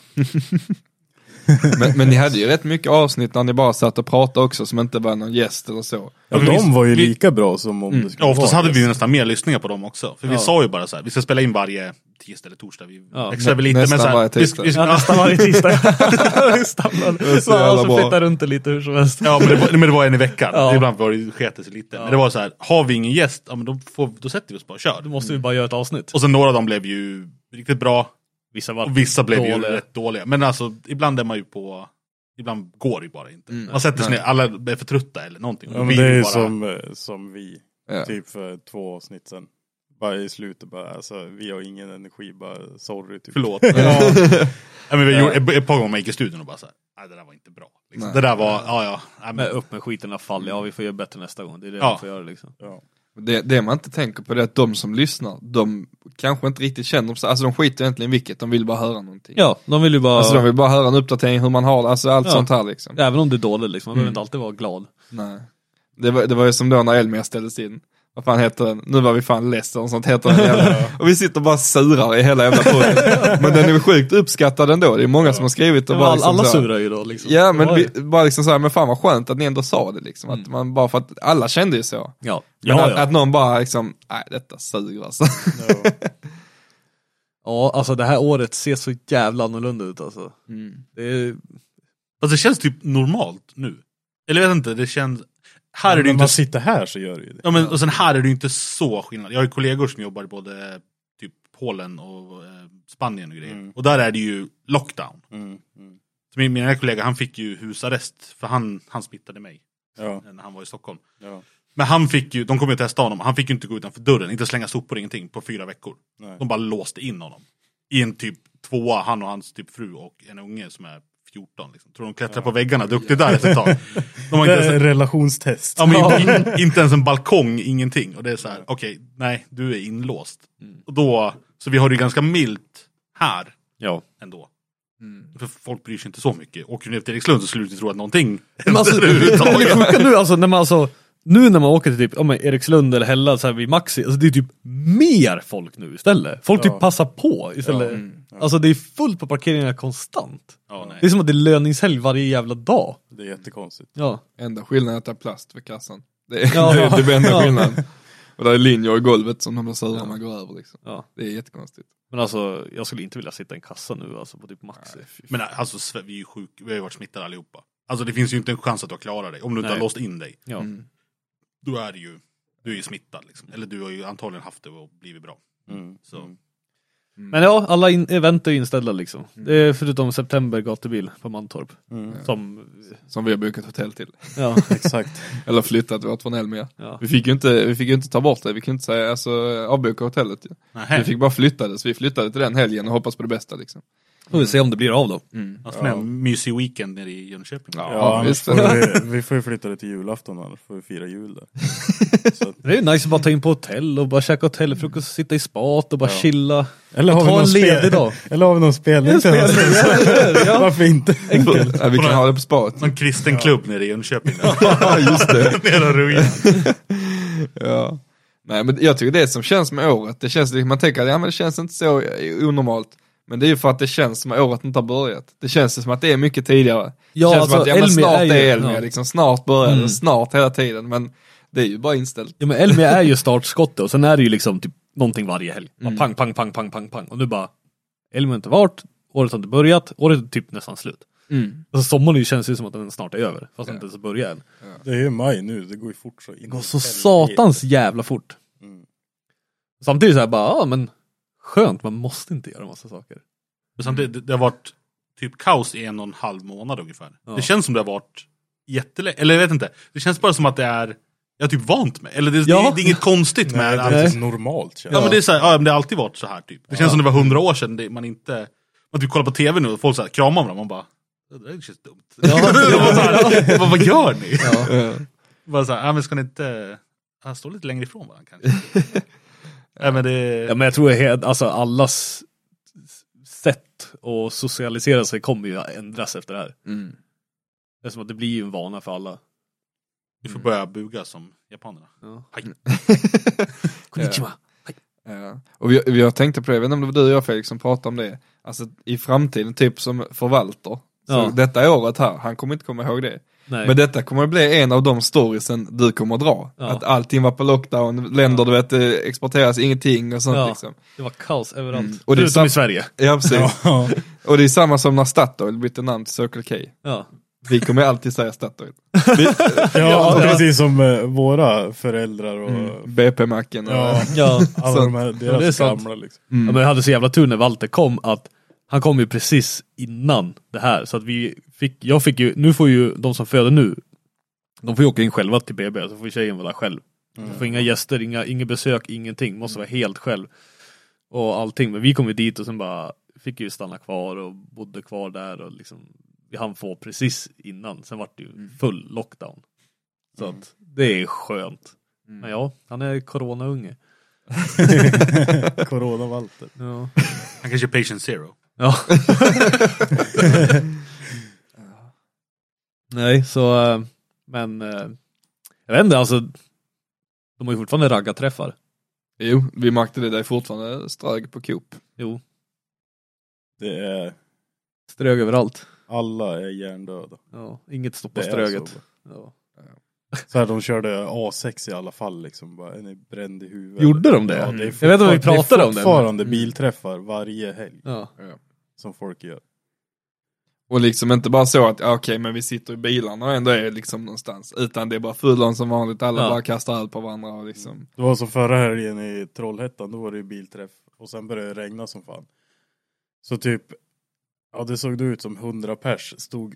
S4: Men, men ni hade ju rätt mycket avsnitt när ni bara satt och pratade också som inte var någon gäst eller så.
S1: Ja,
S3: Ja, men
S1: de
S3: visst,
S1: var ju
S3: vi-
S1: lika bra som
S2: Mm.
S1: om det skulle
S3: Ja, oftast
S1: vara
S3: hade vi
S1: det.
S3: ju nästan mer lyssningar på dem också. För vi sa ju bara så här, vi ska spela in varje tisdag eller torsdag. Vi
S2: Ja,
S3: extra väl lite,
S4: nä-
S3: men så
S4: nästan
S3: här,
S4: varje
S3: vi-
S4: tisdag.
S3: vi-
S2: Ja,
S3: ja,
S2: nästan varje tisdag. Det är standard.
S4: är så jävla
S2: Och så
S4: bra.
S2: flyttar runt det lite hur som helst.
S3: Ja men det, var, men det var en i veckan.
S2: Ja.
S3: Ibland var det sket det sig lite. Men det var så här, har vi ingen gäst, ja, men då, får, då sätter vi oss bara och kör.
S2: Då måste vi bara göra ett avsnitt.
S3: Och sen några av dem blev ju riktigt bra.
S2: Vissa var
S3: Och vissa blev
S2: dåliga.
S3: ju rätt dåliga. Men alltså ibland är man ju på, ibland går det ju bara inte.
S4: Mm.
S3: Man sätter sig
S4: Nej.
S3: ner, alla är för trötta eller någonting.
S1: Ja,
S3: Och
S1: men
S3: vi
S1: det är ju
S3: bara-
S1: som, eh, som vi,
S4: Ja.
S1: typ för två avsnitt sen. Bara i slutet bara, alltså vi har ingen energi, bara sorry. Typ.
S3: Förlåt. ja. men vi gjorde, ett, ett par gånger man gick i studion och bara så här, nej det där var inte bra. Liksom.
S4: Nej.
S3: Det där var, ja ja. Nej, men,
S2: Men upp med skiten i alla fall, ja vi får göra bättre nästa gång. Det är det
S3: Ja.
S2: vi får göra liksom.
S1: Ja.
S4: Det, det man inte tänker på det är att de som lyssnar, de kanske inte riktigt känner sig, alltså de skiter egentligen i vilket, de vill bara höra någonting.
S2: Ja, de vill ju bara,
S4: Alltså de vill bara höra en uppdatering hur man har det, alltså allt
S2: Ja.
S4: sånt här liksom.
S2: även om det är dåligt liksom, man
S3: Mm.
S2: behöver inte alltid vara glad.
S4: Nej. Det var, det var ju som då när Elmia ställdes in. Vad fan heter den? Nu var vi fan less eller något sånt heter den jävla. Och vi sitter bara surar i hela jävla podden. Men den är ju sjukt uppskattad ändå. Det är många som har skrivit och
S2: Ja,
S4: bara
S2: all,
S4: liksom
S2: alla
S4: så här-
S2: surar ju då liksom.
S4: Ja
S2: Det
S4: men
S2: var ju-
S4: vi, bara liksom såhär, men fan vad skönt att ni ändå sa det liksom. Att man bara för att alla kände ju så.
S2: Ja,
S4: Men
S2: Mm. ja,
S4: att,
S2: ja.
S4: att någon bara liksom, nej detta suger alltså.
S1: Ja.
S2: ja, alltså det här året ser så jävla annorlunda ut alltså.
S4: Mm.
S2: Det är,
S3: alltså, det känns typ normalt nu. Eller jag vet inte, det känns, här är
S1: Men
S3: det
S1: när
S3: ju
S1: man
S3: inte
S1: sitter här så gör det ju det.
S3: Ja, men, och sen här är det ju inte så skillnad. Jag har ju kollegor som jobbar i både eh, typ Polen och eh, Spanien och grejer.
S1: Mm.
S3: Och där är det ju lockdown.
S1: Mm, mm.
S3: Så min, min ena kollega han fick ju husarrest för han, han smittade mig
S1: Ja,
S3: när han var i Stockholm.
S1: ja,
S3: Men han fick ju, de kom ju att testa honom, han fick ju inte gå utanför dörren, inte slänga sopor, ingenting på fyra veckor.
S1: nej.
S3: De bara låste in honom. I en typ tvåa, han och hans typ fru och en unge som är 14. Liksom. Tror de klättrar på väggarna duktigt där efter ett tag. De har
S1: Det
S3: inte
S1: är en
S3: ens,
S1: relationstest.
S3: ja, men inte, inte ens en balkong, ingenting. Och det är så här, okej, nej, du är inlåst.
S1: Mm.
S3: Och då, så vi har det ju ganska milt här
S2: ja.
S3: ändå.
S1: Mm.
S3: För folk bryr sig inte så mycket. Åker du ner till Erikslund så skulle du inte tro att någonting
S2: Men
S3: händer
S2: alltså, det
S3: överhuvudtaget.
S2: sjuka nu alltså, när man alltså, nu när man åker till typ, om Erikslund eller Hälla så här vid Maxi, alltså det är typ mer folk nu istället. Folk typ
S1: Ja.
S2: passar på istället.
S4: Mm.
S2: Alltså det är fullt på parkeringarna konstant.
S3: Ja, nej.
S2: Det är som att det är löningshelg varje jävla dag.
S1: Det är jättekonstigt.
S2: Ja.
S4: Enda skillnaden är att det är plast för kassan. Det är,
S2: Ja.
S4: det, är- det blir enda
S2: Ja.
S4: skillnaden. Och det är linjer i golvet som de blir sura om man går över liksom.
S2: Ja.
S4: Det är jättekonstigt.
S2: Men alltså, jag skulle inte vilja sitta i en kassa nu alltså på typ Maxi.
S3: Men alltså, Sve- vi är ju sjuka, vi har ju varit smittade allihopa. Alltså det finns ju inte en chans att du har klarat dig, om du inte
S2: Nej.
S3: har låst in dig.
S2: Ja.
S4: Mm.
S3: då är det ju, du är ju smittad liksom. Eller du har ju antagligen haft det och blivit bra.
S1: Mm.
S3: Så.
S2: Men ja, alla in- event är ju inställda liksom. Det är förutom september gatubil på Mantorp.
S1: Mm.
S2: Som,
S4: Som vi har bokat hotell till.
S2: ja,
S1: Exakt.
S4: Eller flyttat vårt från Elmia.
S2: ja.
S4: Vi fick ju inte, vi fick ju inte ta bort det, vi kunde inte säga, alltså avboka hotellet ju. Vi fick bara flytta det, så vi flyttade till den helgen och hoppas på det bästa liksom.
S2: Får vi se om det blir av då.
S3: Alltså, En mysig weekend nere i Jönköping.
S4: Ja,
S1: Ja, annars
S4: visst.
S1: får vi, vi får ju flytta det till julafton annars får vi fira jul där. Så att,
S2: Det är ju nice att bara ta in på hotell och bara käka hotellfrukost, sitta i spat och bara chilla.
S1: eller,
S2: Och ta en ledig dag.
S1: eller har vi någon spelning till hösten? Varför inte?
S4: Ja, vi kan ha det på spat.
S3: Någon kristen klubb nere i Jönköping.
S4: Ja, just det.
S3: nere i ruinen.
S4: Ja. Nej men jag tycker det som känns med året, det känns liksom, man tänker att ja, men det känns inte så onormalt. Men det är ju för att det känns som att året inte har börjat. Det känns ju som att det är mycket tidigare.
S2: Ja,
S4: det känns som
S2: alltså,
S4: att ja, men
S2: Elmia
S4: snart
S2: är
S4: är,
S2: ju-
S4: Elmia,
S2: ja. Mm.
S4: liksom, snart börjar det, snart hela tiden. Men det är ju bara inställt.
S2: Ja men Elmia är ju startskottet och sen är det ju liksom typ någonting varje helg. Bara Pang, pang, pang, pang, pang, pang. Och nu bara, Elmia har inte varit, året har inte börjat, året är typ nästan slut.
S4: Mm.
S2: Alltså sommaren känns ju som att den snart är över, fast den
S4: Ja.
S2: inte ens har börjat än.
S1: Det är ju maj nu, det går ju fort så in.
S2: Det går så Mm. satans jävla fort. Samtidigt så här bara, ja men skönt, man måste inte göra massa saker.
S3: Men Samtidigt, det- det har varit typ kaos i en och en halv månad ungefär.
S2: Ja.
S3: Det känns som det har varit jättelänge. Eller jag vet inte. Det känns bara som att det är, jag har typ vant mig. Eller det, det,
S2: Ja.
S3: är- det är inget konstigt
S1: Nej,
S3: med
S1: det
S3: att-
S1: är inte normalt känns
S3: Ja, men det är så här, ja, men det har alltid varit så här typ. Det känns som det var hundra år sedan det, man inte... Man typ kollar på tv nu och folk så här, kramar varandra, man bara... Det där känns dumt. Ja. så här, vad, vad gör ni?
S4: Ja.
S3: Bara så här, ja, men ska ni inte... Han står lite längre ifrån varandra kanske.
S1: Mm.
S3: Nej men det...
S2: Ja, men jag tror he- alltså allas sätt att socialisera sig kommer ju att ändras efter det här.
S4: Mm.
S2: Det är som att det blir ju en vana för alla.
S3: Vi får börja buga som japanerna.
S2: Eh,
S4: Ja. Ja. Och vi, vi- jag tänkte på det, jag vet inte om det var du och jag Felix som pratade om det. Alltså i framtiden, typ som förvalter. Så
S2: Ja.
S4: detta året här, han kommer inte komma ihåg det.
S2: Nej.
S4: Men detta kommer att bli en av de storiesen du kommer att dra.
S2: Ja.
S4: Att allting var på lockdown, länder du vet eh, exporteras ingenting och sånt
S2: Ja.
S4: liksom.
S2: Det var kaos överallt.
S4: Mm. Och
S2: Och
S4: det är
S2: Förutom
S4: sam-
S2: i Sverige.
S4: Ja precis.
S1: Ja.
S4: Och det är samma som när Statoil bytte namn till Circle K.
S2: Ja.
S4: Vi kommer alltid säga Statoil.
S1: Ja,
S2: ja. Mm.
S1: precis som eh, våra föräldrar och
S4: BP-macken.
S1: ja,
S2: Ja.
S1: alla de här,
S2: Ja, det är
S1: deras
S2: sant.
S1: gamla liksom.
S2: ja, men jag hade så jävla tur när Walter kom att han kom ju precis innan det här. Så att vi fick, jag fick ju, nu får ju de som föder nu, de får ju åka in själva till BB, så får tjejen vara där själv. De får inga gäster, inga, inget besök, ingenting. Måste vara helt själv. Och allting. Men vi kom ju dit och sen bara fick ju stanna kvar och bodde kvar där och liksom vi hann få precis innan. Sen vart det ju full lockdown. Så att det är skönt. Men ja, han är coronaunge.
S1: Corona-Walter.
S2: Ja.
S3: Han kanske är patient zero.
S2: Ja. Nej, så eh, men eh, jag vet inte, alltså de har ju fortfarande raggarträffar.
S4: Jo, vi märkte det, det är fortfarande strög på Coop.
S2: Jo,
S1: Det är,
S2: strög överallt.
S1: alla är hjärndöda.
S2: Ja, inget stoppar
S1: Det är
S2: ströget.
S1: så.
S2: Ja.
S1: Så här, de körde A6 i alla fall liksom, bara, är ni bränd i huvudet?
S2: Gjorde de det?
S1: Ja,
S2: Mm.
S1: det är
S2: Jag vet inte om vi
S1: fortfar- det är
S2: pratade om det, men-
S1: fortfarande bilträffar varje helg
S2: Ja.
S1: som folk gör.
S4: Och liksom inte bara så att, ja, okej men vi sitter i bilarna och ändå är liksom någonstans. Utan det är bara fulon som vanligt, alla
S2: Ja.
S4: bara kastar öl på varandra och liksom.
S1: Det var som förra helgen i Trollhättan, då var det ju bilträff och sen började det regna som fan. Så typ, ja det såg då ut som 100 pers stod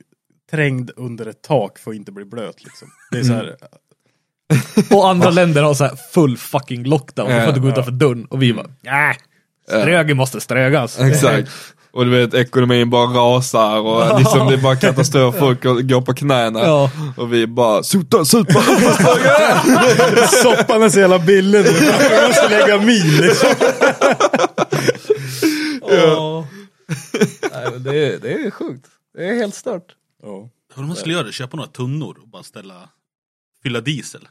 S1: trängd under ett tak för att inte bli blöt liksom. Det är så
S2: Mm.
S1: här,
S2: Och andra länder har så här full fucking lockdown, de får inte gå
S1: Ja.
S2: utanför dörren. Och vi bara, nej, strögen måste strögas.
S4: Exakt. Och du vet ekonomin bara rasar och liksom det är bara katastrof, folk går på knäna.
S2: Ja.
S4: Och vi bara, sota, supa!
S1: soppan är så jävla billig nu, jag måste lägga min liksom.
S2: Ja. Nej, men det, är- det är sjukt. Det är helt stört.
S1: Ja.
S3: Vad man skulle göra det, köpa några tunnor och bara ställa, fylla diesel.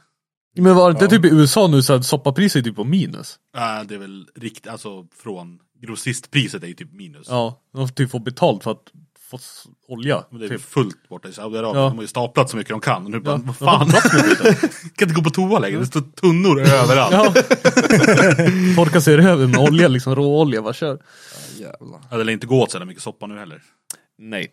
S2: Men var det inte typ i USA nu så att soppapriset är typ på minus?
S3: Äh, det är väl rikt, alltså från grossistpriset är ju typ minus.
S2: Ja, de får typ få betalt för att få s- olja.
S3: Men det är
S2: typ.
S3: fullt borta i Saudiarabien.
S2: Ja.
S3: De har ju staplat så mycket de kan. Och nu bara,
S2: Ja.
S3: vad fan, kan inte gå på toa längre. Det står tunnor överallt.
S2: Ja. Torka sig i röven med olja, liksom råolja, bara kör.
S4: Jävlar.
S3: Ja, Det lär inte gå åt så jävla mycket soppa nu heller.
S2: Nej.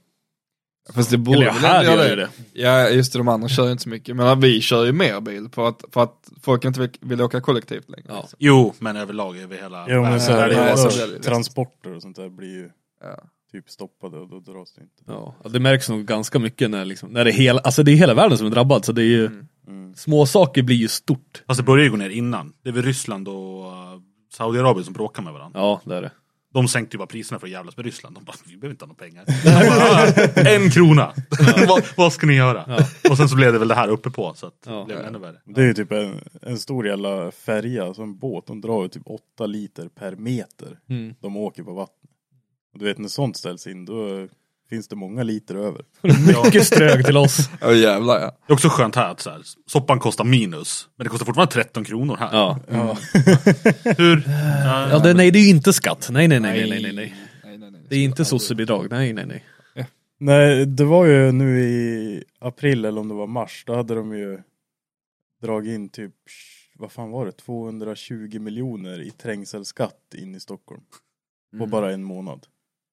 S4: Fast det borde
S2: Eller ja,
S4: väl
S2: här
S4: ändå göra
S2: gör ju det.
S4: Ja, just det, de andra kör ju inte så mycket. Men vi kör ju mer bil för att, för att folk inte vill, vill åka kollektivt längre.
S2: Ja.
S3: Jo, men överlag är vi hela...
S1: Jo men så här,
S4: det är så
S1: alltså,
S4: väldigt-
S1: transporter och sånt där blir ju
S4: Ja.
S1: typ stoppade och då dras det inte.
S2: Ja, ja, det märks nog ganska mycket när, liksom, när det är hela, alltså det är hela världen som är drabbad. Så det är ju, små saker blir ju stort.
S3: Fast det började ju gå ner innan. Det är väl Ryssland och eh, Saudiarabien som bråkar med varandra.
S2: Ja, det är det.
S3: De sänkte ju bara priserna för att jävlas med Ryssland. De bara, vi behöver inte ha några pengar. De bara, "Ah, en krona! vad, vad ska ni göra? Och sen så blev det väl det här uppe på så att
S2: Ja.
S3: det blev ännu värre.
S1: Det är ju typ en, en stor jävla färja, alltså en båt, de drar ju typ 8 liter per meter.
S2: Mm.
S1: De åker på vatten. Och du vet när sånt ställs in då finns det många liter över.
S2: Mycket strög till oss.
S4: Åh jävlar ja.
S3: Det är också skönt här att så här, soppan kostar minus, men det kostar fortfarande 13 kronor här.
S2: Ja.
S3: Hur?
S2: Ja, det, nej, det är ju inte skatt. Nej, nej, nej, nej, nej, nej.
S4: Nej, nej, nej.
S2: Det är inte sossebidrag. Nej, nej, nej.
S1: Nej, det var ju nu i april eller om det var mars, då hade de ju dragit in typ, vad fan var det, 220 miljoner i trängselskatt in i Stockholm. På
S2: Mm.
S1: bara en månad.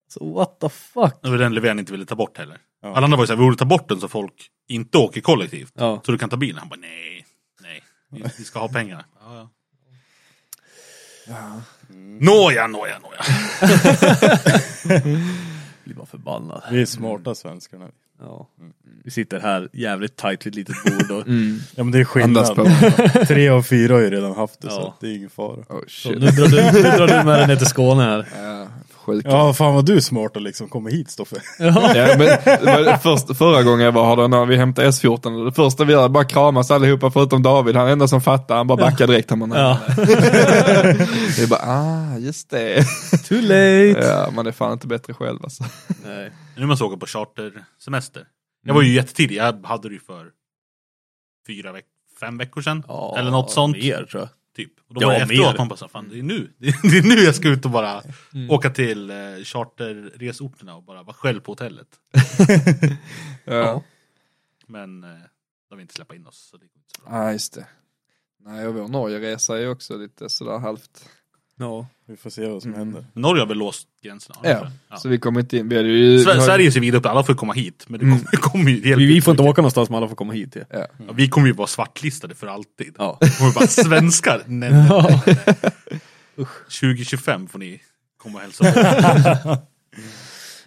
S2: Så what the fuck?
S3: Det var den Löfven inte ville ta bort heller.
S1: Ja.
S3: Alla andra var ju såhär, vi borde ta bort den så folk inte åker kollektivt.
S2: Ja.
S3: Så du kan ta bilen. Han bara, nej, nej, vi, vi ska ha pengar. Ja, ja. Nåja, nåja, nåja.
S2: Blir bara förbannad.
S1: Vi är
S2: Mm.
S1: smarta svenskarna.
S2: Ja. Vi sitter här jävligt tajt vid ett litet bord och
S1: Ja men det är
S4: Andas
S1: skillnad.
S4: på.
S1: Tre av fyra har ju redan haft det
S2: Ja.
S1: så att det är ingen fara.
S4: Oh,
S2: Så
S4: shit.
S2: nu drar, du, nu drar du med dig ner till Skåne här.
S4: Ja, sjuka.
S1: Ja, fan vad du är smart att liksom komma hit Stoffe.
S4: Ja, men det var det första, förra gången jag var här då, när vi hämtade S14, det första vi gör är bara kramas allihopa förutom David, han är den enda som fattar, han bara backar direkt. Han bara, nej,
S2: Ja.
S4: nej. Det är bara, ah, just det.
S2: Too late!
S4: Ja, man är fan inte bättre själv alltså.
S2: Nej. Mm.
S3: Nu är man så åker på chartersemester. Jag var ju jättetidig, jag hade det ju för fyra veck fem veckor sedan.
S2: Ja,
S3: eller något sånt.
S2: Mer tror jag.
S3: Typ. Och då
S2: Ja,
S3: var det efteråt
S2: mer. Mm.
S3: man bara så, här, fan det är nu. Det är, det är nu jag ska ut och bara åka till eh, charterresorterna och bara vara själv på hotellet.
S4: Ja,
S3: Men eh, de vill inte släppa in oss. Så det går inte så bra.
S4: ah, just det. Nej, och vår Norgeresa är också lite sådär halvt.
S2: Ja.
S1: Vi får se vad som
S4: Mm.
S1: händer.
S3: Men Norge har väl låst gränserna? har de
S4: Ja,
S3: inte det? Ja.
S4: så vi kommer inte in. Vi hade ju...
S3: Sver- Sverige ser vida upp, alla får komma hit. Men det
S4: Mm.
S3: kommer, kommer ju helt
S2: Vi, vi får inte åka någonstans men alla får komma hit. Ja.
S3: Ja, vi kommer ju vara svartlistade för alltid.
S2: Ja.
S3: Vi kommer bara, svenskar, nej, nej, nej, nej. 2025 får ni komma och hälsa på.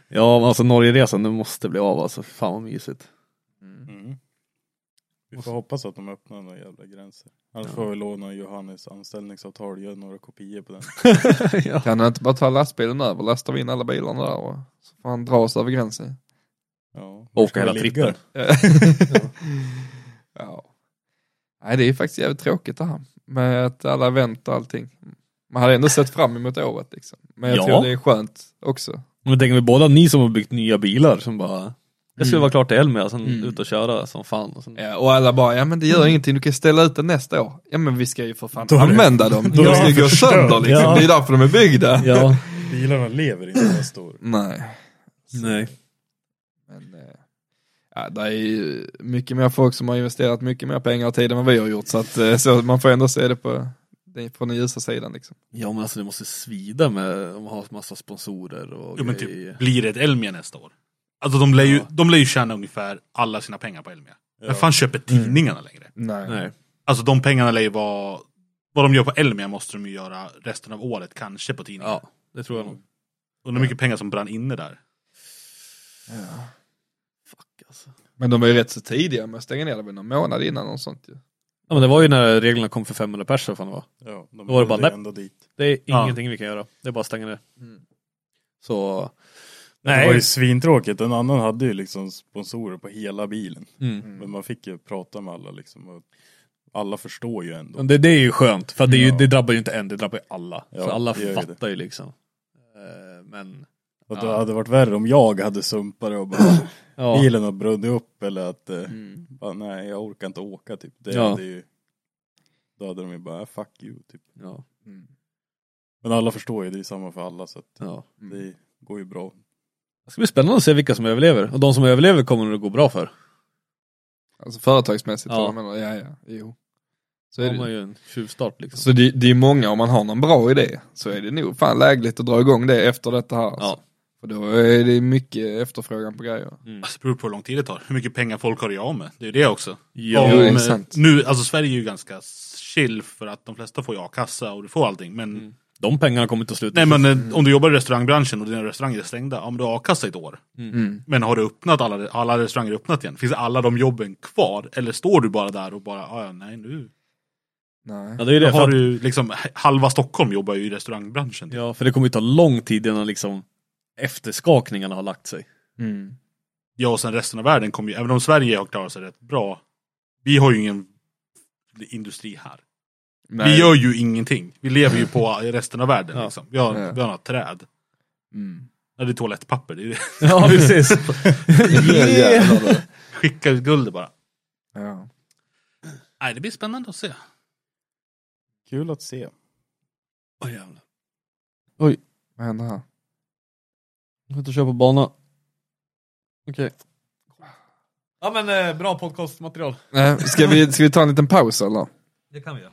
S2: Ja, men alltså Norgeresan, den måste bli av alltså. Fan vad mysigt.
S1: Vi får hoppas att de öppnar några jävla gränser. Annars får vi låna Johannes anställningsavtal, göra några kopior på den.
S2: ja.
S4: Kan han inte bara ta lastbilen över, lastar vi in alla bilarna där och så får han dra oss över gränsen.
S1: Ja. Var ska
S2: Åka
S1: vi
S2: hela
S1: ligga?
S2: trippen.
S4: Ja. ja. Nej, det är faktiskt jävligt tråkigt det här med att alla väntar och allting. Man hade ändå sett fram emot året liksom. Men jag
S2: Ja.
S4: tror det är skönt också.
S2: Men tänker vi båda ni som har byggt nya bilar som bara Jag skulle
S4: Mm.
S2: vara klar till Elmia och sen
S4: Mm.
S2: ut och köra som fan. Och sen,
S4: Ja, och alla bara, ja men det gör ingenting, du kan ställa ut den nästa år. Ja men vi ska ju för fan
S1: Mm. Då är det-
S4: använda dem,
S1: då är
S4: de
S1: det
S4: ska ju gå
S1: förstört.
S4: sönder liksom.
S2: Ja.
S4: Det är därför de är byggda.
S2: ja.
S1: Bilarna lever inte nästa år.
S4: Nej.
S2: Nej.
S4: Men, eh, ja, det är ju mycket mer folk som har investerat mycket mer pengar och tid än vad vi har gjort. Så, att, eh, så man får ändå se det på, det- från den ljusa sidan. Liksom.
S2: Ja men alltså det måste svida med om man har massa sponsorer och
S3: Jo, men
S2: grejer.
S3: typ, blir det ett Elmia nästa år? Alltså de lär, ju, de lär ju tjäna ungefär alla sina pengar på Elmia. Vem fan köper
S2: Mm.
S3: tidningarna längre?
S2: Nej.
S3: Alltså de pengarna lär ju vara... Vad de gör på Elmia måste de ju göra resten av året, kanske på tidningarna.
S2: Ja, det tror jag nog.
S3: Undrar hur mycket pengar som brann inne där.
S2: Fuck alltså.
S4: Men de var ju rätt så tidiga med att stänga ner, det var någon månad innan och sånt ju.
S2: Ja men det var ju när reglerna kom för 500 pers vad fan det var.
S1: Ja, de
S2: Då var det bara,
S1: höll
S2: nej.
S1: ändå dit.
S2: Det är
S3: Ja.
S2: ingenting vi kan göra. Det är bara att stänga ner. Så
S1: Det var
S2: Mm. Nej.
S1: ju svintråkigt. En annan hade ju liksom sponsorer på hela bilen.
S2: Mm.
S1: Men man fick ju prata med alla liksom. Och alla förstår ju ändå.
S2: Men Det, det är ju skönt. För det, är ju,
S1: Ja.
S2: det drabbar ju inte en, det drabbar ju alla.
S1: Ja,
S2: för alla
S1: det gör ju
S2: fattar ju liksom. Eh, Men
S1: Och det
S2: Ja.
S1: hade varit värre om jag hade sumpare och bara
S2: ja. Mm.
S1: bilen har brunnit upp eller att eh, bara, nej jag orkar inte åka typ. Det
S2: Ja.
S1: hade ju, då hade de ju bara "Ah, fuck you typ.
S2: Ja.
S1: Men alla förstår ju, det är samma för alla så att
S2: Ja.
S1: det går ju bra.
S2: Det ska bli spännande att se vilka som överlever. Och de som överlever kommer det att gå bra för.
S4: Alltså företagsmässigt.
S2: Ja.
S4: Ja. Men, ja, ja, jo. Så, är
S2: De har
S4: det.
S2: ju en tjuvstart liksom.
S4: så det, det är många, om man har någon bra idé, så är det nog fan lägligt att dra igång det efter detta här. Alltså.
S2: Ja.
S4: För då är det mycket efterfrågan på grejer.
S3: Alltså, det beror på hur lång tid det tar. Hur mycket pengar folk har att göra av med. Det är ju det också.
S2: Ja.
S3: Om,
S4: det är
S3: eh,
S4: sant.
S3: nu, alltså Sverige är ju ganska chill för att de flesta får ju a-kassa och du får allting. Men,
S2: De pengarna kommer inte att sluta.
S3: nej, men eh, om du jobbar i restaurangbranschen och dina restauranger är stängda, ja men du har a-kassa i ett år.
S4: Mm.
S3: Men har du öppnat alla, alla restauranger öppnat igen? Finns alla de jobben kvar? Eller står du bara där och bara, "Ah, ja nej nu.
S4: Nej.
S2: ja, det är ju det.
S3: har
S2: För, att,
S3: du liksom, halva Stockholm jobbar ju i restaurangbranschen. typ.
S2: ja, för det kommer ju ta lång tid innan liksom efterskakningarna har lagt sig.
S4: Mm.
S3: Ja, och sen resten av världen kommer ju, även om Sverige har klarat sig rätt bra, vi har ju ingen industri här.
S4: Nej.
S3: Vi gör ju ingenting. Vi lever ju på resten av världen.
S2: Ja.
S3: Liksom. Vi, har,
S4: Ja.
S3: vi har några träd.
S4: Mm.
S3: Ja, det är toalettpapper. Det är det.
S2: Ja, precis.
S4: Jävlar, du.
S3: Skicka ut guldet bara.
S4: Ja.
S3: Nej, det blir spännande att se.
S1: Kul att se.
S2: Åh jävlar.
S4: Vad händer här?
S2: Jag får inte köra på bana. Okej. Ja men eh, bra podcastmaterial.
S4: Nej, ska, vi, ska vi ta en liten paus eller?
S2: Det kan vi göra.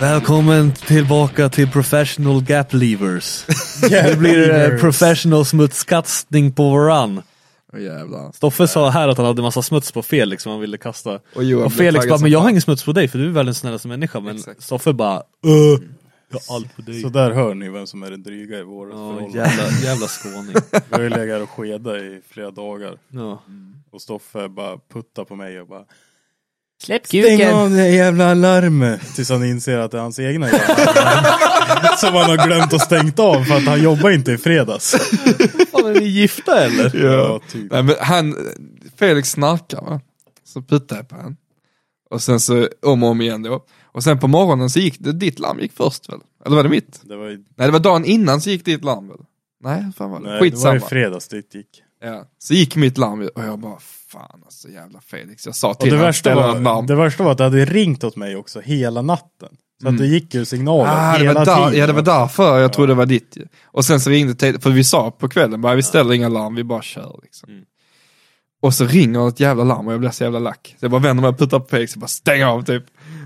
S5: Välkommen tillbaka till Professional Gap Leavers. Det blir eh, professional smutskastning på varann.
S4: Åh jävlar.
S5: Stoffe sa här att han hade massa smuts på
S2: liksom.
S5: Felix som han ville kasta.
S4: Och Johan
S5: Och
S4: blev
S5: Felix
S4: taggad
S5: bara,
S4: som
S5: men jag har
S4: fan."
S5: ingen smuts på dig för du är världens snällaste människa. Men
S4: Exakt.
S5: Stoffe bara,
S2: "Äh,
S5: "Öh, jag har allt på dig.
S1: Så där hör ni vem som är den dryga i vårt
S5: Ja,
S1: förhållande.
S5: jävla, jävla skåning.
S1: Vi har ju legat och skedat i flera dagar.
S5: Ja.
S1: Och Stoffe bara puttar på mig och bara
S6: Släpp
S1: Stäng
S6: kuken.
S1: av det jävla alarmet! Tills han inser att det är hans egna jävla alarm. Som han har glömt och stängt av för att han jobbar inte i fredags.
S5: Fan, är ni gifta eller?
S1: Ja, typ.
S4: Nej, men han, Felix snarkar va? Så puttade jag på han. Och sen så om och om igen då. Och sen på morgonen så gick det, ditt larm gick först väl? Eller var det mitt?
S1: Det var ju,
S4: Nej det var dagen innan så gick ditt larm väl? Nej, hur fan var det?
S1: nej, det var
S4: Skitsamma.
S1: ju fredags dit gick.
S4: ja. Så gick mitt larm ju, och jag bara fan alltså jävla Felix. Jag sa
S1: Och
S4: till
S1: det
S4: honom,
S1: värsta,
S4: ställ ett
S1: var,
S4: larm.
S1: det värsta var att det hade ringt åt mig också hela natten. Så att det gick ju signaler
S4: Mm. Ah, det
S1: hela
S4: var där,
S1: tiden.
S4: ja det var därför jag trodde det var ditt ju. Och sen så ringde Tate, för vi sa på kvällen bara vi ställer inga larm, vi bara kör liksom.
S3: Mm.
S4: Och så ringer ett jävla larm och jag blir så jävla lack. Så jag bara vänder mig och puttar på Felix och bara stäng av typ.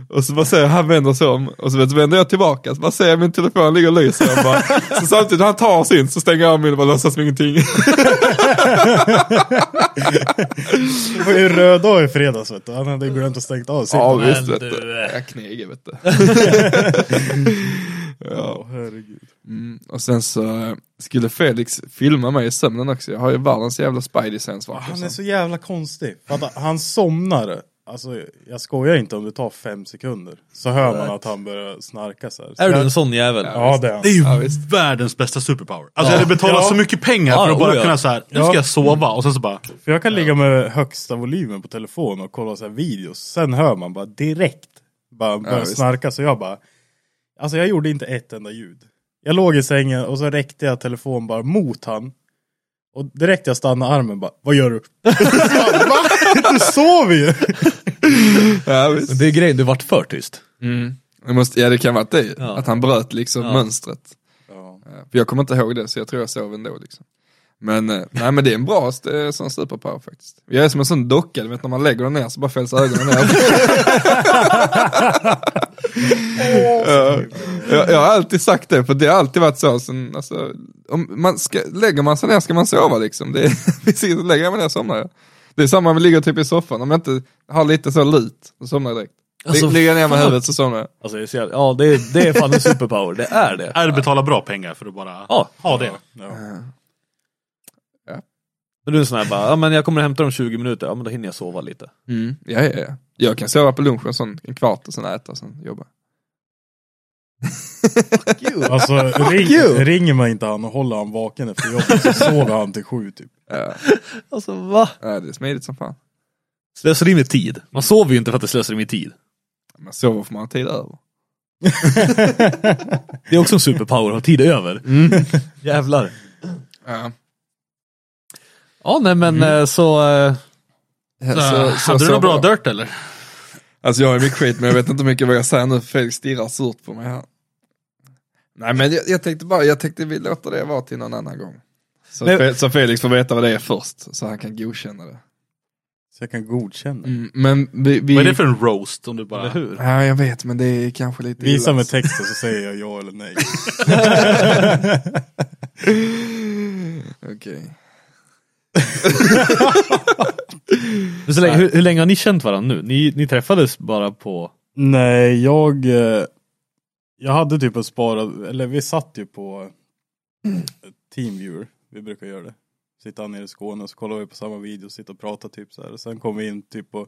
S4: Och så bara ser jag, han vänder sig om och så vänder jag tillbaka, så bara ser jag min telefon ligger och lyser. Jag bara, så samtidigt när han tar sin så stänger jag av min och bara låtsas som ingenting.
S1: Det var ju röd dag i fredags vet du. Han hade ju glömt att stänga av sitt.
S4: ja
S1: Ja,
S4: visst
S3: Men
S4: vet
S3: du,
S4: du.
S3: eh.
S4: Jag knegar vet du. ja.
S1: herregud.
S4: Mm, och sen så skulle Felix filma mig i sömnen också. Jag har ju världens jävla spidey sense. verkar
S1: Han
S4: det
S5: Liksom.
S1: är
S4: som.
S1: så jävla konstig. Fatta, han somnar. Alltså jag skojar inte om det tar fem sekunder. Så hör man att han börjar snarka så här. Så
S5: Är du
S1: jag-
S5: en sån jävel?
S1: Ja det är han.
S3: Det är ju
S4: Ja, visst.
S3: världens bästa superpower. Alltså jag hade betalat
S1: Ja.
S3: så mycket pengar för
S5: Ja,
S3: att bara
S5: oh ja.
S3: kunna så här. nu
S1: Ja.
S3: ska jag sova och sen så bara,
S1: För jag kan ligga med högsta volymen på telefon och kolla så här videos. Sen hör man bara direkt. Bara börjar
S4: visst.
S1: snarka så jag bara. Alltså jag gjorde inte ett enda ljud. Jag låg i sängen och så räckte jag telefonen bara mot han. Och direkt jag stannade armen bara, vad gör du? Jag bara, Va? Du sover ju!
S4: Ja, visst.
S5: Men det är grejen, du vart för tyst.
S4: Det måste, ja det kan vara att det,
S5: Ja.
S4: att han bröt liksom mönstret.
S1: Ja.
S4: Eh, För jag kommer inte ihåg det, så jag tror jag sov ändå liksom. Men, eh, nej men det är en bra st- eh, sån superpower faktiskt. Jag är som en sån docka, du vet när man lägger den ner så bara fälls ögonen ner. Ja. jag, jag har alltid sagt det, för det har alltid varit så. Sen, alltså, om man ska, lägger man sig ner ska man sova liksom. Det är, precis, lägger jag mig ner somnar jag. Det är samma om jag ligger typ i soffan, om jag inte har lite så lut, så somnar jag direkt.
S5: Alltså,
S4: ligger jag ner med
S5: fan.
S4: huvudet så somnar jag.
S5: Alltså, jag är så jävla- ja, det är, det är fan en superpower, det är det.
S3: är det betala bra pengar för att bara
S5: Ja.
S3: ha det.
S5: Men du är en sån här bara, ja men jag kommer hämta dem 20 minuter, ja men då hinner jag sova lite.
S4: Mm, ja, ja, ja. Jag kan sova på lunchen sån, en kvart och sen äta och sen jobba.
S1: Alltså ring, ringer man inte han och håller han vaken efter jobbet så sover han till sju typ.
S4: Ja,
S5: Alltså va?
S4: ja, Äh, det är smidigt som fan.
S5: Slösar in med tid. Man sover ju inte för att det slösar in med tid.
S4: Man sover för man har tid över.
S5: Det är också en superpower, att ha tid över.
S4: Mm.
S5: Jävlar.
S4: Ja.
S5: Ja nej men eh, så, eh,
S3: Så, Mm. Ah, hade du någon bra dirt eller?
S4: Alltså jag har ju mycket skit men jag vet inte hur mycket vad jag säger nu för Felix stirrar surt på mig här. Nej men jag, jag tänkte bara, jag tänkte vi låter det vara till någon annan gång. Så,
S5: Men-
S4: Fe, så Felix får veta vad det är först, så han kan godkänna det.
S1: Så jag kan godkänna.
S4: Mm, men vi... vi
S3: Vad är det för en roast om du bara...
S5: hur?
S4: Ja jag vet men det är kanske lite
S1: Visa
S4: illa,
S1: mig
S4: alltså.
S1: texten så säger jag ja eller nej.
S4: Okej.
S2: Men så länge, hur, hur länge har ni känt varandra nu? Ni, ni träffades bara på...
S1: Nej, jag... eh, Jag hade typ en sparad, eller vi satt ju på eh, Teamviewer. Vi brukar göra det. Sitta här nere i Skåne och så kollar vi på samma video, sitta och prata typ så här. Och sen kom vi in typ på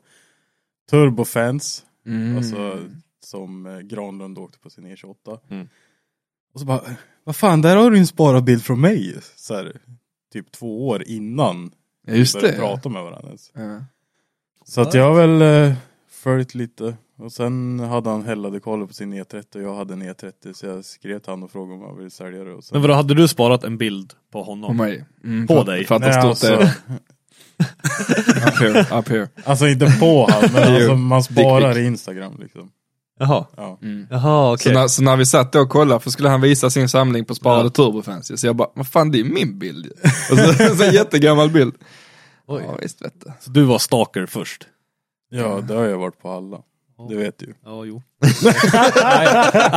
S1: Turbofans.
S4: Mm.
S1: Alltså som eh, Granlund åkte på sin E28.
S2: Mm.
S1: Och så bara, vad fan, där har du en sparad bild från mig. Så här, typ två år innan
S4: Ja, just
S1: vi började
S4: det.
S1: prata med varandra.
S4: Ja.
S1: Så att jag har väl eh, följt lite. Och sen hade han hällade koll på sin E30 och jag hade en E30 så jag skrev till honom och frågade om han ville sälja det. Och sen...
S2: Men vadå, hade du sparat en bild på honom?
S4: På mig. Mm,
S2: På
S4: fatt-
S2: dig.
S4: Fattar
S1: Nej,
S4: stort
S1: alltså,
S4: det är. Up here. Up here.
S1: alltså inte på han, men alltså, man sparar
S4: Dick
S1: i Instagram liksom.
S2: Jaha,
S1: Ja.
S2: jaha
S4: Så,
S2: okej.
S4: när, så när vi satt då och kollade, för skulle han visa sin samling på sparade turbofans ju. Så jag bara, vad fan det är min bild ju." Och så, så en jättegammal bild.
S2: Oj.
S4: Ja visst vet du.
S2: Så du var stalker först?
S1: ja, det har jag varit på alla. Det vet du ju.
S2: Ja, jo. I,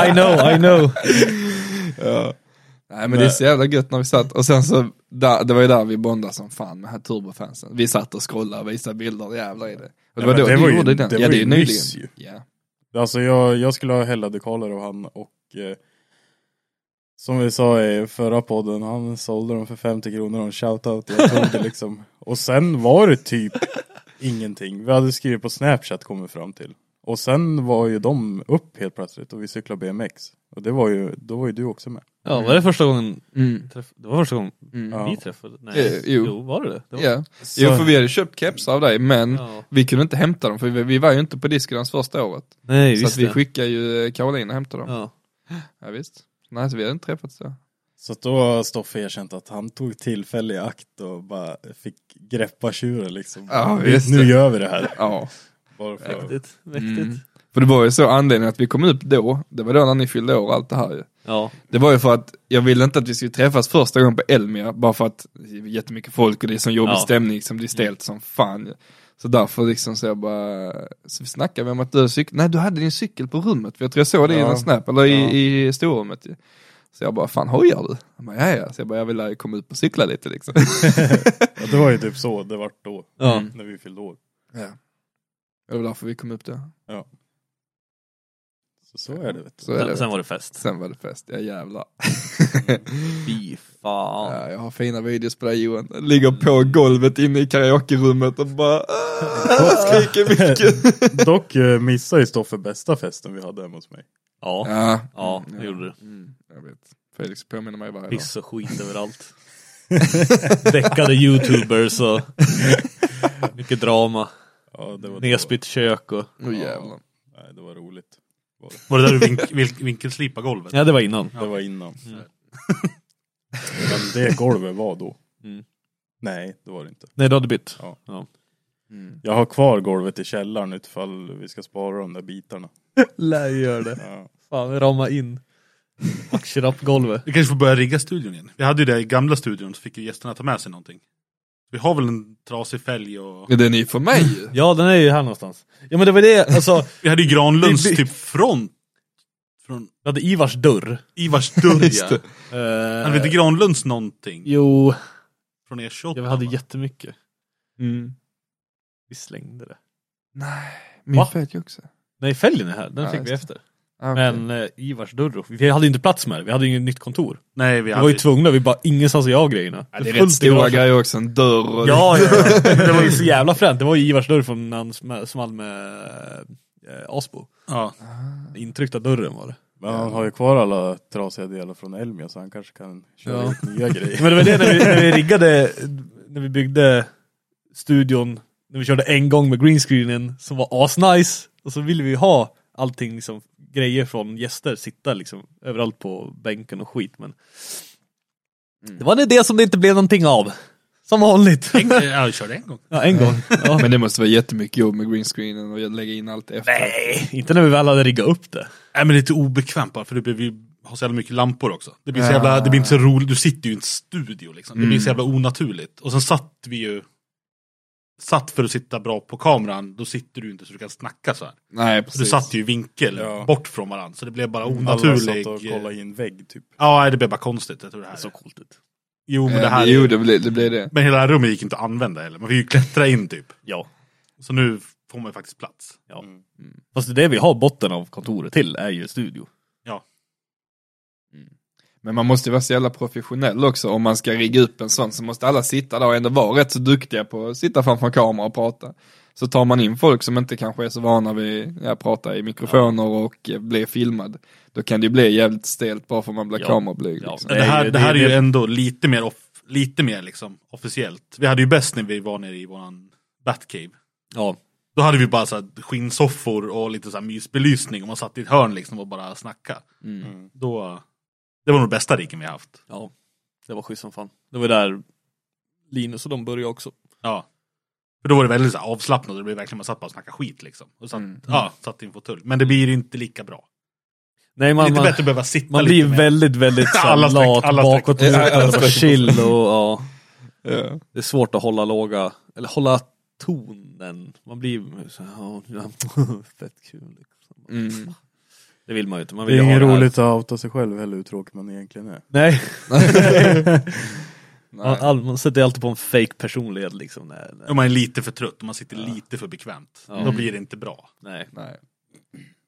S2: I know, I know.
S4: Ja. Nej men det är så jävla gött när vi satt, och sen så, där, det var ju där vi bondade som fan med här turbofansen. Vi satt och scrollade och visade bilder, jävlar i det. Och det
S1: Ja,
S4: var
S1: men
S4: då
S1: det
S4: du
S1: var ju-
S4: gjorde den.
S1: det
S4: ja
S1: var
S4: det är
S1: ju
S4: ju nyligen.
S1: nyss ju.
S4: Ja.
S1: Alltså jag, jag skulle ha hällade kollar av han och eh, som vi sa i förra podden, han sålde dem för 50 kronor och en shoutout. Jag tog det liksom. Och sen var det typ ingenting. Vi hade skrivit på Snapchat kom vi fram till. Och sen var ju de upp helt plötsligt och vi cyklade BMX. Och det var ju, då var ju du också med.
S2: Ja, var det första gången
S4: Mm.
S2: träff... Det var första gången
S4: Mm.
S1: Ja.
S2: vi träffade?
S4: Eh, jo.
S2: var det det? det var...
S4: Ja. Jo för vi hade köpt keps av dig, men
S2: Ja.
S4: vi kunde inte hämta dem för vi, vi var ju inte på Discordans första året.
S2: Nej,
S4: Så
S2: visst
S4: att vi
S2: det.
S4: skickade ju eh, Caroline och hämtade dem. Ja,
S2: Ja.
S4: visst. Nej så vi hade inte träffats då.
S1: Så att då har Stoffe erkänt att han tog tillfälle i akt och bara fick greppa tjuren liksom.
S4: Ja,
S1: Vi-
S4: visst.
S1: nu gör vi det här.
S4: Ja.
S1: Bara för att-
S2: Mäktigt, mäktigt.
S4: Mm. För det var ju så anledningen att vi kom upp då, det var då när ni fyllde år och allt det här ju.
S2: Ja.
S4: Det var ju för att jag ville inte att vi skulle träffas första gången på Elmia, bara för att det är jättemycket folk och det är sån jobbig
S2: Ja.
S4: stämning, liksom, det är stelt som fan ju. Så därför liksom så jag bara, så vi snackade om att du cykel, nej du hade din cykel på rummet, för jag tror jag såg det i
S1: Ja.
S4: en snap, eller i,
S1: Ja.
S4: i storrummet ju. Så jag bara, fan hojar du? Han bara, ja, ja. Så jag bara, jag vill ju komma upp och cykla lite liksom.
S1: Ja, det var ju typ så det vart då. Mm.
S2: Ja.
S1: När vi fyllde år.
S4: ja. Det var därför vi kom upp då.
S1: Så, så är det vet du.
S4: Så är det.
S2: Sen, sen var det fest.
S4: Sen var det fest, ja jävlar.
S2: Fy fan.
S4: Ja, jag har fina videos på dig Johan. Ligger på golvet inne i karaokerummet och bara "Ah", skriker mycket.
S1: Dock eh, missade ju Stoffe bästa festen vi hade hemma hos mig.
S2: Ja,
S4: Ja,
S2: ja, det gjorde du.
S4: Mm, jag vet. Felix påminner mig varje dag.
S2: Piss och skit överallt. Däckade youtubers och mycket drama.
S1: Ja, det var
S2: Nedspytt kök och...
S4: Åh jävlar.
S1: Då. Nej, det var roligt.
S3: Var det där du vink, vink, vinkelslipade golvet?
S2: Ja, det var innan.
S1: Det var innan.
S2: Mm.
S1: Men det golvet var då.
S2: Mm.
S1: Nej, det var det inte.
S2: Nej, du hade bytt.
S1: Ja.
S2: Ja.
S4: Mm.
S1: Jag har kvar golvet i källaren utifall vi ska spara de där bitarna.
S2: Lär gör det.
S1: Ja.
S2: Fan, rama in. Matcher upp golvet.
S3: Vi kanske får börja rigga studion igen. Vi hade ju det i gamla studion, så fick ju gästerna ta med sig någonting. Vi har väl en trasig fälg och...
S4: Men Den är ju för mig ju.
S3: Mm.
S2: Ja, den är ju här någonstans. Ja, men det var det, alltså.
S3: Vi hade ju Granlunds
S2: Vi- vi-
S3: typ front. Från
S2: Vi hade Ivars dörr.
S3: Ivars dörr
S4: Just
S3: ja.
S4: det.
S2: Eh,
S3: Hade vi inte Granlunds någonting?
S2: jo,
S3: Från E E28?
S2: ja, vi hade
S3: va?
S2: jättemycket. Mm. Vi slängde det. Va?
S4: Min fet ju också.
S2: Nej, fälgen är här. Den
S4: Ja,
S2: fick
S4: just
S2: vi
S4: det.
S2: efter.
S4: Ah, okej.
S2: Men eh, Ivars dörr, vi hade ju inte plats med det. Vi hade ju inget nytt kontor.
S3: Nej, vi
S2: Vi
S3: hade...
S2: var ju tvungna, vi bara ingenstans att göra grejerna.
S4: Ja, det är rätt stora grejer också, en dörr och
S2: Ja, ja, ja. det var ju så jävla fränt. Det var ju Ivars dörr från när han sm- small med eh, Asbo.
S3: Ja.
S2: Intryckta dörren var det.
S1: Men han har ju kvar alla trasiga delar från Elmia så han kanske kan köra
S2: Ja.
S1: ut nya grejer.
S2: Men det var det när vi, när vi riggade, när vi byggde studion, när vi körde en gång med greenscreenen som var asnice. Och så ville vi ju ha allting, liksom, grejer från gäster, sitta liksom överallt på bänken och skit. Men det var en idé som det inte blev någonting av. Som vanligt.
S3: Mm. En, ja, jag körde en gång.
S2: Ja, en gång. Ja.
S4: Men det måste vara jättemycket jobb med greenscreenen och lägga in allt efter.
S2: Nej, inte när vi väl hade riggat upp det.
S3: Nej men det är lite obekvämt bara för det blir ju har så jävla mycket lampor också. Det blir, så jävla, det blir inte så roligt, du sitter ju i en studio liksom. Det blir så jävla onaturligt. Och sen satt vi ju, satt för att sitta bra på kameran, då sitter du inte så du kan snacka så här.
S4: Nej
S3: Så
S4: precis.
S3: du satt ju i vinkel
S1: Ja.
S3: bort från varandra, så det blev bara
S1: Alla satt
S3: onaturligt.
S1: och kollade i en vägg typ.
S3: Ja, nej, det blev bara konstigt. Jag tror det här.
S2: Det såg coolt ut.
S3: Jo, men
S4: Eh,
S3: det här...
S4: Jo, det blir det. Blir det.
S3: Men hela det här rummet gick inte att använda heller. Man fick ju klättra in typ.
S2: Ja.
S3: Så nu får man ju faktiskt plats.
S2: Ja. Fast det är det vi har botten av kontoret till är ju studio.
S4: Men man måste ju vara så jävla professionell också. Om man ska rigga upp en sån så måste alla sitta där och ändå vara rätt så duktiga på att sitta framför kamera och prata. Så tar man in folk som inte kanske är så vana vid att prata i mikrofoner och eh, bli filmad. Då kan det ju bli jävligt stelt bara för att man blir
S2: Ja.
S4: kamerablyg.
S2: Ja.
S4: Liksom.
S3: Men det, här,
S2: ju-
S3: det här
S2: det-
S3: är ju
S2: det-
S3: ändå lite mer, off, lite mer liksom, officiellt. Vi hade ju bäst när vi var nere i våran Batcave.
S2: Ja.
S3: Då hade vi bara så här skinnsoffor och lite så här mysbelysning och man satt i ett hörn liksom och bara snackade.
S2: Mm.
S3: Då, det var nog bästa riken vi haft.
S2: Ja. Det var schysst som fan. Det var där Linus och de började också.
S3: Ja. För då var det väldigt så här avslappnat och det blev verkligen man satt bara och snackade skit liksom. Och satt,
S4: Mm.
S3: ja, satt i en fåtölj. Men det blir ju inte lika bra.
S2: Nej, man,
S3: lite
S2: man,
S3: bättre att behöva sitta
S2: man
S3: lite
S2: blir ju
S3: mer.
S2: väldigt, väldigt så här
S3: Alla streck,
S2: lat
S3: alla streck.
S2: bakåt.
S4: Ja, alla streck.
S2: och chill och ja.
S4: Ja.
S2: Det är svårt att hålla låga, eller hålla tonen. Man blir så här, ja, ja, fett kul. Liksom.
S4: Mm.
S2: Det vill man ju inte. Man
S1: Det
S2: vill
S1: är
S2: ju
S1: inget
S2: ha det här-
S1: roligt att outa sig själv heller hur tråkig man egentligen är.
S2: Nej, man,
S4: Nej.
S2: all, man sätter ju alltid på en fake personlighet liksom. Nej, nej.
S3: Om man är lite för trött och man sitter lite för bekvämt.
S2: Ja.
S3: Då blir det inte bra.
S2: nej.
S4: Nej.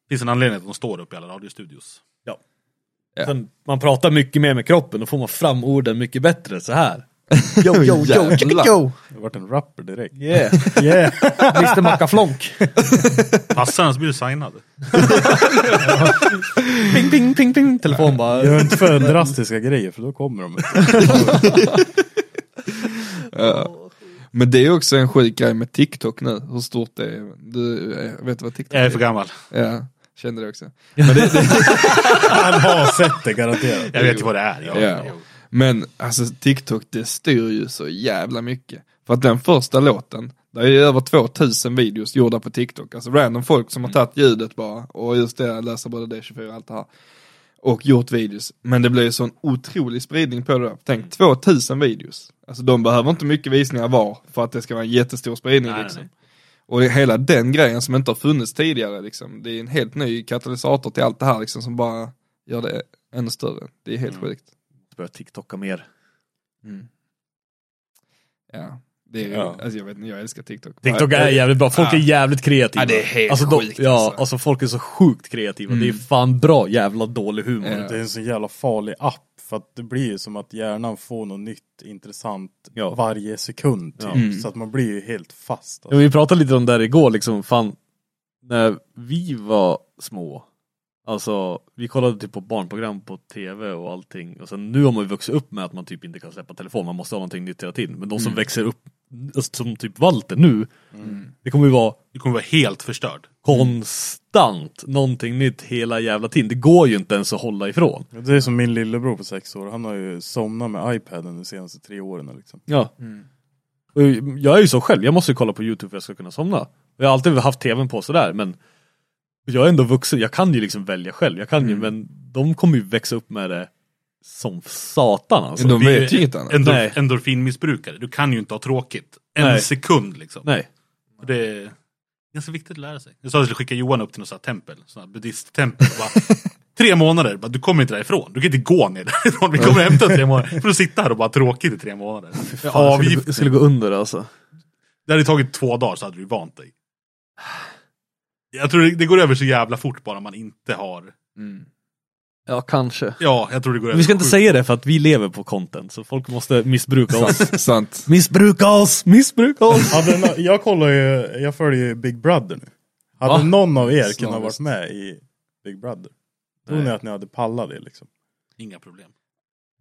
S3: Det finns en anledning att de står upp i alla radiostudios.
S4: Ja.
S2: Sen, man pratar mycket mer med kroppen, då får man fram orden mycket bättre så här. Yo, yo, yo, yo,
S4: Jävlar.
S2: yo.
S1: Jag vart en rapper direkt.
S2: Yeah, yeah. Mr Macaflonk.
S3: Passar annars blir du signad.
S2: Ping, ping, ping, ping. Telefon bara.
S1: Gör inte för drastiska grejer för då kommer de inte.
S4: Ja. Men det är också en sjuk grej med TikTok nu, hur stort det är. Du eh, vet vad TikTok
S3: Jag är för gammal.
S4: Ja, kände det också.
S1: Han har sett det garanterat.
S3: Jag vet ju vad det är. Jag,
S4: Ja. Men alltså TikTok det styr ju så jävla mycket. För att den första låten, där är ju över 2000 videos gjorda på TikTok. Alltså random folk som har
S3: Mm.
S4: tagit ljudet bara och just det, läser både D24 och allt det här. Och gjort videos. Men det blir ju sån otrolig spridning på det.
S3: Mm.
S4: Tänk 2000 videos. Alltså de behöver inte mycket visningar var för att det ska vara en jättestor spridning
S3: Nej,
S4: liksom.
S3: nej.
S4: Och det- hela den grejen som inte har funnits tidigare liksom. Det är en helt ny katalysator till allt det här liksom som bara gör det ännu större. Det är
S3: Mm.
S4: helt sjukt.
S2: Börjar TikToka mer.
S4: Ja, det är,
S1: Ja.
S4: Alltså jag vet inte, jag älskar TikTok.
S2: TikTok
S4: Ja,
S2: är jävligt bra, folk
S4: Ja.
S2: är jävligt kreativa.
S4: Ja, det är helt
S2: alltså, de,
S4: sjukt,
S2: Ja,
S4: alltså.
S2: alltså folk är så sjukt kreativa.
S4: Mm.
S2: Det är fan bra jävla dålig humor.
S4: Ja.
S1: Det är en så jävla farlig app. För att det blir ju som att hjärnan får något nytt intressant
S2: Ja.
S1: varje sekund. Typ.
S4: Mm.
S1: Så att man blir ju helt fast.
S2: Ja,
S1: Alltså.
S2: vi pratade lite om det här igår, liksom fan, när vi var små, alltså vi kollade typ på barnprogram på tv och allting, och sen nu har man ju vuxit upp med att man typ inte kan släppa telefon, man måste ha någonting nytt hela tiden, men de som
S4: Mm.
S2: växer upp, alltså, som typ Walter nu, det kommer ju vara
S3: Du kommer vara helt förstörd.
S2: konstant någonting nytt hela jävla tiden, det går ju inte ens att hålla ifrån.
S1: Det är som min lillebror på sex år. Han har ju somnat med iPaden de senaste tre åren. Liksom.
S2: Ja. Och jag är ju så själv, jag måste ju kolla på YouTube för att jag ska kunna somna. Jag har alltid haft tvn på sådär men jag är ändå vuxen, jag kan ju liksom välja själv, jag kan ju men de kommer ju växa upp med det som satan alltså.
S4: De
S3: Vi är
S4: vet ju inget annat.
S2: Nej.
S3: Endor, endorfinmissbrukare. Du kan ju inte ha tråkigt. En
S2: Nej.
S3: sekund liksom.
S2: Nej.
S3: Och Det är ganska viktigt att lära sig. Jag sa att jag skulle skicka Johan upp till något sånt här tempel. Sånt här buddhisttempel. och Bara, tre månader. Bara, du kommer inte därifrån. Du kan inte gå ner därifrån. Vi kommer hämta dig i tre månader. För att sitta här och bara ha tråkigt i tre månader. Med
S2: Fan, jag, skulle,
S3: avgift.
S2: jag skulle gå under alltså.
S3: Det hade tagit två dagar så hade du vant dig. Jag tror det, det går över så jävla fort bara man inte har...
S4: Mm.
S2: Ja, kanske.
S3: Ja, jag tror det går över
S2: Vi ska inte
S3: sjukt.
S2: säga det för att vi lever på content så folk måste missbruka oss.
S4: Sant, sant.
S2: Missbruka oss! Missbruka oss!
S1: Hade nå- jag kollar ju, jag följer ju Big Brother nu. Hade
S2: Va?
S1: någon av er kunnat
S4: Snarare.
S1: varit med i Big Brother? Tror ni
S2: Nej.
S1: att ni hade pallat det liksom?
S3: Inga problem.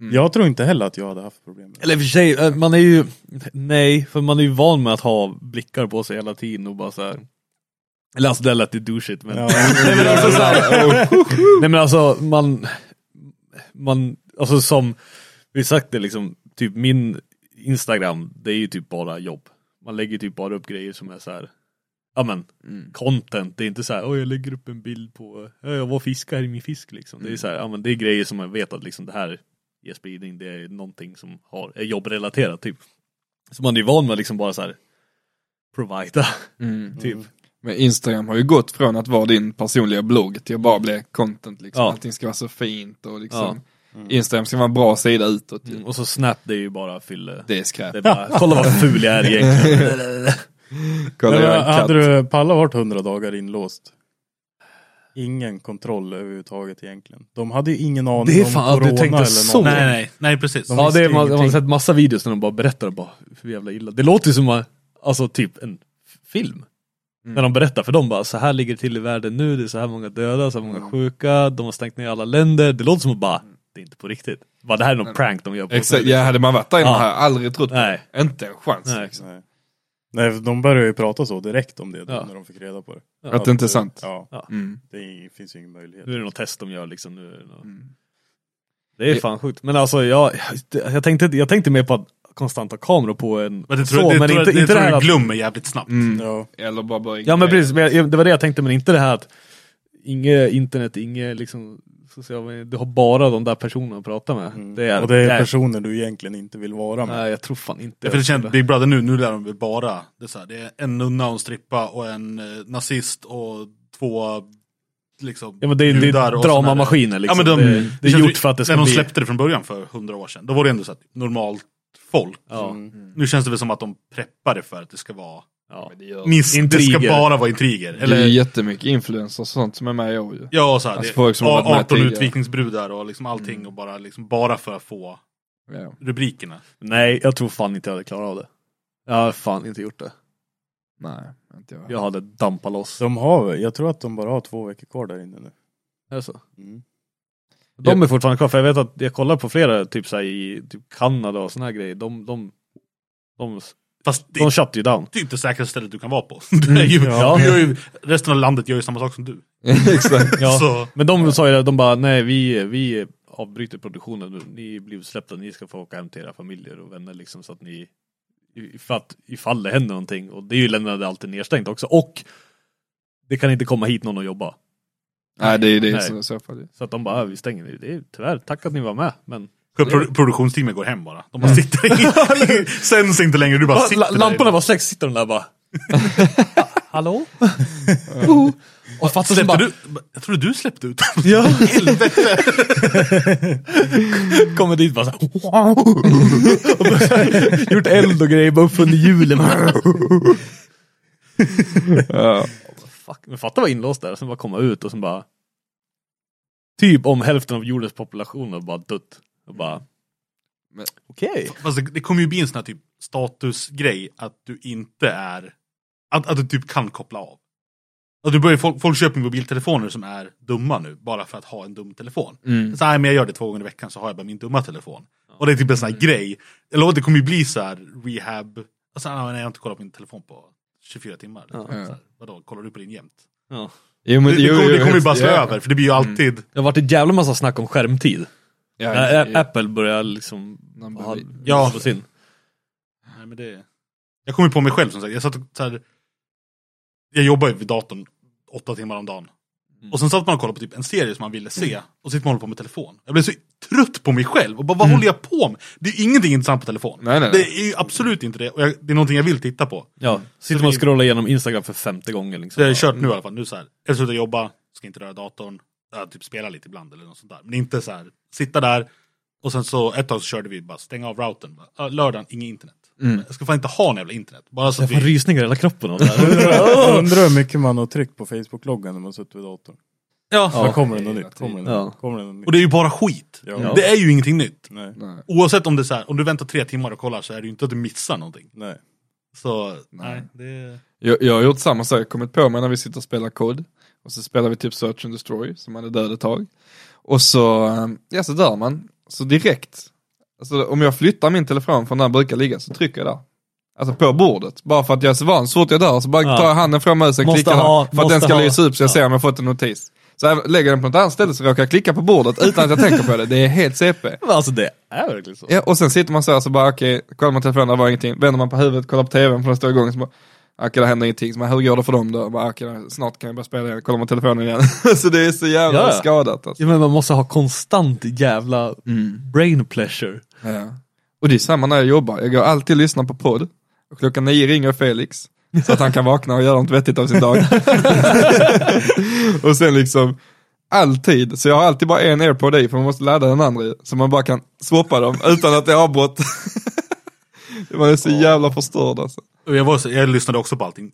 S4: Mm.
S1: Jag tror inte heller att jag hade haft problem med det.
S2: Eller i och för sig, eh, man är ju, nej, för man är ju van med att ha blickar på sig hela tiden och bara så här. Eller alltså det lät ju douchigt men.
S1: Ja.
S2: nej, men alltså, så här, nej men alltså man, man, alltså som vi sagt det liksom, typ min Instagram, det är ju typ bara jobb. Man lägger typ bara upp grejer som är så här. Ja men, content, det är inte så här, oj jag lägger upp en bild på, ja, jag var och fiskar i min fisk liksom. Det är så här, ja men det är grejer som man vet att liksom det här ger spridning, det är någonting som har, är jobbrelaterat typ. Så man är ju van med liksom bara så här provida,
S4: Mm.
S2: typ.
S4: Men Instagram har ju gått från att vara din personliga blogg till att bara bli content liksom.
S2: Ja.
S4: Allting ska vara så fint och liksom. Instagram ska vara en bra sida utåt. ju.
S2: Mm. Och så Snap, det är ju bara fylle.
S4: Det är skräp.
S2: Det är bara, kolla vad ful jag är egentligen.
S4: Kolla,
S1: Men,
S4: jag är en katt.
S1: hade du pallat varit 100 dagar inlåst? Ingen kontroll överhuvudtaget egentligen. De hade ju ingen aning
S2: Det är
S1: om
S2: fan att du
S1: corona
S2: tänkte
S1: eller
S2: så.
S1: någonting.
S3: Nej, nej, nej precis.
S1: De
S2: ja,
S1: visste
S2: det är, man, man har
S1: ingenting.
S2: sett massa videos när de bara berättar bara hur jävla illa. Det låter ju som att- alltså, typ en f- film. När de berättar för dem bara, så här ligger det till i världen nu, det är så här många döda, så här många sjuka, de har stängt ner alla länder. Det låter som att bara, det är inte på riktigt. Bara, det här är någon prank de gör på
S4: Exakt, ja, hade man varit där inne
S2: Ja.
S4: hade jag aldrig trott på
S2: Nej.
S4: det. Inte en chans.
S2: Nej,
S4: liksom.
S1: Nej. Nej, för de började ju prata så direkt om det då,
S2: Ja.
S1: när de fick reda på det.
S4: Att det inte är sant.
S1: Ja,
S4: Mm.
S1: det är- finns ju ingen möjlighet.
S2: Nu är det något test de gör liksom. Nu är det, något...
S1: Mm.
S2: det är fan sjukt. Men alltså jag, jag, tänkte, jag tänkte mer på att konstant ha kameror på en.
S3: Men det tror, det, tror, det, tror jag glömmer jävligt snabbt.
S2: Mm.
S1: Ja.
S4: Eller bara börja
S2: Ja men
S4: ignorera.
S2: precis, men jag, det var det jag tänkte men inte det här att inget internet, inget liksom sociala medier, du har bara de där personerna att prata med. Det är,
S1: Och det är
S2: nej,
S1: personer du egentligen inte vill vara med.
S2: nej, jag tror fan inte
S3: Det är för det känns Big Brother nu, nu lär de väl bara, det är, så här, det är en nunna och en strippa och en eh, nazist och två liksom
S2: Ja men det är, det
S3: judar
S2: är
S3: och sån här-
S2: dramamaskiner liksom.
S3: Ja, men de,
S2: det, är- det är
S3: känns
S2: gjort
S3: ju-
S2: för att det ska
S3: När de
S2: bli...
S3: släppte det från början för hundra år sedan, då var det ändå så här, normalt folk.
S2: Ja.
S3: Nu känns det väl som att de preppar det för att det ska vara
S2: Ja.
S3: Miss, det ska
S2: Intriger.
S3: bara vara intriger.
S4: Det är ju
S3: Eller,
S4: jättemycket influencers och sånt som är med i år ju.
S3: ja, och så här,
S4: Alltså
S3: det,
S4: folk som har varit med
S3: 18
S4: tidigare.
S3: utvikningsbrudar och liksom allting
S2: Mm.
S3: och bara, liksom, bara för att få
S4: Ja.
S3: rubrikerna.
S2: Nej, jag tror fan inte jag hade klarat av det. Jag har fan inte gjort det.
S4: Nej, inte jag.
S2: Jag hade dampat loss.
S1: De har, jag tror att de bara har två veckor kvar där inne nu.
S2: Är det så?
S1: Mm.
S2: De är fortfarande kvar, för jag vet att jag kollar på flera, typ så här, i typ Kanada och såna här grejer, de, de, de,
S3: Fast det,
S2: de shut you down.
S3: det är inte säkra stället du kan vara på. Det är ju,
S2: ja.
S3: du gör ju, resten av landet gör ju samma sak som du.
S4: Exakt.
S2: Ja.
S3: Så,
S2: Men de sa ju det, de bara nej vi, vi avbryter produktionen, nu. ni blir utsläppta, ni ska få åka hem till era familjer och vänner liksom så att ni för att ifall det händer någonting och det är ju länder där allt är nedstängt också och det kan inte komma hit någon och jobba.
S4: Nej, det är det
S2: Nej.
S4: som i så fall. ju.
S2: Så att de bara, "Ja, vi stänger det. det är, tyvärr, tack att ni var med. Men
S3: pro, produktionsteamet går hem bara. De bara
S2: Mm.
S3: sitter i, sänds inte längre, du bara sitter
S2: La,
S3: där
S2: lamporna
S3: inne.
S2: var släckt, sitter de där bara. Hallå? och fattar
S3: Släppte
S2: som bara,
S3: du? Jag trodde du släppte ut dem.
S2: Ja. Kommer dit bara så här, och bara så här, Gjort eld och grejer, bara upp under hjulen.
S4: Ja.
S2: Fuck, men fatta vad inlåst där, sen bara komma ut och sen bara Typ om hälften av jordens population har bara dött. Och bara
S4: Men-
S2: Okej.
S3: Fast det, Alltså, det kommer ju bli en sån här typ statusgrej att du inte är, att, att du typ kan koppla av. Att du börjar, folk, folk köper mobiltelefoner som är dumma nu, bara för att ha en dum telefon.
S4: Mm.
S3: Så här, men jag gör det två gånger i veckan så har jag bara min dumma telefon. Och det är typ en sån
S4: Mm.
S3: här grej, eller det kommer ju bli så här rehab, alltså, nej, nej, jag har inte kollat på min telefon på 24 timmar. Så här, vadå, kollar du på din jämt?
S2: Ja.
S4: Jo, men,
S3: Det, det
S4: jo, Mm.
S3: kommer,
S4: jo,
S3: det kommer ju bara slå
S4: ja.
S3: över, för det blir ju alltid
S2: Det har varit en jävla massa snack om skärmtid.
S4: Ja,
S2: När
S4: ja, ja.
S2: Apple börjar liksom
S4: De
S2: ha,
S4: börjar-
S2: ja. på sin.
S3: Nej, men det... Jag kom ju på mig själv som sagt. Jag satt och så här, Jag jobbar ju vid datorn åtta timmar om dagen. Och sen satt man och kollade på typ en serie som man ville se. Och sitter man och håller på med telefon. Jag blev så trött på mig själv. Och bara, vad håller jag på med? Det är ju ingenting intressant på telefon.
S4: Nej, nej, nej.
S3: Det är ju absolut inte det. Och jag, det är någonting jag vill titta på.
S2: Ja, sitter man och scrollar igenom Instagram för femte gången
S3: Så
S2: liksom.
S3: jag har kört nu i alla fall. Nu så här. Jag slutar jobba, ska inte röra datorn. Jag typ spela lite ibland eller något sånt där. Men inte så här, sitta där. Och sen så ett tag så körde vi bara stänga av routern. Bara, "Ja, Lördagen, inget internet. Jag ska fan inte ha någon jävla internet. Bara så
S2: Jag
S3: att
S2: får
S3: vi...
S2: rysningar i hela kroppen av det här.
S1: Jag undrar hur mycket man har tryckt på Facebook-loggan när man suttit vid datorn.
S3: Ja.
S1: Ja, kommer det något nytt?
S4: tiden.
S1: Kommer det
S2: Ja.
S1: något nytt? Kommer det något nytt?
S3: Och det är ju bara skit.
S1: Ja.
S3: Det är ju ingenting nytt.
S1: Nej.
S4: Nej.
S3: Oavsett om det är så här, om du väntar tre timmar och kollar så är det ju inte att du missar någonting.
S1: Nej.
S3: Så, nej. det...
S4: Jag, jag har gjort samma sak, jag har kommit på mig när vi sitter och spelar kod. Och så spelar vi typ Search and Destroy, som man är död ett tag. Och så, eh, ja så dör man. Så direkt, alltså om jag flyttar min telefon från där den brukar ligga så trycker jag där. Alltså på bordet, bara för att jag är så van. Så fort jag dör så bara
S2: Ja.
S4: tar jag handen från musen och
S2: Måste
S4: klickar
S2: ha,
S4: där, för att den
S2: måste
S4: ska
S2: ha.
S4: lysa upp så jag
S2: Ja.
S4: ser om jag fått en notis. Så jag lägger den på något annat ställe så råkar jag klicka på bordet utan att jag tänker på det. Det är helt CP.
S2: Men alltså det är verkligen så.
S4: Ja, och sen sitter man så här så bara okej, kollar man telefonen, där var ingenting. Vänder man på huvudet, kollar på tvn för den står igång. Så bara, okej det händer ingenting. Så bara, hur går det för dem då? Och Bara, okej, snart kan jag börja spela igen. Kollar man telefonen igen. så det är så jävla
S2: Ja, ja.
S4: skadat alltså.
S2: Ja, men man måste ha konstant jävla brain pleasure.
S4: Ja. Och det är samma när jag jobbar. Jag går alltid och lyssnar på podd. Och klockan nio ringer Felix. Så att han kan vakna och göra något vettigt av sin dag. och sen liksom, Alltid, så jag har alltid bara en airpod i för man måste ladda den andra i. Så man bara kan swappa dem utan att det är avbrott. man är så jävla förstörd alltså.
S3: Och Jag, var, så- jag lyssnade också på allting.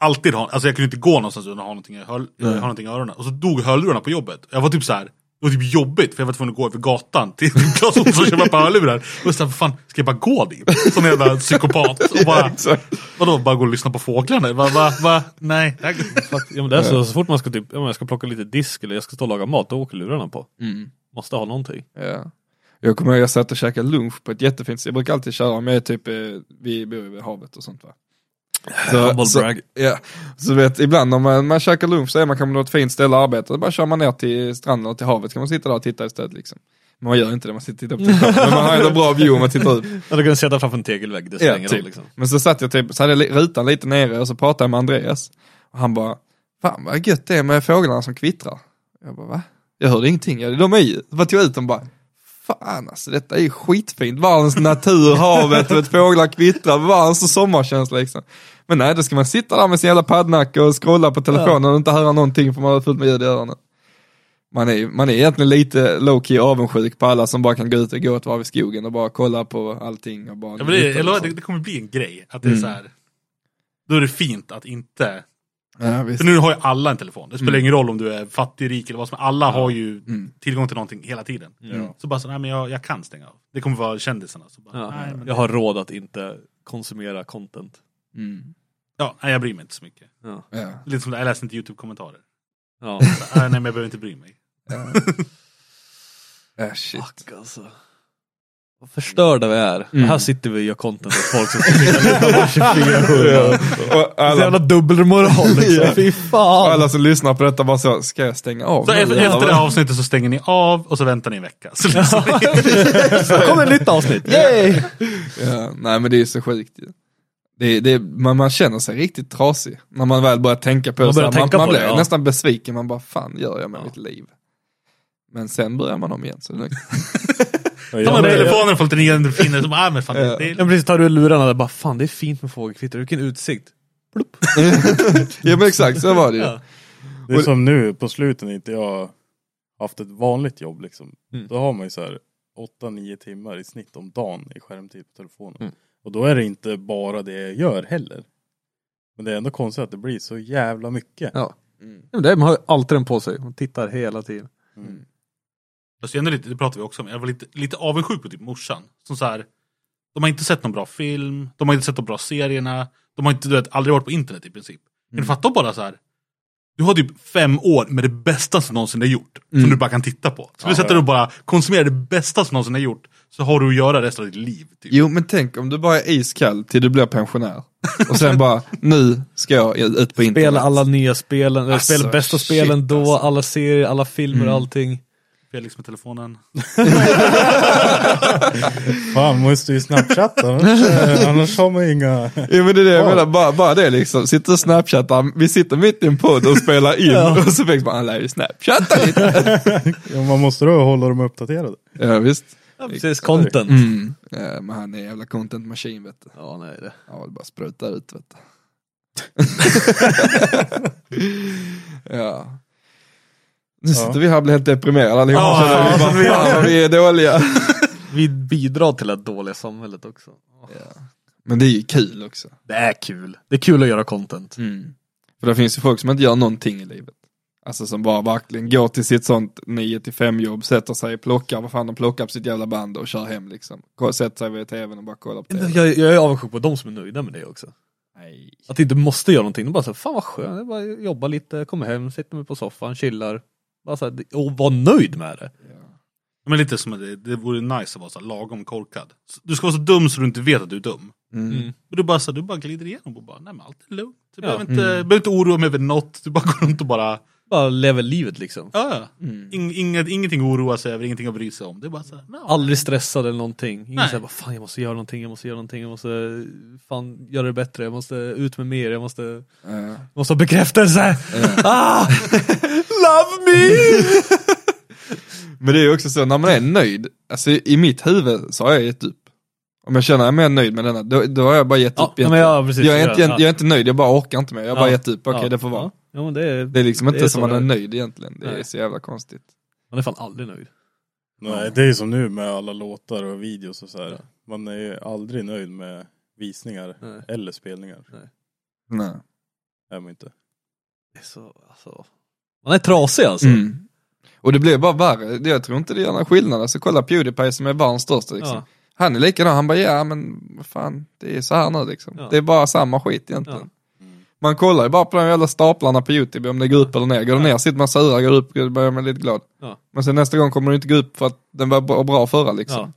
S3: Alltid ha, alltså jag kunde inte gå någonstans utan att ha någonting, i hör, jag har någonting i öronen. Och så dog hörlurarna på jobbet. Jag var typ så här. det var typ jobbigt för jag var tvungen att gå över gatan till Clas Ohlson och köpa ett par hörlurar. Och så här, vad fan, ska jag bara gå dit? Som en jävla psykopat. Och bara,
S4: Exakt.
S3: vadå, bara gå och lyssna på fåglarna? Va, va, va? Nej. det här-
S2: Ja, men det är så, så fort man ska typ, ja, men jag ska plocka lite disk eller jag ska stå och laga mat, då åker lurarna på. Måste ha någonting.
S4: Ja. Jag kommer ihåg jag satt och käkade lunch på ett jättefint ställe. Jag brukar alltid köra om jag är typ, eh, vi bor ju vid havet och sånt va.
S2: Humble
S4: Så, så,
S2: brag.
S4: ja. så du vet, ibland när man, man käkar lunch så är man kanske på ett fint ställe och arbetar, då bara kör man ner till stranden och till havet, kan man sitta där och titta istället liksom. Men man gör inte det, man sitter och tittar upp till stranden. Men man har ändå bra view om man tittar ut.
S2: Ja, du kan sätta framför en tegelvägg, det spelar
S4: Ja,
S2: ingen roll
S4: typ.
S2: liksom.
S4: Men så satt jag typ, så hade jag li- rutan lite nere och så pratade jag med Andreas. Och han bara, fan vad gött det är med fåglarna som kvittrar. Jag bara, va? Jag hörde ingenting, jag, de är ju, vad tog jag ut dem bara, fan alltså detta är ju skitfint, världens natur, havet, du vet, fåglar kvittrar, världens sommarkänsla liksom. Men nej, då ska man sitta där med sin jävla paddnacke och scrolla på telefonen och inte höra någonting för man har fullt med ljud i öronen. Man är, man är egentligen lite low-key avundsjuk på alla som bara kan gå ut och gå ett varv i skogen och bara kolla på allting. Och bara
S3: Ja, men det,
S4: njuta
S3: jag lovar,
S4: liksom.
S3: det, det kommer bli en grej. Att det är så här. Då är det fint att inte...
S4: Ja, visst.
S3: För nu har ju alla en telefon. Det spelar ingen roll om du är fattig, rik eller vad som helst. Alla har ju tillgång till någonting hela tiden. Mm. Så bara så, nej men jag, jag kan stänga av. Det kommer vara kändisarna. Så bara,
S2: Ja,
S3: nej, men
S2: jag har råd att inte konsumera content.
S4: Mm.
S3: ja, nej, jag bryr mig inte så mycket.
S2: Ja.
S4: Ja.
S3: Lite som det, jag läste inte YouTube-kommentarer.
S2: Ja.
S3: Så, nej, nej, men jag behöver inte bry mig.
S4: Ja, shit.
S2: Fuck alltså. Vad förstörda vi är. Här sitter vi och gör content åt folk som ska
S4: Ja. Och
S2: Så jävla
S4: alla,
S2: dubbelmoral liksom.
S4: Ja.
S2: Fy fan.
S4: alla som lyssnar på detta bara så, ska jag stänga av?
S3: Så
S4: nu,
S3: efter,
S4: eller
S3: efter
S4: vad?
S3: det här avsnittet så stänger ni av och så väntar ni en vecka. Så liksom,
S2: Så kommer ett nytt avsnitt. Yay!
S4: ja, nej men det är ju så sjukt ju. Det, det, man, man känner sig riktigt trasig när man väl börjar tänka på
S2: Man
S4: det. så här.
S2: börjar tänka
S4: man
S2: på
S4: blir
S2: det, ja.
S4: nästan besviken, man bara fan gör jag med mitt liv? Men sen börjar man om igen. Så det är lugnt.
S3: tar man telefonen från 900 och så bara, ah, men fan, det, det,
S2: Ja, precis, tar du lurarna där bara fan det är fint med fågelkvitter, vilken utsikt.
S4: ja men exakt, så var det ju.
S2: Ja.
S1: Det är som nu på slutet när inte jag haft ett vanligt jobb liksom.
S2: Mm.
S1: Då har man ju så här 8-9 timmar i snitt om dagen i skärmtid på telefonen.
S2: Mm.
S1: Och då är det inte bara det jag gör heller. Men det är ändå konstigt att det blir så jävla mycket.
S2: Ja. Ja, men det, man har ju alltid den på sig, man tittar hela tiden.
S1: Mm.
S3: Fast Alltså, jag är ändå lite, det pratade vi också om, jag var lite, lite avundsjuk på typ morsan. Som så här, de har inte sett någon bra film, de har inte sett de bra serierna, de har inte, du vet, aldrig varit på internet i princip. Men du fattar bara så här. Du har typ fem år med det bästa som någonsin är gjort. Som du bara kan titta på. Så du sätter dig och bara konsumerar det bästa som någonsin är gjort. Så har du att göra resten av ditt liv. Typ.
S4: Jo men tänk om du bara är iskall till du blir pensionär. Och sen bara, nu ska jag ut på internet.
S2: Spela alla nya spelen, eller
S4: Alltså,
S2: spela bästa
S4: shit,
S2: spelen då,
S4: alltså.
S2: alla serier, alla filmer, allting.
S3: Felix liksom med telefonen.
S1: Fan, måste ju snapchatta. annars, eh, annars har man ju inga...
S4: Ja men det är det jag
S1: Ja.
S4: menar, bara, bara det liksom, sitter och snapchattar, vi sitter mitt i en podd och spelar in och så fick man, han lär ju snapchatta lite.
S1: Ja, man måste då hålla dem uppdaterade.
S4: ja visst.
S2: Ja, precis, content.
S4: Mm. Ja, men han är en jävla content machine vet du.
S2: Ja, nej, det.
S4: Ja det bara sprutar ut vet du. ja. Nu sitter vi här och blir helt deprimerade allihopa.
S3: Ja,
S4: känner vi bara, fan vad vi är dåliga.
S2: Vi bidrar till det här dåliga samhället också.
S4: Men det är ju kul också.
S2: Det är kul. Det är kul att göra content.
S4: Mm. För det finns ju folk som inte gör någonting i livet. Alltså som bara verkligen går till sitt sånt 9 till 5 jobb, sätter sig, plockar, vad fan de plockar på sitt jävla band och kör hem liksom. Ko- Sätter sig vid tvn och bara kollar på tv.
S2: Jag, jag är avundsjuk på de som är nöjda med det också.
S4: Nej.
S2: Att de inte måste göra någonting. De bara såhär, fan vad skönt, jag bara jobbar lite, kommer hem, sitter mig på soffan, chillar. Bara så här, det- och var nöjd med det.
S3: Men lite som att det, det vore nice att vara så här, lagom korkad. Så- Du ska vara så dum så du inte vet att du är dum.
S2: Mm.
S3: Och du bara, så, här, du bara glider igenom och bara, nej men allt är lugnt. Du behöver, inte, behöver inte oroa mig över något. Du bara går runt och bara,
S2: Mm. Bara lever livet liksom.
S3: ja, ja. In, inget, ingenting att oroa sig över, ingenting att bry sig om. Det är bara så här, ja.
S2: Aldrig stressad eller någonting. Ingen
S3: Nej.
S2: såhär, bara, fan jag måste göra någonting, jag måste göra någonting, jag måste fan göra det bättre, jag måste ut med mer, jag måste, jag
S4: Ja.
S2: måste ha bekräftelse!
S4: Eh.
S2: Ah! Love me!
S4: Men det är ju också så, när man är nöjd, alltså i mitt huvud så har jag gett upp. Om jag känner mig nöjd med denna, då, då har jag bara gett
S2: Ja,
S4: upp. egentligen.
S2: men ja, precis.
S4: jag, är inte,
S2: Ja.
S4: jag är inte nöjd, jag bara orkar inte mer, jag har bara
S2: Ja.
S4: gett upp, okej
S2: Ja.
S4: det får vara.
S2: Ja, men det är,
S4: Det är liksom inte
S2: är så
S4: som man är
S2: det
S4: nöjd egentligen. Det är
S2: Nej.
S4: så jävla konstigt.
S2: Man är fan aldrig nöjd.
S1: Nej, det är ju som nu med alla låtar och videos och så här. Man är ju aldrig nöjd med visningar
S2: Nej.
S1: eller spelningar.
S4: Nej.
S1: Är man inte.
S2: Det är så, alltså. Man är trasig alltså.
S4: Mm. Och det blir bara värre. Det- Jag tror inte det gör någon skillnad. Alltså kolla Pewdiepie som är världens största liksom.
S2: Ja.
S4: Han är likadan, han bara ja men vad fan, det är så här nu liksom.
S2: Ja.
S4: Det är bara samma skit egentligen.
S1: Ja. Mm.
S4: Man kollar ju bara på de jävla staplarna på YouTube om det går upp eller ner. Går det ner sitter man sura, går det upp då börjar man lite glad.
S2: Ja.
S4: Men sen nästa gång kommer det inte gå upp för att den var bra- bra förra liksom.
S2: Ja.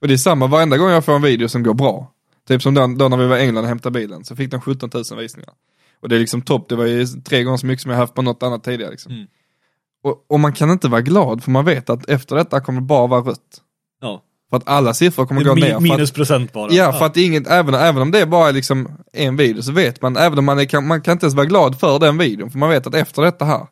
S4: Och det är samma varenda gång jag får en video som går bra. Typ som den, då när vi var i England och hämtade bilen så fick den 17 000 visningar. Och det är liksom topp, det var ju tre gånger så mycket som jag haft på något annat tidigare liksom.
S2: Mm.
S4: Och, och man kan inte vara glad för man vet att efter detta kommer det bara vara rött.
S2: Ja.
S4: För att alla siffror kommer
S2: Det är
S4: gå ner.
S2: mi-
S4: för att,
S2: minusprocent bara.
S4: Ja, för att det är inget, även, även om det bara är liksom en video så vet man, även om man, är, kan, man kan inte ens vara glad för den videon, för man vet att efter detta här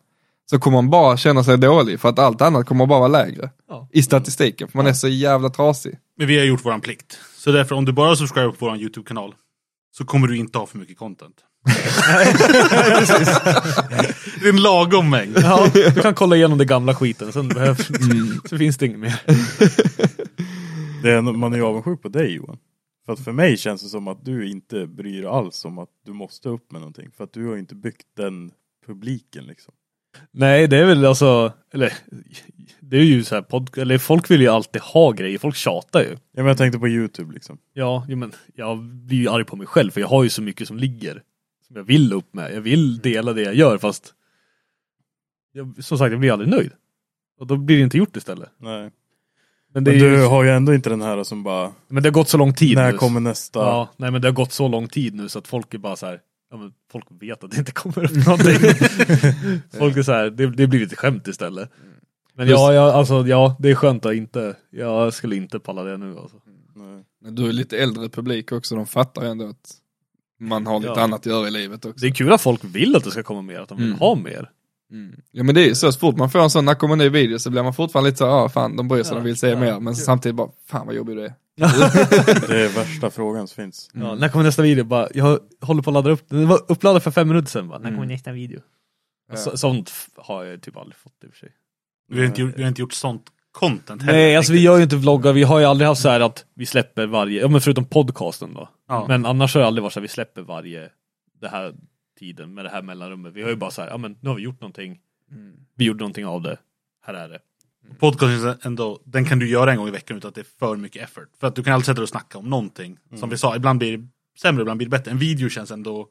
S4: så kommer man bara känna sig dålig för att allt annat kommer bara vara lägre
S2: Ja.
S4: i statistiken, för man är så jävla trasig.
S3: Men vi har gjort våran plikt. Så därför, om du bara subscriber på våran YouTube-kanal så kommer du inte ha för mycket content. det är en lagom mängd.
S2: Ja, du kan kolla igenom den gamla skiten, sen behövs,
S4: Mm.
S2: så finns det inget mer.
S1: Det är, man är ju avundsjuk på dig Johan. För att för mig känns det som att du inte bryr dig alls om att du måste upp med någonting. För att du har ju inte byggt den publiken liksom.
S2: Nej, det är väl alltså, eller det är ju så här, pod, eller folk vill ju alltid ha grejer, folk tjatar ju.
S1: Ja men jag tänkte på Youtube liksom.
S2: Ja, jo, men jag blir ju arg på mig själv för jag har ju så mycket som ligger. Som jag vill upp med. Jag
S1: Mm.
S2: vill dela det jag gör fast jag, som sagt, jag blir aldrig nöjd. Och då blir det inte gjort istället.
S1: Nej.
S2: Men det,
S1: Men
S2: är ju,
S1: du har ju ändå inte den här som bara,
S2: men det har gått så lång tid
S1: när
S2: nu.
S1: kommer nästa?
S2: Ja, nej men det har gått så lång tid nu så att folk är bara så här, ja men folk vet att det inte kommer upp någonting. folk är så här, det, det blir lite skämt istället.
S1: Mm.
S2: Men ja, ja, alltså ja, det är skönt att inte, jag skulle inte palla det nu alltså.
S1: Nej.
S4: Du är lite äldre publik också, de fattar ju ändå att man har lite
S2: Ja.
S4: annat att göra i livet också.
S2: Det är kul att folk vill att det ska komma mer, att de vill
S4: Mm.
S2: ha mer.
S4: Mm. Ja men det är ju så, så fort man får en sån, när kommer en ny video så blir man fortfarande lite så ja ah, fan de bryr sig,
S2: Ja,
S4: de vill se
S2: ja,
S4: mer, men
S2: kul.
S4: samtidigt bara, fan vad jobbig du är.
S1: Det är värsta frågan som finns.
S2: Ja, när kommer nästa video? Bara, jag håller på att ladda upp den. Den var uppladdad för fem minuter sedan. Bara, när kommer nästa video? Så, sånt f- har jag typ aldrig fått i och för sig.
S3: Vi har inte gjort, vi har inte gjort sånt content heller.
S2: Nej, alltså vi
S3: riktigt.
S2: gör ju inte vloggar. Vi har ju aldrig haft så här att vi släpper varje, ja men förutom podcasten då.
S3: Ja.
S2: Men annars har det aldrig varit så här, vi släpper varje, det här tiden med det här mellanrummet. Vi har ju bara så här, ja men nu har vi gjort någonting. Vi gjorde någonting av det. Här är det.
S3: Podcasten är ändå, den kan du göra en gång i veckan utan att det är för mycket effort. För att du kan alltid sätta dig och snacka om någonting.
S2: Mm.
S3: Som vi sa, ibland blir det sämre, ibland blir det bättre. En video känns ändå,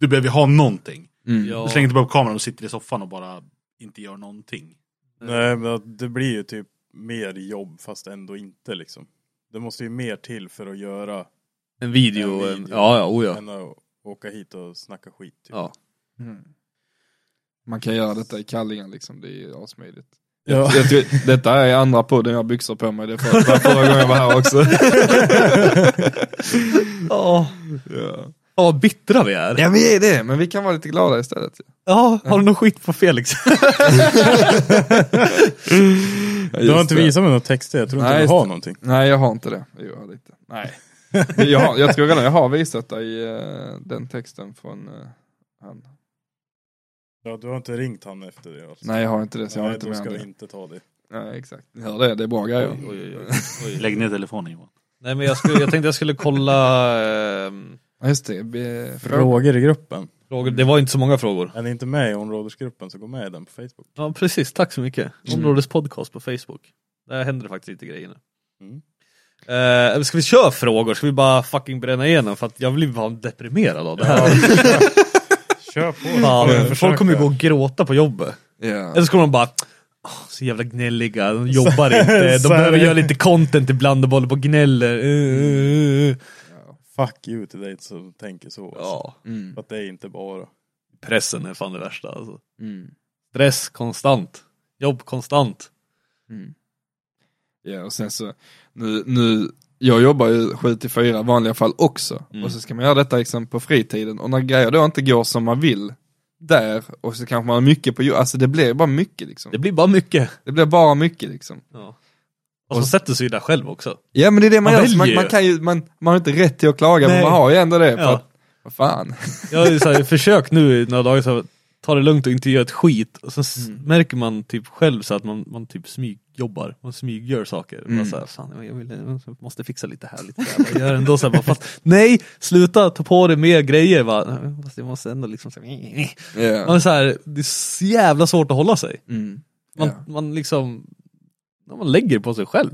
S3: du behöver ju ha någonting.
S2: Ja.
S3: Du slänger inte bara upp kameran och sitter i soffan och bara inte gör någonting.
S2: Mm.
S1: Nej men att det blir ju typ mer jobb fast ändå inte liksom. Det måste ju mer till för att göra
S2: En video,
S1: En
S2: en
S1: video.
S2: ja ja, oh, ja.
S1: än att åka hit och snacka skit. Typ.
S2: ja.
S4: Man kan göra detta i kallingar liksom, det är ju assmidigt.
S1: Ja.
S4: Jag tror- Detta är andra podden jag har byxor på mig, det var för, förra gången jag var här också.
S2: Ja,
S4: ja.
S2: ja vad bittra vi är.
S4: ja vi är det, men vi kan vara lite glada istället.
S2: Ja, har du någon skit på Felix?
S1: Du har inte visat mig några texter, jag tror inte
S4: Nej,
S1: du
S4: just
S1: har
S4: det.
S1: någonting.
S4: Nej jag har inte det, jo, jag har lite. Nej. Jag, har, jag tror redan jag har visat dig eh, den texten från eh, han.
S1: Ja, du har inte ringt han efter det alltså.
S4: Nej jag har inte det, så jag har
S1: Nej,
S4: inte
S1: då
S4: med
S1: ska
S4: om
S1: vi
S4: det.
S1: inte ta det.
S4: Nej exakt, ni hör det, det är bra grejer.
S3: Lägg ner telefonen Johan.
S2: Nej men jag, skulle, jag tänkte jag skulle kolla ehm,
S4: Ja, Just det, be- fråga.
S1: Frågor i gruppen.
S2: frågor. Det var inte så många frågor.
S1: Är ni inte med i områdesgruppen så gå med i den på Facebook.
S2: Ja precis, tack så mycket. Områdespodcast på Facebook. Där händer det faktiskt lite grejer nu.
S1: Mm.
S2: Eh, ska vi köra frågor? Ska vi bara fucking bränna igenom? För att jag blir fan deprimerad av det här.
S1: Kör på!
S2: Fan,
S1: Får jag
S2: folk
S1: försöka?
S2: kommer ju gå och gråta på jobbet.
S4: Ja.
S2: Eller så kommer de bara "Åh, så jävla gnälliga, de jobbar inte, de
S1: så är
S2: behöver
S1: det.
S2: göra lite content ibland och bara håller på och gnäller. Eh, eh, eh.
S1: Fuck you till dig som tänker så. Alltså.
S2: Ja,
S4: Mm.
S1: För Att det är inte bara.
S2: pressen är fan det värsta alltså.
S4: Mm.
S2: Stress konstant, jobb konstant.
S4: Mm. Ja och sen så, nu, nu, jag jobbar ju 7 till 4 i vanliga fall också.
S2: Mm.
S4: Och så ska man göra detta liksom på fritiden och när grejer då inte går som man vill där och så kanske man har mycket på jobbet, alltså det blir bara mycket liksom.
S2: Det blir bara mycket.
S4: Det blir bara mycket liksom.
S2: Och så sätter sig ju där själv också.
S4: Ja men det är det man,
S2: Man
S4: gör, så man,
S2: väljer
S4: man
S2: ju.
S4: kan ju, man, man har inte rätt till att klaga
S2: Nej.
S4: men man har ju ändå det. För
S2: Ja.
S4: att, vad fan.
S2: Jag har ju så här, försökt nu i några dagar så här, tar det lugnt och inte gör ett skit. Och så s-
S1: Mm.
S2: märker man typ själv så att man, man typ smygjobbar, man smyggör saker.
S1: Mm.
S2: Man så här, fan, jag, vill, jag måste fixa lite här, lite där. Man gör ändå så här, bara, fast, nej, sluta ta på dig mer grejer. Va? Fast jag måste ändå liksom så här,
S4: Ja.
S2: man är så här, det är så jävla svårt att hålla sig.
S4: Mm.
S2: Man,
S4: Ja.
S2: man liksom, man lägger på sig själv.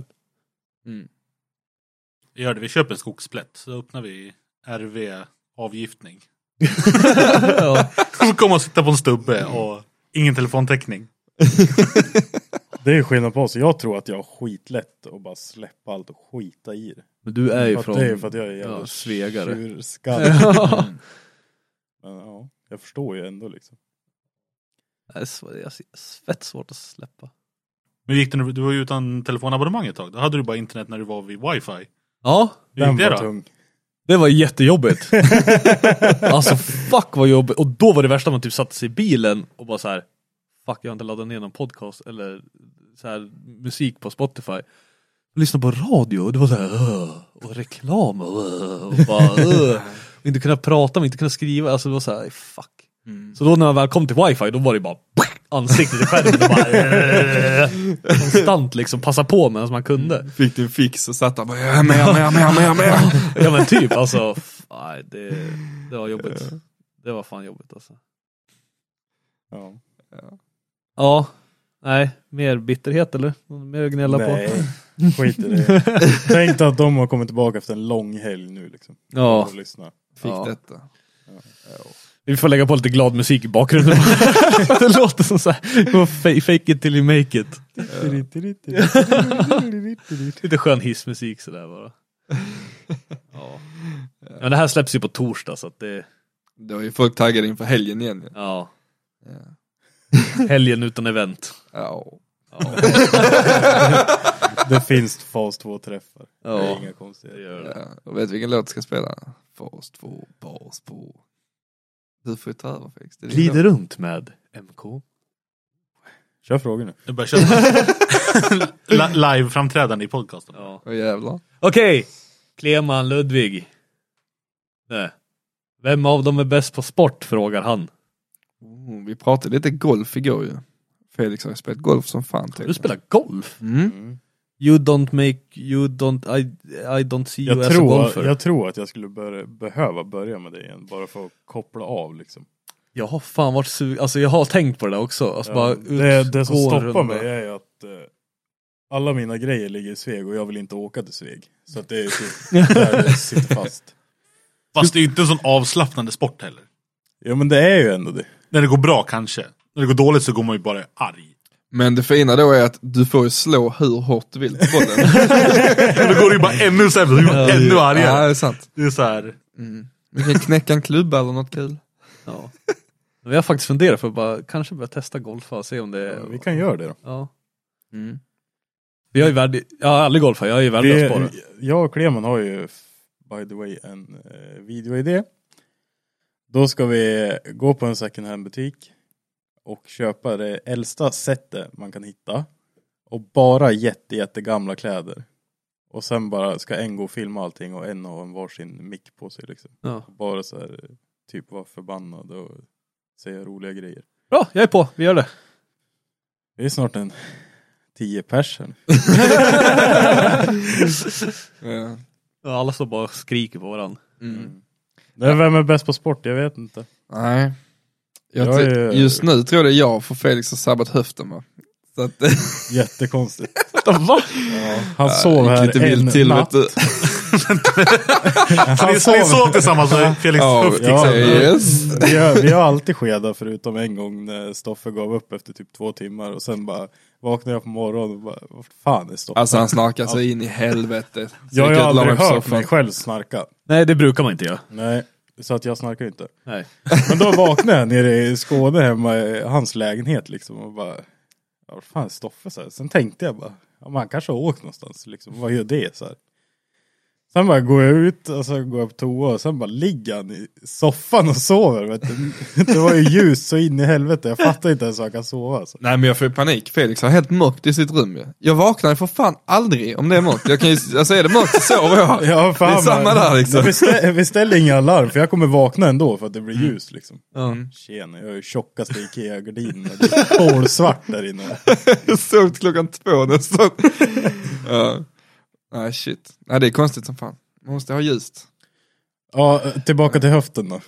S3: Vi gör det, vi köper en skogsplätt. Så öppnar vi RV avgiftning.
S2: ja.
S3: Kommer komma och sitta på en stubbe och ingen telefontäckning.
S1: Det är skillnad på oss. Jag tror att jag har skitlätt att bara släppa allt och skita i det.
S2: Men du är ju
S1: För att
S2: från...
S1: det är för att jag Mm. är jävla
S2: ja, svegare.
S1: tjurskalle.
S2: Ja.
S1: Men ja, jag förstår ju ändå liksom.
S2: Det är sv- det är fett svårt att släppa.
S3: Men gick det, när du- du var ju utan telefonabonnemang ett tag. Då hade du bara internet när du var vid wifi.
S2: Ja,
S3: Hur gick det då?
S1: tung.
S2: det var jättejobbigt. alltså fuck vad jobbigt. Och då var det värsta man typ satte sig i bilen och bara så här. Fuck jag har inte laddat ner någon podcast eller så här, musik på Spotify. Jag lyssnade på radio och det var så här. "Åh", Och reklam och, "Åh", och bara, "Åh". och inte kunna prata, men inte kunna skriva. Alltså det var så här, fuck. Så då när jag väl kom till wifi då var det bara ansiktet i skärmen. och bara, "Åh". Konstant liksom passa på medan man kunde.
S4: Fick du en fix och satt där och bara, jag är med, jag är med, jag är med, jag är med, jag är med.
S2: Ja men typ alltså, f- nej det, Eh, det var jobbigt. Det var fan jobbigt alltså.
S1: Ja.
S2: Ja, nej, mer bitterhet eller? Något Mer att gnälla
S1: Nej,
S2: på?
S1: skit i det. Tänk dig att de har kommit tillbaka efter en lång helg nu liksom.
S2: Ja,
S1: Och lyssna.
S4: Fick
S2: Ja.
S4: detta.
S2: vi får lägga på lite glad musik i bakgrunden. det låter som såhär, go fa- fake it till you make it. Lite skön hissmusik sådär bara. Ja. Men det här släpps ju på torsdag så att det,
S4: Då är ju folk taggade inför helgen igen. ju.
S2: ja.
S4: Ja.
S2: Helgen utan event.
S4: Ja.
S1: Det finns fas 2 träffar. Det
S2: Ja.
S1: är inga konstigheter.
S4: Ja. Eh, Och vet du vilken låt du ska spela? Fas 2, bas 2. Du får ju ta över Felix. Det är din
S2: Glider
S4: låt.
S2: runt med MK.
S1: Kör frågor nu.
S3: Du börjar köra Li- live-framträdande i podcasten.
S2: Ja.
S4: Åh jävlar.
S2: Okej, Kleman Ludvig. Nej. Vem av dem är bäst på sport? frågar han.
S4: Oh, vi pratade lite golf igår ju. Felix har ju spelat golf som fan. typ.
S2: Du spelar golf?
S4: Mm.
S1: Mm.
S2: You don't make, you don't, I, I don't see you
S1: Jag,
S2: as a
S1: tror,
S2: golfer. Jag...
S1: jag tror att jag skulle börja, behöva börja med det igen. Bara för att koppla av liksom.
S2: har fan varit sugen, alltså jag har tänkt på det där också. Alltså bara
S1: Ja, Eh, det, det som
S2: gå en
S1: stoppar
S2: runda.
S1: mig är ju att eh, alla mina grejer ligger i Sveg och jag vill inte åka till Sveg. Så att det är ju typ där det sitter fast.
S3: Fast det är ju inte en sån avslappnande sport heller.
S1: Ja men det är ju ändå det.
S3: När det går bra kanske. När det går dåligt så går man ju bara arg.
S4: Men det fina då är att du får ju slå hur hårt du vill på bollen.
S3: Men då går det ju bara ännu sämre. Du blir ännu
S4: Ja, det
S3: argare.
S4: är sant.
S3: Det är så här.
S4: Du kan knäcka en klubba eller något kul.
S2: Ja. Men jag har faktiskt funderat för att bara, kanske börja testa golfa och se om det är...
S1: Vi kan göra det då.
S2: Ja.
S4: Mm.
S2: Jag är värd, jag har aldrig golfat, jag är ju värdelös på det.
S1: Vi, jag och Clemen har ju f- by the way en eh, videoidé. Då ska vi gå på en second hand butik och köpa det äldsta setet man kan hitta. Och bara jätte, jätte gamla kläder. Och sen bara ska en gå och filma allting och en ha en varsin mick på sig liksom.
S2: Ja.
S1: Bara så här, eh, typ vara förbannad och säga roliga grejer.
S2: Bra, jag är på, vi gör det.
S1: Det är snart en tio pers här.
S4: Ja.
S2: Ja, alla står bara och skriker på varandra.
S4: Mm.
S1: Nej, Vem är bäst på sport? Jag vet inte.
S4: Nej. Jag
S1: Jag
S4: ty-
S1: är-
S4: Just nu tror jag det är jag för Felix har sabbat höften va. Så att,
S1: Jättekonstigt.
S2: Va?
S1: Ja, han sov
S4: gick
S1: här
S4: lite
S1: en
S4: vilt till,
S1: natt.
S4: vet du.
S3: Ni,
S1: Han
S3: ni sov tillsammans med Felix liksom.
S4: Ja,
S3: höft.
S1: Ja,
S4: yes.
S1: vi, har, vi har alltid skedar förutom en gång när Stoffe gav upp efter typ två timmar och sen bara vaknade jag på morgonen och bara, vart fan är Stoffe?
S4: Alltså han snarkar så in i helvete. Så
S1: jag har
S4: gick
S1: ju
S4: ut och la
S1: aldrig
S4: mig på
S1: hört
S4: soffan.
S1: mig själv snarka.
S2: Nej, det brukar man inte göra.
S1: Nej, så att jag snarkar ju inte.
S2: Nej.
S1: Men då vaknade jag nere i Skåne hemma i hans lägenhet liksom och bara, ja, vart fan är Stoffe? Så här. Sen tänkte jag bara, ja, man kanske har åkt någonstans liksom, vad gör det? Så här. Sen bara går jag ut och så går jag på toa och sen bara ligger han i soffan och sover. Vet du. Det var ju ljus så in i helvete, jag fattar inte ens hur han kan sova. Alltså.
S4: Nej men jag får ju panik, Felix har helt mörkt i sitt rum ju. Jag vaknar ju för fan aldrig om det är mörkt. Jag kan ju, alltså är det mörkt så sover jag.
S1: Ja, fan,
S4: det är samma
S1: men-
S4: där liksom.
S1: Men Beställ, beställ inga alarm för jag kommer vakna ändå för att det blir ljus liksom.
S4: Mm.
S1: Tjena, jag är ju tjockaste Ikea-gardinen och det är kolsvart där inne.
S4: Jag sov till klockan två nästan. ja. Nej shit. Nej det är konstigt som fan. Man måste ha ljust.
S1: Ja, tillbaka till höften då.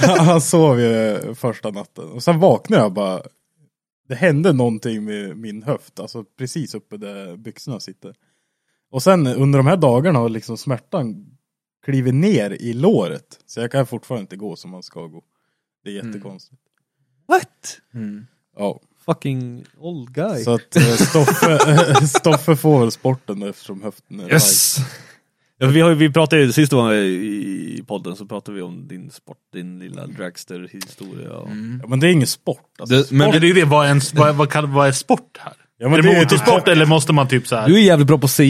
S1: Han sov ju första natten. Och sen vaknade jag bara. Det hände någonting med min höft, alltså precis uppe där byxorna sitter. Och sen under de här dagarna har liksom smärtan klivit ner i låret. Så jag kan fortfarande inte gå som man ska gå. Det
S3: Mm.
S1: är jättekonstigt.
S2: What?
S1: Ja,
S2: Fucking old guy.
S1: så att eh, Stoffe, Stoffe får väl sporten då eftersom höften är
S4: Yes!
S2: Ja, vi, har, ju- vi pratade ju, sist du var med i i podden så pratade vi om din sport, din lilla
S3: Mm.
S2: dragster-historia. Och...
S1: tight. Ja, men det är ingen sport. Alltså.
S4: Du, men
S3: Men det är
S4: du,
S3: ju det, vad är, en, vad, vad, kan, vad är sport här?
S1: Ja, men
S3: är
S1: det är
S3: det
S1: ju
S3: motorsport
S1: typ-
S3: eller måste man typ så här?
S2: Du är jävligt bra på CS.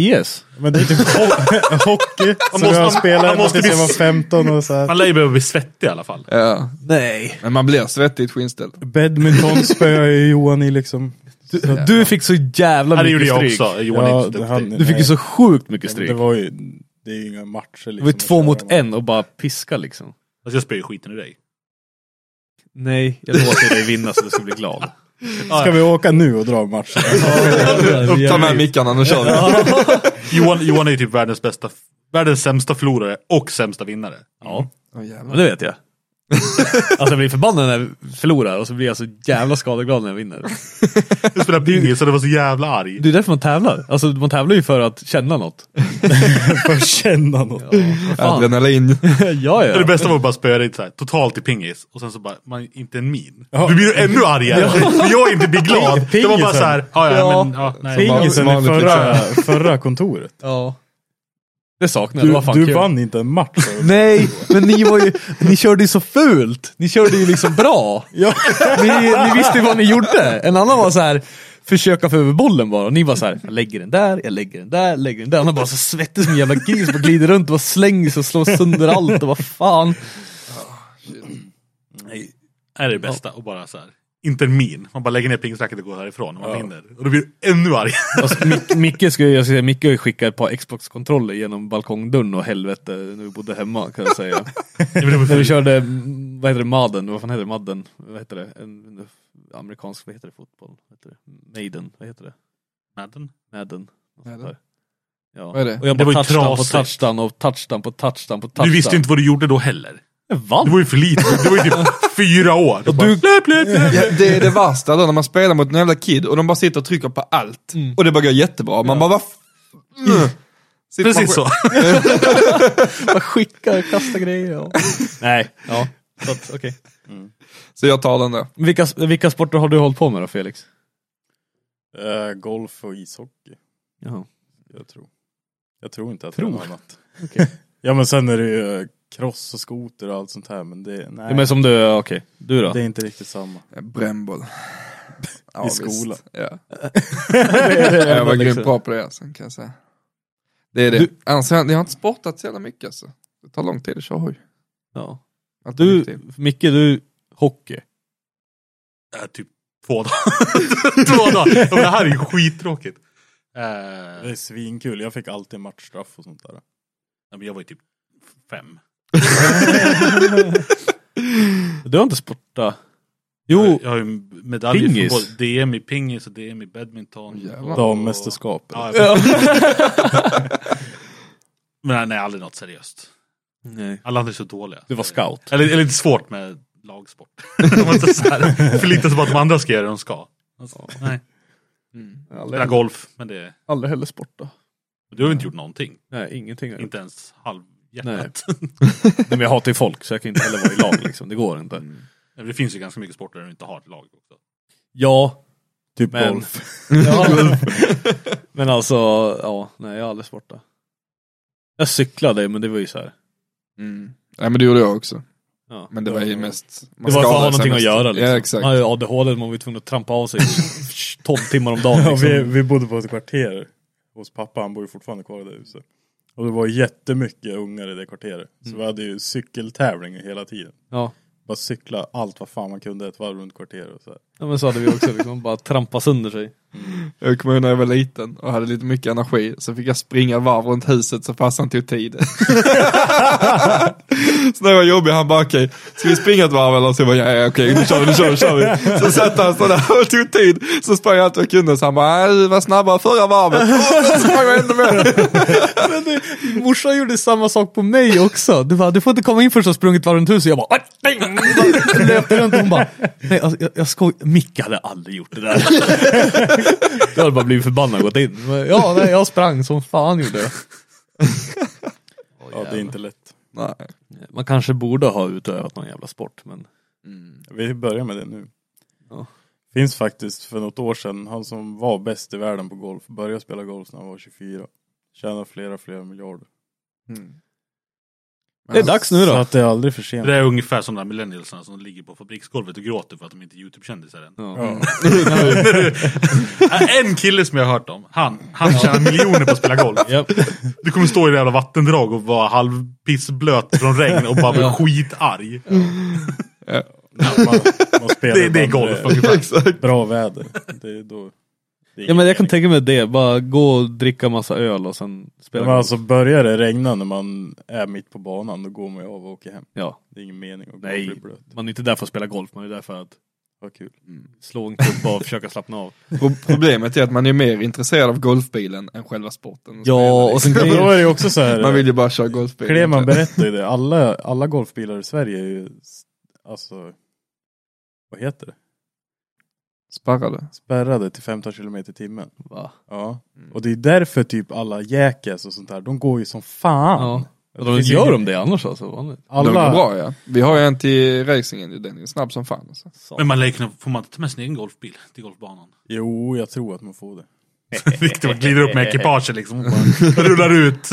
S1: Men det är typ ho- hockey som
S3: måste-
S1: jag
S3: man
S1: spelade
S3: måste
S1: tills jag
S3: bli-
S1: var 15 och så här.
S3: Man lär ju behöva bli svettig i alla fall.
S4: ja.
S2: Nej.
S4: Men man blir svettig i ett skinnställ.
S1: Badminton spöade ju Johan i liksom.
S2: Du fick så jävla
S3: Ja,
S2: mycket
S3: det gjorde jag
S2: stryk.
S3: också. Johan är inte
S1: det-
S3: så
S1: han-
S3: duktig.
S2: Du fick ju så sjukt mycket
S1: Ja, men
S2: stryk.
S1: Det var ju, det är ju inga matcher liksom.
S2: Det var ju två mot en och bara piska liksom.
S3: Fast jag spöar ju skiten ur dig.
S2: Nej, jag låter dig vinna så du ska bli glad.
S1: Ska vi åka nu och dra Alltså, matcher?
S4: Upp, ta med mickarna, nu kör vi.
S3: Johan, Johan är ju typ världens bästa, världens sämsta förlorare och sämsta vinnare.
S2: Ja,
S4: Åh, jävlar.
S2: men det vet jag. Alltså jag blir förbannad när jag förlorar och så blir jag så jävla skadeglad när jag vinner.
S3: Jag spelade pingis och det var så jävla arg.
S2: Det är därför man tävlar. Alltså man tävlar ju för att känna något.
S1: För att känna något.
S2: Fan.
S4: Adrenalin.
S2: Ja,
S3: Det
S2: ja.
S3: bästa var att bara spöa dig så här, totalt i pingis och sen så bara, man, inte en min.
S1: Ja.
S3: Du blir ju ännu argare. Men jag är inte blir glad. Det var bara
S1: Pingisen.
S3: så här, ja, ja,
S2: Ja.
S3: men, ja, nej.
S1: Pingisen i
S4: Vanligt
S1: förra, förra kontoret.
S2: ja. Det saknar jag. Det
S1: Du,
S2: var fan
S1: du
S2: kul.
S1: vann inte en match.
S2: Nej, men ni var ju, ni körde ju så fult. Ni körde ju liksom bra.
S1: Ja.
S2: Ni, ni visste ju vad ni gjorde. En annan var så här försöka få över bollen bara. Och ni var så här, jag lägger den där, jag lägger den där, jag lägger den där. Han var bara så svettig som en jävla gris, bara glider runt och bara slängs och slår sönder allt och vad fan.
S3: Nej. Det är det bästa. Och bara så här, inte en min. Man bara lägger ner pingisracket och går härifrån. Och man vinner. Och då blir du ännu argare.
S2: Alltså, Mic- Micke skulle jag ska säga, Micke har ju skickat ett par Xbox-kontroller genom balkongdörren och helvete när vi bodde hemma kan jag säga. när vi körde, mm, vad heter det, Madden, vad fan heter det, Madden? Vad heter det? En, en amerikansk, vad heter det, fotboll? Vad heter det? Maiden, vad heter det?
S3: Madden.
S2: Madden. något sånt
S4: Madden?
S2: där. Ja.
S4: Vad är det?
S2: Och jag
S3: Det var
S2: bara
S3: ju
S2: touchdown på
S3: trasigt.
S2: touchdown och touchdown på touchdown på touchdown.
S3: Du visste ju inte vad du gjorde då heller.
S2: Jag vann!
S3: Du var ju för liten. Du var ju typ fyra år. Och du... Blä, blä, blä.
S4: Ja, det är det värsta då när man spelar mot en jävla kid och de bara sitter och trycker på allt.
S2: Mm.
S4: Och det bara går jättebra. Man bara, vad f- mm. Sitter man
S3: Precis
S4: själv-
S3: så.
S2: Bara skicka och kasta grejer. Och...
S3: Nej.
S2: Ja, så att, okej.
S4: Så jag tar den då.
S2: Vilka, vilka sporter har du hållit på med då Felix?
S1: Eh, golf och ishockey.
S2: Jaha.
S1: Jag tror. Jag tror inte att
S2: Tror.
S1: det är något annat. Ja men sen är det ju eh, cross och skoter och allt sånt här men det, nej,
S2: Ja, men som du, okej. Du då?
S1: det är inte riktigt samma.
S4: Brännboll. Ja,
S1: I skolan.
S4: visst. Ja. jag var grymt bra på det alltså, kan jag säga. Det är det.
S2: liksom- Du-
S4: Annars har jag, jag har inte sportat så jävla mycket alltså. Det tar lång tid att köra hoj.
S2: Ja.
S4: Att
S2: Du, Micke, du, hockey.
S3: Äh, typ två dagar. två dagar. Ja, men det här är ju skittråkigt. Eh,
S1: Det är svinkul, jag fick alltid matchstraff och sånt där.
S3: ja, men jag var ju typ fem.
S2: Du har inte sportat? Jo,
S3: Jag har ju medaljer
S2: Pingis.
S3: från både DM i pingis och DM i badminton.
S4: Åh, jävlar.
S3: och-
S1: Dammästerskap.
S3: Ja,
S1: eller?
S3: jag men nej, aldrig något seriöst.
S2: Nej.
S3: Alla andra är så dåliga.
S2: du var scout.
S3: Eller, eller lite svårt med lagsport. Man måste så här Förlita sig på att de andra ska göra det de ska. Alltså, nej.
S2: Mm.
S3: Mm. Spela golf, men det...
S2: aldrig heller sporta.
S3: Du har ju inte gjort någonting.
S2: Nej, ingenting. har jag gjort.
S3: Inte ens halvhjärtat.
S2: Nej. Nej, men jag hatar ju folk så jag kan inte heller vara i lag liksom. Det går inte.
S3: Nej, Det finns ju ganska mycket sporter där du inte har ett lag. Också.
S2: Ja.
S1: Typ
S2: Men-
S1: golf.
S2: ja. men alltså, ja, nej jag har aldrig sportat. Jag cyklade men det var ju så här.
S4: Mm. Ja men det gjorde jag också.
S2: Ja.
S4: Men det var ju mest... man
S2: Det var för att
S4: skadade
S2: ha
S4: sig
S2: någonting att
S4: mest.
S2: göra liksom.
S4: Ja exakt.
S2: Man har ju ADHD, man var ju tvungen att trampa av sig 12 timmar om dagen
S1: Ja, vi,
S2: liksom.
S1: vi bodde på ett kvarter hos pappa, han bor ju fortfarande kvar i det huset. Och det var jättemycket ungar i det kvarteret. Så vi hade ju cykeltävlingar hela tiden.
S2: Mm. Ja.
S1: Bara cykla allt vad fan man kunde ett varv runt kvarteret och så här.
S2: ja, men så hade vi också liksom bara trampa sönder sig.
S4: Jag kommer ihåg när jag var liten och hade lite mycket energi, så fick jag springa varv runt huset så farsan tog tid. så när jag var jobbig, han bara okej, ska vi springa ett varv eller? Så jag bara ja, ja, okej, nu kör vi, nu kör vi, nu kör vi. Så satt han sådär och tog tid, så sprang jag allt vad jag kunde, så han bara, nej, du var snabbare förra varvet. Och så sprang jag ändå med.
S2: Morsan gjorde samma sak på mig också. Du bara, du får inte komma in förrän du har sprungit varv runt huset. Jag bara, "Aj, nej, nej." löpte runt och hon bara, nej alltså, jag, jag skoj. Micke hade aldrig gjort det där. Jag hade bara blivit förbannad och gått in. Men, ja, nej, jag sprang som fan gjorde jag.
S1: Ja, det är inte lätt.
S4: Nej,
S2: Man kanske borde ha utövat någon jävla sport, men
S1: Vi börjar med det nu.
S2: Ja.
S1: Finns faktiskt för något år sedan, han som var bäst i världen på golf, började spela golf när han var 24. Tjänar flera, flera miljarder.
S2: det är dags nu
S1: Så
S2: då.
S1: att det är aldrig för sent.
S3: Det där är ungefär som de här millennialsarna som ligger på fabriksgolvet och gråter för att de inte är YouTube-kändisar än.
S2: Ja.
S3: Äh, En kille som jag har hört om, han, han tjänar miljoner på att spela golf. Du kommer stå i det jävla vattendrag och vara halvpissblöt från regn och bara bli skitarg.
S1: Man, man spelar
S3: Det, det är
S1: ibland
S3: golf ungefär.
S1: Bra väder. Det är då. det är
S2: ja, men jag kan
S1: ingen
S2: tänka mig det. Bara gå och dricka massa öl och sen spela.
S1: mening. Men alltså börjar det regna när man är mitt på banan, då går man ju av och åker hem.
S2: ja.
S1: Det är ingen mening att gå och
S2: Nej,
S1: bli blöt.
S2: man är inte där för att spela golf, man är där för att Mm.
S1: Vad kul.
S2: slå en klubba och försöka slappna av.
S4: Pro- Problemet är att man är mer intresserad av golfbilen än själva sporten.
S2: Ja, och sen
S1: Men då är det ju också så
S4: Man vill
S1: här,
S4: ju bara köra golfbil.
S1: Kleman berättar ju det, alla, alla golfbilar i Sverige är ju, s- alltså, vad heter det?
S4: Sparrade.
S1: Spärrade till 15 kilometer i timmen.
S2: Va? Mm.
S1: Ja. Och det är därför typ alla jäkes och sånt där, de går ju som fan.
S2: Ja.
S1: Det
S2: De
S1: finns ju
S2: gör
S1: ingen-
S2: de det annars alltså? Vanligt.
S4: Alla... De går
S1: Alla,
S4: bra ja. Vi har ju en till racingen, den är snabb som fan. Alltså.
S3: Men man lär ju kunna, får man inte ta med sin egen golfbil till golfbanan?
S1: jo jag tror att man får det.
S3: Viktor bara glider upp med ekipaget liksom och bara rullar ut.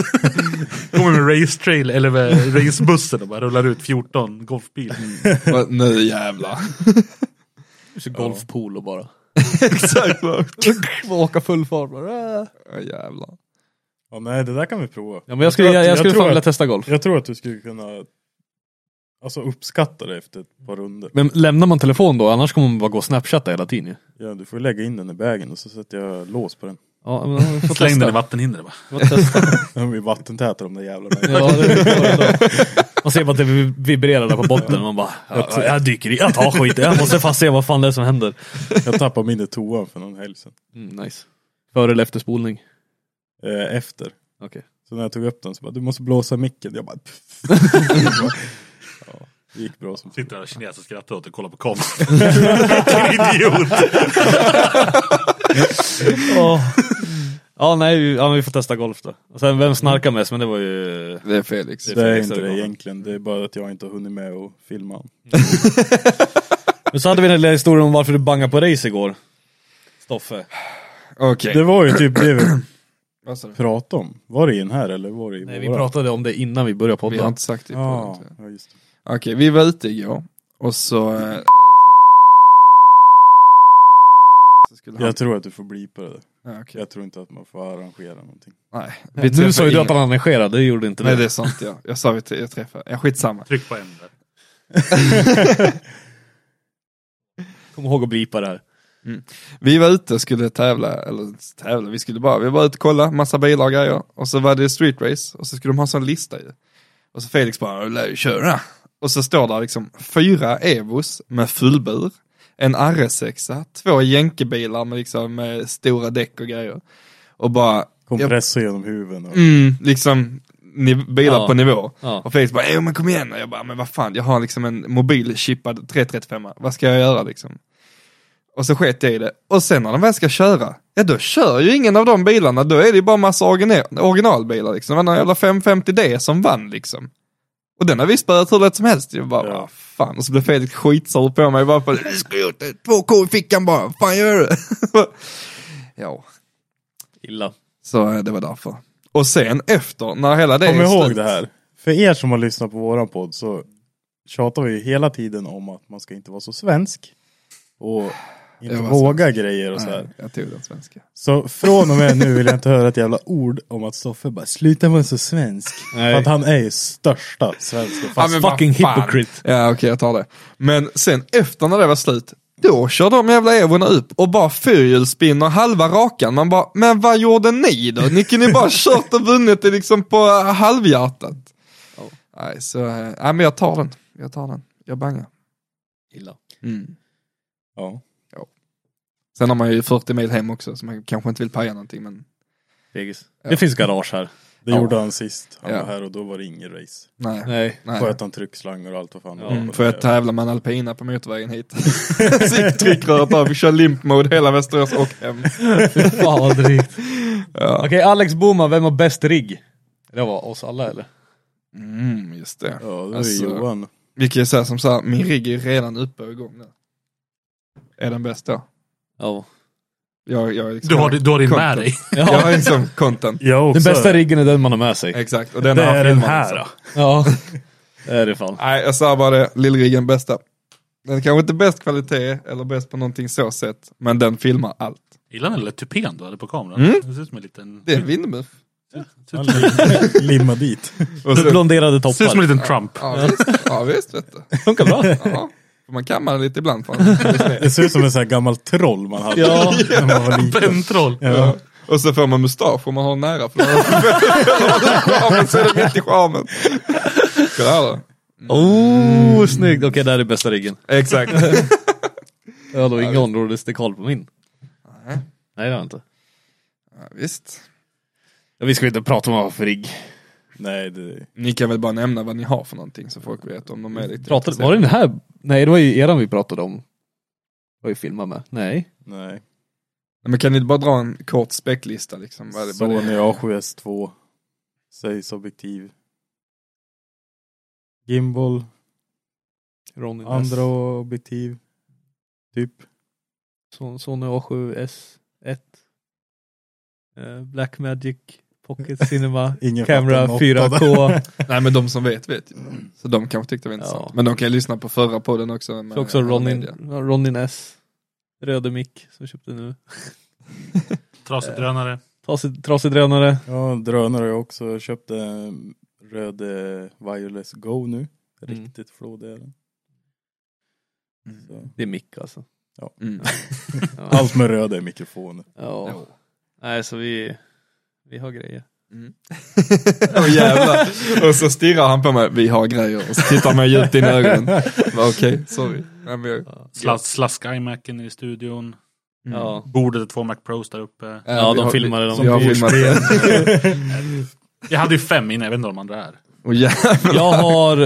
S3: Kommer med race trail eller med racebussen och bara rullar ut 14 golfbilar.
S4: Va, Nu jävlar.
S2: Så golfpool och bara.
S4: Exakt. va.
S2: åka full fart bara.
S4: Ja, jävlar.
S1: Ja nej det där kan vi prova.
S2: Ja, men jag skulle,
S1: tror
S2: jag,
S1: att-
S2: jag skulle
S1: tror
S2: fan vilja
S1: att-
S2: testa golf.
S1: Jag tror att du skulle kunna Alltså uppskatta det efter ett par runder.
S2: Men lämnar man telefon då? Annars kommer man bara gå och snapchatta hela tiden ju.
S1: Ja, du får lägga in den i bagen och så sätter jag lås på den.
S2: Ja, men vi får
S3: Släng
S2: testa.
S3: den i vattenhindret bara.
S2: Vi får testa.
S1: De är vattentäta de där jävlarna.
S2: Ja, det är bra. man ser bara att det vib- vibrerar där på botten och man bara, jag, jag dyker i, jag tar skiten, jag måste fast se vad fan det är som händer.
S1: Jag tappade min i toan för någon helg sedan.
S2: Mm, nice. Före eller efter spolning?
S1: Eh, efter.
S2: Okej.
S1: Så när jag tog upp den så bara, du måste blåsa micken. Jag bara... pff. ja, det gick bra som
S3: Sitter där kineser skrattar åt och kollar på konst. Vilken idiot!
S2: Ja. Ja, nej, vi- ja, men vi får testa golf då. Och sen vem snarkar mest, men det var ju...
S4: Det är Felix.
S1: Det är
S2: extra
S1: inte det
S2: bra.
S1: egentligen. Det är bara att jag inte har hunnit med och filma. den.
S2: Men så hade vi den lilla historien om varför du bangade på race igår. Stoffe.
S4: Okej.
S1: Det var ju typ det vi
S4: Vad sa du?
S1: pratade om. Var det i den här eller var det i
S2: Nej, vi
S1: våra?
S2: pratade om det innan vi började
S4: Vi har
S2: podda.
S4: inte sagt typ det på
S1: Ja,
S4: podden.
S1: ja, just det.
S4: Okej, vi var ute igår och så... eh, så skulle han...
S1: Jag tror att du får bli på det. där.
S4: Ja, okej.
S1: Jag tror inte att man får arrangera någonting.
S4: Nej. vi träffade
S2: Nu sa ju du
S4: ingen-
S2: att han arrangerade, det gjorde inte
S4: Nej
S2: du.
S4: det är sant ja. Jag sa vi till- jag träffade. Ja, skitsamma.
S3: Tryck på en där.
S2: Kom ihåg att blipa det här.
S4: Vi var ute och skulle tävla, eller tävla, vi skulle bara, vi var ute och kolla, massa bilar och grejer. Och så var det street race och så skulle de ha en sån lista ju. Och så Felix bara, du lär ju köra. Och så står där liksom fyra Evos med fullbur, en RS6, två jänkebilar med liksom eh, stora däck och grejer. Och bara,
S1: Kompressor genom huven och...
S4: mm, liksom niv- bilar
S2: Ja.
S4: på nivå.
S2: Ja.
S4: Och Felix bara, "Jo, men kom igen. Och jag bara, men vad fan, jag har liksom en mobilchippad 335, vad ska jag göra liksom? Och så sket jag i det. Och sen när de väl ska köra, ja då kör ju ingen av de bilarna, då är det ju bara massa origina- originalbilar liksom. Det var någon jävla 550D som vann liksom. Och den har vi spöat hur lätt som helst. Jag bara,
S1: Ja.
S4: "Ah, fan. Och så blev Felix skitsur på mig bara för att, "Skrot, två K i fickan bara, vad fan gör du? ja,
S2: Illa.
S4: så eh, det var därför. Och sen efter, när hela det
S1: Kom
S4: är
S1: ihåg
S4: slut-
S1: det här. För er som har lyssnat på våran podd så tjatar vi ju hela tiden om att man ska inte vara så svensk. Och inte
S4: Jag var
S1: våga grejer och så här.
S4: Nej, jag tog den svenska.
S1: Så från och med nu vill jag inte höra ett jävla ord om att Stoffe bara sluta vara så svensk.
S3: Nej.
S1: För att han är ju största svensken.
S4: Ja,
S1: Fast
S4: men vad
S2: Fucking
S4: fan.
S2: hypocrite.
S4: Ja okej jag tar det. Men sen efter när det var slut, då kör de jävla evorna upp och bara fyrhjulsspinner halva rakan. Man bara, men vad gjorde ni då? Ni kunde ju bara kört och vunnit det liksom på eh, halvhjärtat. Nej, så, eh, nej men jag tar den. Jag tar den. Jag bangar.
S2: Illa.
S4: Mm.
S1: ja.
S4: Sen har man ju 40 mil hem också, så man kanske inte vill paja någonting men
S2: Fegis.
S4: Ja.
S2: Det finns garage här.
S1: Det
S4: Ja.
S1: gjorde han sist. Han
S4: Ja.
S1: var här och då var det ingen race.
S4: nej.
S2: Nej.
S4: nej.
S1: Sköt han tryckslangor och allt vad fan det var
S4: Mm,
S1: på
S4: för
S1: det
S4: jag tävlar med en alpina på motorvägen hit. Så gick tryckröret av, vi kör limp mode hela Västerås och hem.
S2: Fan vad drygt. Okej, Alex Boman, vem har bäst rigg? Det var oss alla eller?
S4: Mm, just det.
S1: Ja, det var ju
S4: Alltså,
S1: Johan.
S4: Vi kan ju säga som så här, min rigg är redan uppe och igång nu. Är den bäst då?
S2: Ja.
S4: Jag, jag är liksom,
S3: Du har, din- du har din med
S4: Content.
S3: dig.
S4: Jag är liksom content.
S1: Jag
S2: Den bästa riggen är den man har med sig.
S4: Exakt, och den
S1: Det är den
S4: filmar
S1: här
S4: liksom.
S1: då.
S2: Ja. Det är det fan.
S4: Nej, jag sa bara det, lillriggen bästa. Den är kanske inte bäst kvalitet eller bäst på någonting så sätt, men den filmar allt.
S3: Gillar den lilla tupén du hade på kameran?
S4: Mm.
S3: Det ser ut som en liten...
S4: Det är en
S2: Mm.
S4: vindmuff.
S1: Han lim- Limma dit.
S4: Och så-
S2: Blonderade
S3: ser ut som
S2: toppar.
S3: en liten Trump.
S4: Ja visst, ja, visst vet du.
S2: Funkar bra.
S4: Ja, för man kammar den lite ibland. Fan.
S1: Det ser ut som en sån här gammal troll man hade
S2: Ja.
S1: när man var liten.
S3: Bentroll.
S1: Ja.
S4: Och så får man mustasch om man har den nära. För då har man så är det mitt i charmen. Kolla här då.
S2: Oh, snyggt. Okej, där är bästa riggen.
S4: Mm. Exakt.
S2: Jag har då inga områdesdekal på min. Nej, det har jag inte.
S4: Ja, visst.
S2: Ja, vi ska ju inte prata om vad för rigg.
S1: Nej, det...
S4: Ni kan väl bara nämna vad ni har för någonting så folk vet om de är lite
S2: Pratade, var det den här? Nej, det var ju eran vi pratade om. Var ju filmat med. Nej.
S1: Nej.
S4: Nej, Men kan ni inte bara dra en kort späcklista liksom? Vad är det, vad är
S1: Sony
S4: det?
S1: A7S2. Sägs objektiv. Gimbal.
S2: Ronny Ness.
S1: Andra objektiv. Typ.
S2: Son- Sony A7S1. Eh, Blackmagic Pocket Cinema.
S1: Ingen
S2: Camera
S1: fattar en åtta
S2: 4K.
S4: Nej men de som vet vet ju. Så de kanske tyckte det var intressant.
S2: Ja.
S4: Men de kan ju lyssna på förra podden också. med
S2: Så också Ronin,
S4: media.
S2: ja, Ronin S. Röde mick som jag köpte nu.
S3: Trasig drönare.
S2: Trasig, trasig drönare.
S1: Ja, drönare har jag också. Jag köpte en röd eh, Wireless Go nu.
S2: Mm.
S1: Riktigt flådig är den. Så.
S2: Det är mick alltså.
S4: Mm.
S2: Ja.
S1: Allt med röd är mikrofoner.
S2: Ja. Nej, så vi, vi har grejer.
S4: Åh jävlar. Och så stirrar han på mig, vi har grejer. Och så tittar man djupt in i ögonen. Bara, Okej, sorry. Nej, men jag...
S3: Slas, slaska iMacen i studion. Mm.
S2: Ja.
S3: Bordet och två Mac Pros där uppe.
S4: Ja,
S2: Ja,
S4: vi
S2: de
S4: har-
S2: filmade dem.
S4: vi har filmat det.
S3: Jag hade ju fem innan, jag vet inte vad de andra är.
S4: Åh jävlar.
S2: Jag har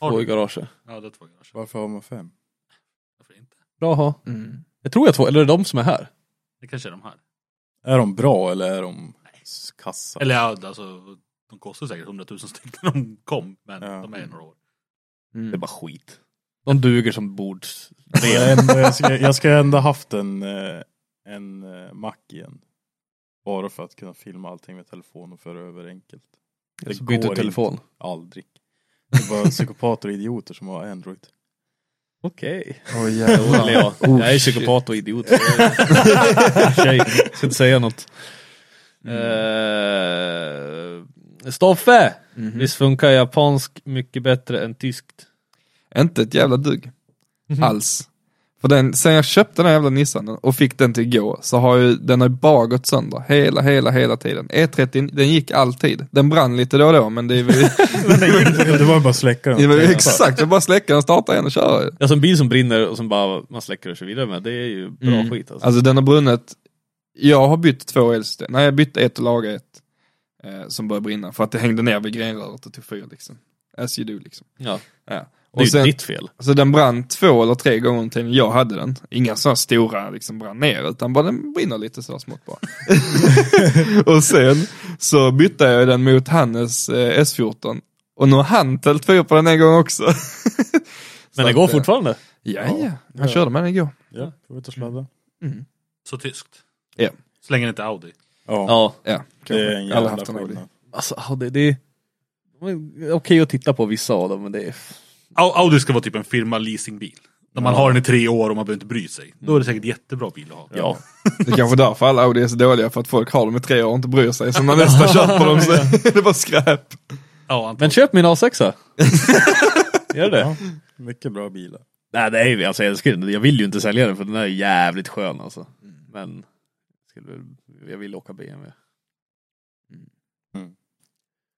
S3: Har
S2: två
S3: du?
S2: i garaget.
S3: Ja, det är två garage.
S1: Varför har man fem?
S3: Varför inte?
S2: Bra att ha.
S4: Mm.
S2: Jag tror jag har två, eller är det de som är här?
S3: Det kanske är de här.
S1: Är de bra eller är de s- kassa?
S3: Eller ja, alltså, de kostar säkert 100 000 stycken när de kom. Men
S1: Ja.
S3: de är några år.
S2: Det är bara skit. De duger som bords...
S1: jag, ändå, jag, ska, jag ska ändå haft en, eh, en eh, Mac igen. Bara för att kunna filma allting med telefon och föra över enkelt.
S2: Det så byter
S1: går
S2: telefon.
S1: Aldrig. Det är bara psykopater och idioter som har Android.
S2: Okej.
S4: Åh
S2: Jo, eller
S4: jävlar.
S2: jag. jag är psykopat och idiot. Tjej, ska inte säga något. Eh, Stoffe!
S4: Mhm.
S2: Visst funkar japansk mycket bättre än tyskt?
S4: Inte ett jävla dugg. Alls. För den, sen jag köpte den här jävla Nissan och fick den till gå så har ju den har ju bara gått sönder. Hela, hela, hela tiden. E30, den gick alltid. Den brann lite då och då men det är väl,
S1: det var ju bara att släcka den.
S4: det var ju exakt, det är bara att släcka den, starta igen och köra. ju.
S2: Alltså en bil som brinner och som bara man släcker och kör vidare med, det är ju bra
S4: Mm.
S2: skit alltså.
S4: Alltså den har brunnit, jag har bytt två elsystem. Nej jag bytte ett och lagade ett. Eh, som började brinna för att det hängde ner vid grenröret och tog fyr liksom. As you do liksom.
S2: Ja.
S4: Ja.
S2: Det är
S4: Och
S2: ju
S4: sen,
S2: ditt fel.
S4: Så Alltså, den brann två eller tre gånger under tiden jag hade den. Inga sådana stora liksom brann ner, utan bara den brinner lite så smått bara. och sen så bytte jag den mot Hannes eh, S14. Och nu har han tält fyr på den en gång också.
S2: Men det
S4: att,
S2: går
S4: eh,
S2: fortfarande.
S4: Ja, ja. Han körde med den igår.
S1: Ja, prova att sladda.
S3: Så tyskt.
S4: Ja.
S3: Så länge det inte är Audi.
S1: Ja,
S2: Ja.
S4: Ja,
S1: det är en
S4: Alla
S1: jävla
S4: haft en
S1: skillnad.
S4: Audi.
S2: Alltså ja, det, det är de är okej att titta på vissa av dem men det är...
S3: Au- Audi ska vara typ en firma leasingbil. När man har den i tre år och man behöver inte bry sig. Då är det säkert jättebra bil att ha.
S1: Ja.
S4: Det är kanske är därför alla Audi är så dåliga, för att folk har dem i tre år och inte bryr sig. Så när nästa köper dem så är det bara skräp.
S3: ja
S2: Men köp min A6. Gör det?
S1: Ja. Mycket bra bilar.
S2: Nej, det är ju, alltså, jag, älskar den. jag vill ju inte sälja den för den är jävligt skön alltså. Men skulle, väl- jag vill åka BMW.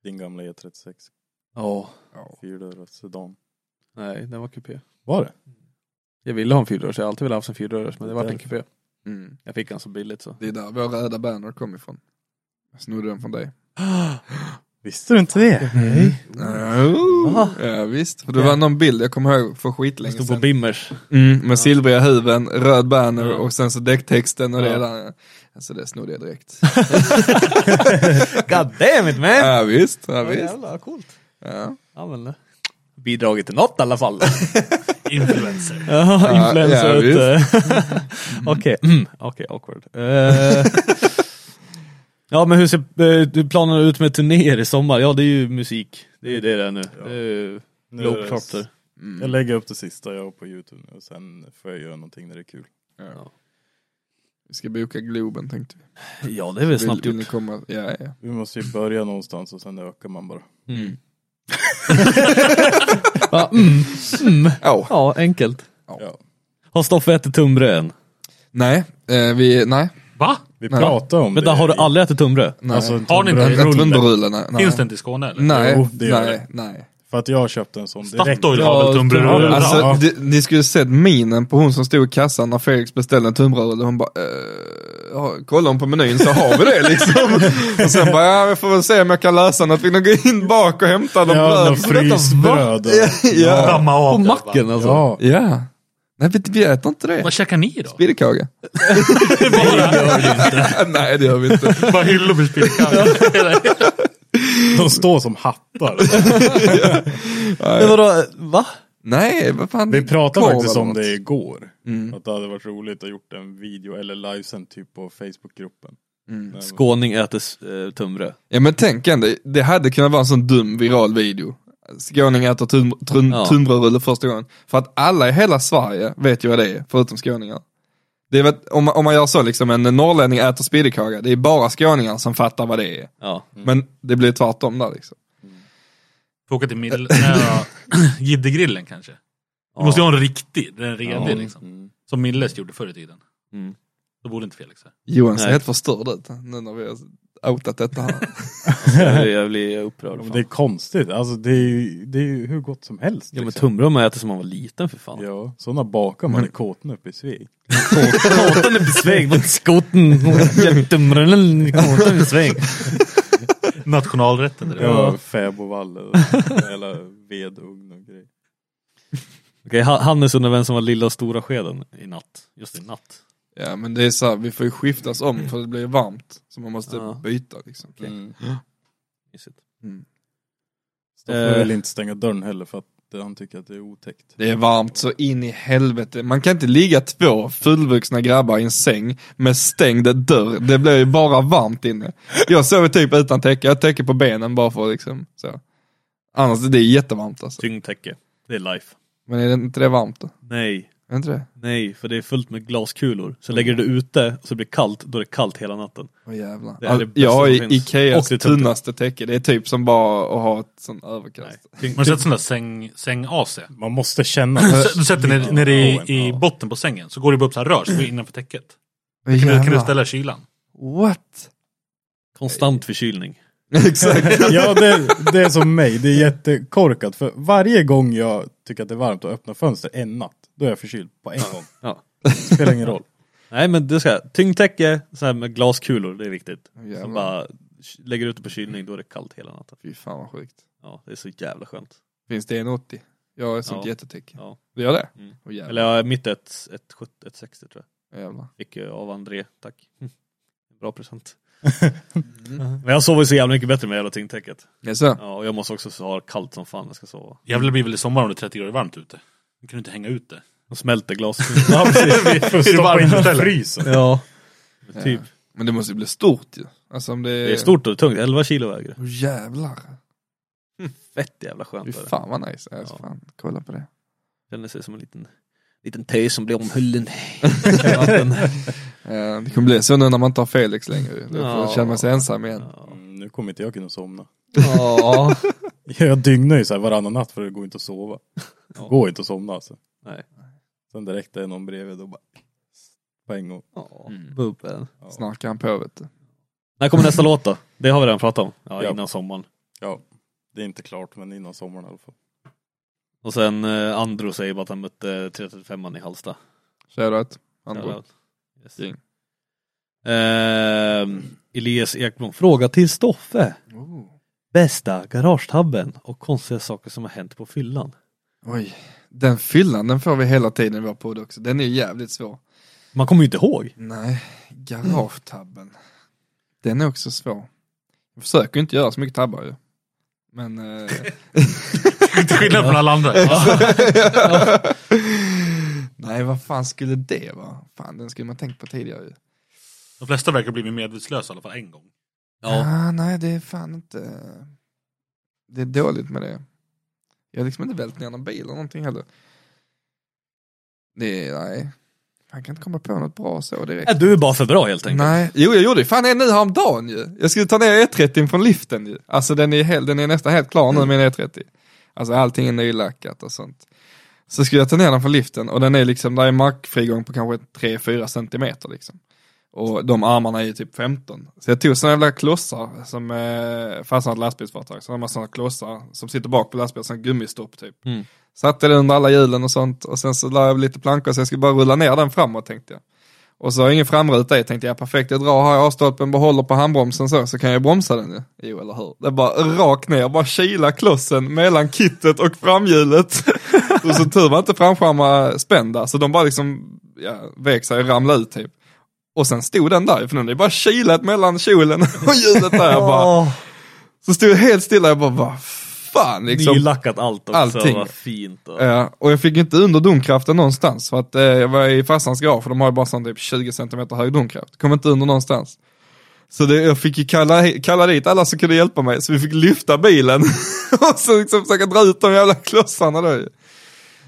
S1: Din gamla E36.
S2: Ja.
S1: Fyrdörrars sedan.
S2: Nej, den var kupé.
S1: Var det?
S2: Jag ville ha en fyrdörrars, jag har alltid velat ha haft en fyrdörrars men det var en kupé.
S4: Mm.
S2: Jag fick den så billigt så.
S4: Det är där vår röda banner kom ifrån. Jag snodde den från dig.
S1: Visste du inte det?
S4: Oh, ja, visst. För det var någon bild jag kommer ihåg för skitlänge
S2: Stod på
S4: sedan.
S2: Bimmers.
S4: Mm, med silvriga huven, röd banner
S2: Ja.
S4: och sen så däcktexten och det
S2: Ja.
S4: där. Alltså det snodde jag direkt.
S2: God damn it man!
S4: ja visst, ja
S2: Ja,
S4: visst.
S2: jävlar, coolt.
S4: Ja.
S2: Ja, men, eh, bidragit till något i alla fall.
S3: influencer.
S2: Jaha,
S4: ja,
S2: influencer.
S4: visst.
S2: Okej, mm, okej, awkward. Eh, ja, men hur ser eh, planen ut med turnéer i sommar? Ja, det är ju musik. Det är ju det där nu. Det är ju
S1: Nu är det-
S2: Globetrotter.
S1: Jag lägger upp det sista jag har på youtube nu och sen får jag göra någonting när det är kul.
S4: Vi ska boka Globen tänkte vi.
S2: Ja, det är väl snabbt
S4: vill, vill ni
S2: gjort.
S4: komma? Ja, ja.
S1: Vi måste ju börja någonstans och sen ökar man bara.
S2: Mm. Va? mm, mm.
S4: Åh.
S2: Ja, enkelt.
S1: Ja.
S2: Har Stoffe ätit tunnbröd än?
S4: Nej, eh, vi, nej.
S3: Va?
S1: Vi
S4: Nej.
S1: pratade om det.
S2: Vänta, har du
S1: i-
S2: aldrig ätit tunnbröd?
S4: nej.
S1: Alltså,
S3: Har ni inte
S4: Inte
S3: rullen?
S4: Tunderullen, nej. Mm. nej.
S3: Finns den till Skåne eller?
S4: Nej,
S1: Jo, det gör
S4: nej, nej.
S1: För att jag köpte en sån direkt.
S3: Statoil har väl tunnbröd?
S1: tunnbröd.
S4: Alltså,
S1: Ja.
S4: ni, ni skulle sett minen på hon som stod i kassan när Felix beställde en tunnbrödsrulle. Hon bara, eh, ja, kollar hon på menyn så har vi det liksom. och sen bara, ja, jag får väl se om jag kan lösa något. Fick de gå in bak och hämta någon
S1: Ja,
S4: bröd.
S1: någon
S4: Så detta-
S1: frysbröd. och-
S4: ja.
S3: Damma av
S2: På
S3: det, va?
S2: macken alltså?
S1: Ja.
S4: ja. Nej, vi, vi äter inte det.
S3: Vad käkar ni då?
S4: Spillkaka. Nej, det gör vi inte.
S3: Bara hyllor med spillkaka.
S1: De står som hattar.
S2: Men vadå, va?
S4: Nej, vad fan.
S1: Vi pratade
S4: Korv
S1: faktiskt
S4: eller
S1: om
S4: något.
S1: det igår.
S2: Mm.
S1: Att det hade varit roligt att gjort en video eller livesänd typ på Facebookgruppen. Mm.
S2: Skåning äter uh, tunnbröd.
S4: Ja men tänk ändå, det hade kunnat vara en sån dum viral video. Skåning äter tun, trun,
S2: Ja.
S4: tunnbrödsrulle första gången. För att alla i hela Sverige vet ju vad det är, förutom skåningar. Det är väl, om, man- om man gör så liksom, en norrlänning äter spiddekaka, det är bara skåningar som fattar vad det är.
S2: Ja.
S4: Men det blir tvärtom där liksom.
S3: Får åka till middel... nära Giddegrillen kanske. Du måste ju ha en riktig, den redig
S2: Ja.
S3: liksom. Som Milles gjorde förr i tiden.
S2: Mm.
S3: Då borde inte liksom. Felix här.
S4: Johan ser
S2: Nej.
S4: helt förstörd ut nu när vi har outat detta här.
S2: Jag blir- jag blir upprörd.
S1: Men
S2: fan.
S1: det är konstigt, alltså det är ju, det är ju hur gott som helst.
S2: Ja men
S1: liksom.
S2: tunnbröd har man äter som man var liten för fan.
S1: Ja, sådana bakar man i
S2: Mm.
S1: kåten uppe i Sveg.
S2: Kåten är besväg mot skoten. Tunnbröden i kåten är besväg.
S3: Nationalrätten. Där.
S1: Ja, fäbodvallen och hela vedugn och grejer.
S2: Okej, Han- Hannes undrar vem som var lilla och stora skeden i natt. Just i natt.
S4: ja men det är så här, vi får ju skiftas om för det blir varmt. Så man måste
S2: Ja.
S4: byta liksom.
S1: Mm.
S2: Mysigt.
S1: Stoffan
S2: Eh.
S1: vill inte stänga dörren heller för att han tycker att det är otäckt.
S4: Det är varmt så in i helvete. Man kan inte ligga två fullvuxna grabbar i en säng med stängd dörr. Det blir ju bara varmt inne. Jag sover typ utan täcke. Jag har täcke på benen bara för liksom så. Annars det är jättevarmt alltså.
S2: Tyngdtäcke. Det är life.
S4: Men är det inte det varmt då?
S2: Nej.
S4: Är det inte det?
S2: Nej, för det är fullt med glaskulor. Så lägger du det ute så blir det kallt, då är det kallt hela natten.
S4: Åh jävlar.
S2: Det är det bästa
S4: jag har
S2: som
S4: ju
S2: finns. Och
S4: Ikeas
S2: det är tungt.
S4: tunnaste täcke. Det är typ som bara att ha ett sånt överkast.
S2: Tyng-
S3: Har du
S2: tyng-
S3: sett sån där säng, säng-AC?
S1: Man måste känna.
S3: Du sätter ner, ner i, i botten på sängen, så går det bara upp så här rör, så går det innanför täcket.
S4: Åh,
S3: Kan du, kan du
S4: jävlar.
S3: ställa kylan?
S4: What?
S2: Konstant förkylning.
S4: Exakt.
S1: ja, det, det är som mig. Det är jättekorkat. För varje gång jag tycker att det är varmt och öppnar fönster en natt, då är jag förkyld på en gång.
S2: Ja.
S1: Spelar ingen roll.
S2: Nej men det ska, tyngdtäcke så här med glaskulor, det är viktigt.
S4: jävlar.
S2: Så bara lägger du ut det på kylning, då är det kallt hela natten.
S4: Fy fan vad sjukt.
S2: Ja, det är så jävla skönt.
S4: Finns det en 80? Jag har ett sånt
S2: Ja.
S4: jättetäcke.
S2: Ja.
S4: Det gör det?
S2: Mm.
S4: Åh, jävlar.
S2: Eller ja, mitt är ett, ett, 70 ett 60 tror jag.
S4: jävlar.
S2: Fick jag av André, tack. Mm. Bra present. Men jag sover så jävla mycket bättre med jävla tyngdtäcket.
S4: Jaså?
S2: Ja, och jag måste också så ha kallt som fan när jag ska sova.
S3: Jävlar det blir väl i sommar om det är 30 grader varmt ute. Då kan du inte hänga ut det.
S2: Och smälter glas.
S1: Ja, precis. Får
S3: det
S1: stoppa
S3: varmt
S1: in
S3: på
S1: i
S3: stället?
S1: frysen.
S2: ja. Men Typ.
S4: Men det måste ju bli stort ju. Alltså om det är...
S2: Det är stort och tungt, 11 kilo väger det.
S4: Åh, jävlar.
S2: Fett jävla skönt
S4: Fy
S2: är det.
S4: fan vad nice. Alltså,
S2: Ja.
S4: fan, kolla på det.
S2: Känner sig som en liten
S6: liten tös som blir omhullen.
S4: Eh, Det kommer bli så nu när man inte har Felix längre. Då
S6: Ja.
S4: känner man sig ensam igen.
S1: Mm, nu kommer inte jag kunna somna.
S6: Ja.
S1: Jag dygnar ju så här varannan natt för det går inte att sova. Det går inte att somna alltså.
S6: Nej.
S1: Sen direkt är det någon bredvid och bara på en gång.
S6: Ja,
S2: Mm.
S6: Bubbel.
S4: Snarkar han på vet du.
S2: När kommer nästa låt då? Det har vi redan pratat om. Ja,
S1: Ja.
S2: innan sommaren.
S1: Det är inte klart men innan sommaren i alla fall.
S2: Och sen eh, Andro säger bara att han mötte 335an i Halsta.
S4: Shoutout. Andro.
S2: Yes.
S4: Gäng.
S2: Ehm, Elias Ekblom, fråga till Stoffe.
S4: Oh.
S2: Bästa garagetabben och konstiga saker som har hänt på fyllan.
S4: Oj. Den fyllan den får vi hela tiden i vår podd också. Den är ju jävligt svår.
S2: Man kommer ju inte ihåg.
S4: Nej, garagetabben. Den är också svår. Jag försöker inte göra så mycket tabbar ju. Men... Eh...
S3: Till skillnad från alla andra.
S4: Nej, vad fan skulle det vara? Fan, den skulle man tänkt på tidigare ju.
S3: De flesta verkar bli medvetslösa i alla fall en gång.
S4: Ah, nej, det är fan inte... Det är dåligt med det. Jag har liksom inte vält ner någon bil eller någonting heller. Det är, nej. Jag kan inte komma på något bra så direkt.
S2: Äh, Du är bara för bra helt enkelt.
S4: Nej, jo jag gjorde det fan en nu häromdagen ju. Jag skulle ta ner E30 från liften ju. Alltså den är, hel, den är nästan helt klar
S2: Mm.
S4: nu min E30. Alltså allting är nylackat och sånt. Så skulle jag ta ner den från liften och den är liksom, där är markfrigång på kanske 3-4 centimeter liksom. Och de armarna är ju typ 15. Så jag tog sådana jävla klossar som eh, fastnade i ett lastbilsföretag. Sådana sådana klossar som sitter bak på lastbilen, som gummistopp typ.
S2: Mm.
S4: Satte den under alla hjulen och sånt och sen så la jag lite plankor så jag skulle bara rulla ner den framåt tänkte jag. Och så har jag ingen framruta i, tänkte jag perfekt, jag drar här i A-stolpen, behåller på handbromsen så, så kan jag bromsa den ju. Jo eller hur? Det är bara rakt ner, bara kila klossen mellan kittet och framhjulet. och så tur var inte framskärmarna spända, så de bara liksom ja, vek sig och ramlade ut typ. Och sen stod den där, för den är bara kilat mellan kjolen och hjulet där. Jag bara,
S2: Åh,
S4: så stod jag helt stilla, jag bara vad fan liksom.
S2: Nylackat allt också,
S4: Allting.
S2: vad fint. Och...
S4: Ja, Eh, och jag fick ju inte under domkraften någonstans. För att eh, jag var i farsans garage, för de har ju bara sån typ 20 cm hög domkraft. Kom inte under någonstans. Så det, jag fick ju kalla, kalla dit alla som kunde hjälpa mig, så vi fick lyfta bilen. och så liksom försöka dra ut de jävla klossarna då ju.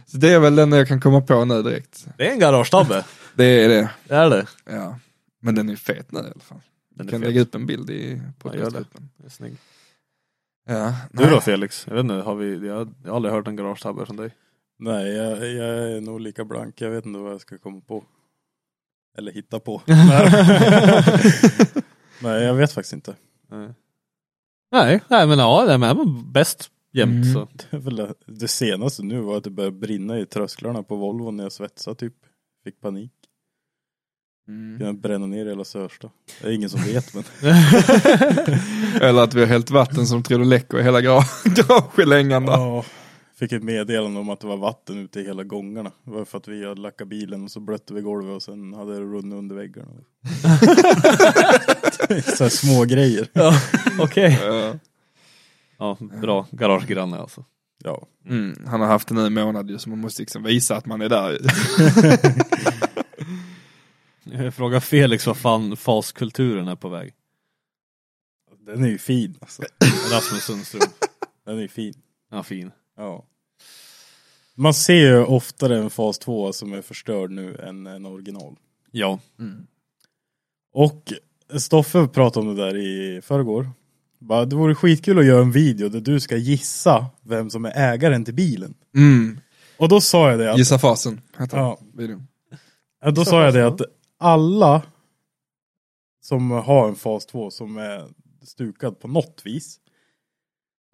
S4: Så det är väl den jag kan komma på nu direkt.
S2: Det är en garagetabbe.
S4: Det är det,
S2: det är det.
S4: ja. Men den är fet nu i alla fall.
S2: Den
S4: Jag
S2: är
S4: kan
S2: fet.
S4: lägga upp en bild i
S2: Ja, gör det.
S4: podcastgruppen.
S2: Det är snygg.
S4: Ja,
S2: Du då Felix? Jag vet inte, har vi, jag har aldrig hört en garagetabbe från dig.
S1: Nej, jag, jag är nog lika blank. Jag vet inte vad jag ska komma på. Eller hitta på. Nej, jag vet faktiskt inte.
S2: Nej, nej men ja, nej, men jag var bäst jämt.
S4: Mm.
S2: Så.
S1: Det är väl Det senaste nu var att det började brinna i trösklarna på Volvo när jag svetsade typ. Fick panik.
S4: Mm.
S1: Jag bränna ner hela Sörsta. Det är ingen som vet men.
S4: Eller att vi har hällt vatten som tror det läcker i hela gar- garagelängan. där.
S1: Ja, fick ett meddelande om att det var vatten ute i hela gångarna. Det var för att vi hade lackat bilen och så blötte vi golvet och sen hade det runnit under väggarna. så här små grejer.
S2: Okej.
S4: Ja.
S2: Ja, bra garagegranne alltså.
S1: Ja.
S4: Mm, han har haft den i en månad ju, så man måste liksom visa att man är där.
S2: Jag frågar Felix vad fan faskulturen är på väg.
S1: Den är ju fin alltså.
S2: Rasmus Sundström.
S1: Den är ju fin.
S2: Ja, fin.
S1: Ja. Man ser ju oftare en fas 2 som är förstörd nu än en original.
S2: Ja.
S1: Och Stoffe pratade om det där i förrgår. Bara, det vore skitkul att göra en video där du ska gissa vem som är ägaren till bilen.
S4: Mm.
S1: Och då sa jag det att,
S4: Gissa fasen, heter
S1: ja,
S4: videon.
S1: ja, då sa jag det att alla som har en fas 2 som är stukad på något vis.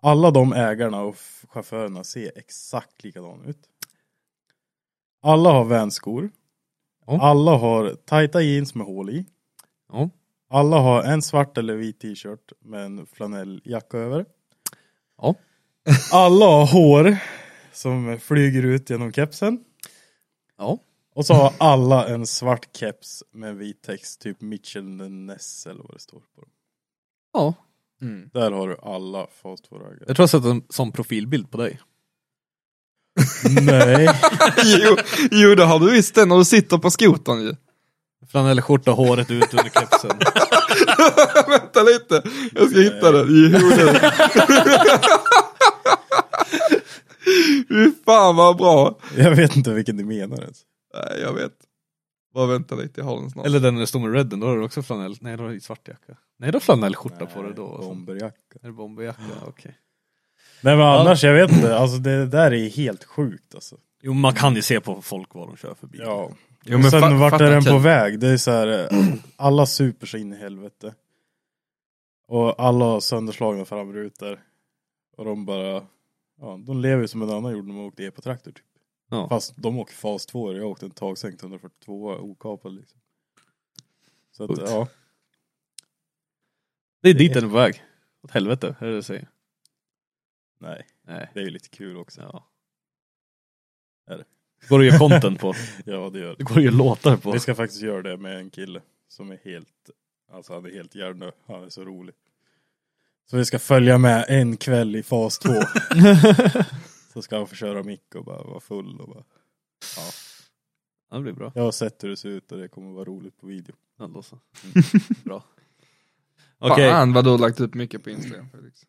S1: Alla de ägarna och f- chaufförerna ser exakt likadana ut. Alla har vänskor.
S2: Ja.
S1: Alla har tajta jeans med hål i.
S2: Ja.
S1: Alla har en svart eller vit t-shirt med en flanelljacka över.
S2: Ja.
S1: Alla har hår som flyger ut genom kepsen.
S2: Ja.
S1: Och så har alla en svart keps med en vit text, typ Mitchell Ness eller vad det står på.
S2: Ja.
S1: Där har du alla fast två rögare.
S2: Jag tror jag sett en sån profilbild på dig.
S1: Nej.
S4: jo, jo, det har du visst det, när du sitter på skotern ju.
S2: Flanellskjorta, håret ut under kepsen.
S4: Vänta lite, jag ska hitta den. Jo, det. Fy fan vad bra.
S1: Jag vet inte vilken du menar ens.
S4: Nej, jag vet. Bara vänta lite, jag har den snart.
S2: Eller den där det står med redden, då har du också flanell. Nej, då har du svart jacka. Nej, då har flanellskjorta på dig då.
S1: Bomberjacka.
S2: Är det bomberjacka? Okej.
S1: Nej men annars, jag vet inte. Alltså det där är helt sjukt alltså.
S2: Jo, man kan ju se på folk vad de kör förbi.
S1: Ja.
S4: Jo,
S1: men
S4: fa-
S1: sen vart
S4: fatta
S1: är den på
S4: kul.
S1: väg? Det är så här, eh, alla super sig in i helvete. Och alla har sönderslagna framrutor. Och de bara, ja de lever ju som en annan gjorde när man åkte epatraktor typ.
S2: Ja.
S1: Fast de åker fas 2 jag åkte en tagsänkt 142 okapad liksom. Så att,
S2: Sjukt.
S1: ja.
S2: Det är dit den är på väg. Åt helvete, är det det jag säger.
S1: Nej,
S2: Nej.
S1: det är ju lite kul också.
S2: Ja.
S1: Är det?
S2: Går det att göra content på?
S1: Ja det gör
S2: Det går att göra låtar på?
S1: Vi ska faktiskt göra det med en kille som är helt, alltså han är helt hjärndöd. Han är så rolig. Så vi ska följa med en kväll i fas 2. så ska han få köra mick och bara vara full och bara.
S2: Ja, det blir bra.
S1: Jag har sett hur det ser ut och det kommer vara roligt på video.
S2: Ja, då så.
S1: Bra.
S2: Mm. Okej,
S4: Fan vad du har lagt upp mycket på Instagram Felix.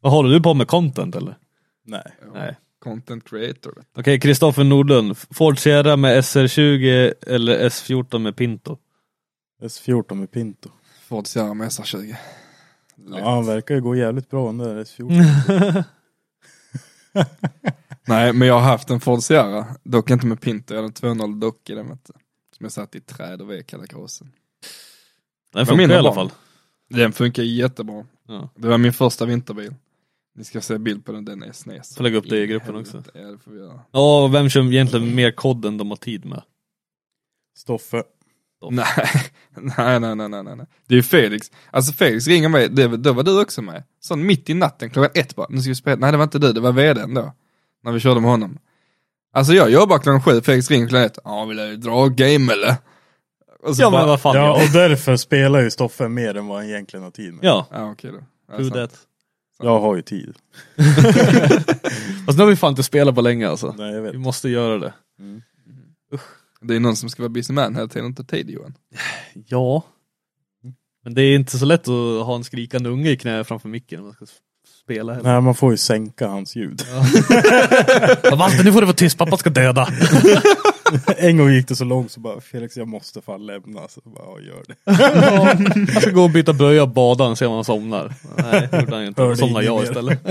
S2: vad håller du på med? Content eller?
S1: Nej.
S2: Nej.
S4: Content creator. vet
S2: Okej, Kristoffer Nordlund. Ford Sierra med SR20 eller S14 med Pinto?
S1: S14 med Pinto.
S4: du. Ford Sierra med SR20.
S1: Ja, han verkar ju gå jävligt bra den där S14.
S4: Nej, men jag har haft en Ford Sierra. Dock inte med Pinto, jag hade 200 dock i den vet du. Som jag satt i ett träd och vek hela karossen.
S2: Den
S4: mina
S2: funkar i alla
S4: barn.
S2: fall.
S4: Den funkar jättebra.
S2: Ja.
S4: Det var min första vinterbil. Ni ska se bild på den, den är snes.
S2: Får lägga upp det i
S4: In
S2: gruppen
S4: helvete.
S2: också.
S4: Ja, det får vi göra.
S2: Ja, vem kör egentligen mer kod än de har tid med?
S1: Stoffe.
S4: Nej, nej, nej, nej, nej, nej, nej. Det är ju Felix. Alltså Felix ringer mig, det, då var du också med. Sån mitt i natten, klockan ett bara, nu ska vi spela. Nej det var inte du, det var vdn då. När vi körde med honom. Alltså jag jobbar klockan sju, Felix ringer klockan ett. Ja, vill du dra game eller? Och så
S2: Ja, men
S4: bara-
S2: vad fan.
S1: Ja,
S2: Ja,
S1: och därför spelar ju Stoffe mer än vad han egentligen har tid med.
S2: ja.
S4: Ja, okej då. Ja,
S2: who
S4: sant.
S2: that?
S1: Jag har ju tid.
S2: Alltså nu har vi fan inte spelat på länge alltså.
S1: Nej, jag vet.
S2: Vi måste göra det.
S4: det är någon som ska vara busy man hela tiden, inte tid Johan.
S2: Ja. Men det är inte så lätt att ha en skrikande unge i knä framför micken när man ska s- spela heller.
S1: Nej, man får ju sänka hans ljud.
S2: Ja, Walter, nu får du vara tyst, pappa ska döda.
S1: En gång gick det så långt så bara Felix jag måste fan lämna. Så bara, ja, gör det.
S2: Ja, Jag ska gå och byta blöja och bada och se om han somnar. Nej, det gjorde han ju inte. Då
S1: Hörde
S2: somnade
S1: ingen
S2: jag
S1: mer.
S2: istället.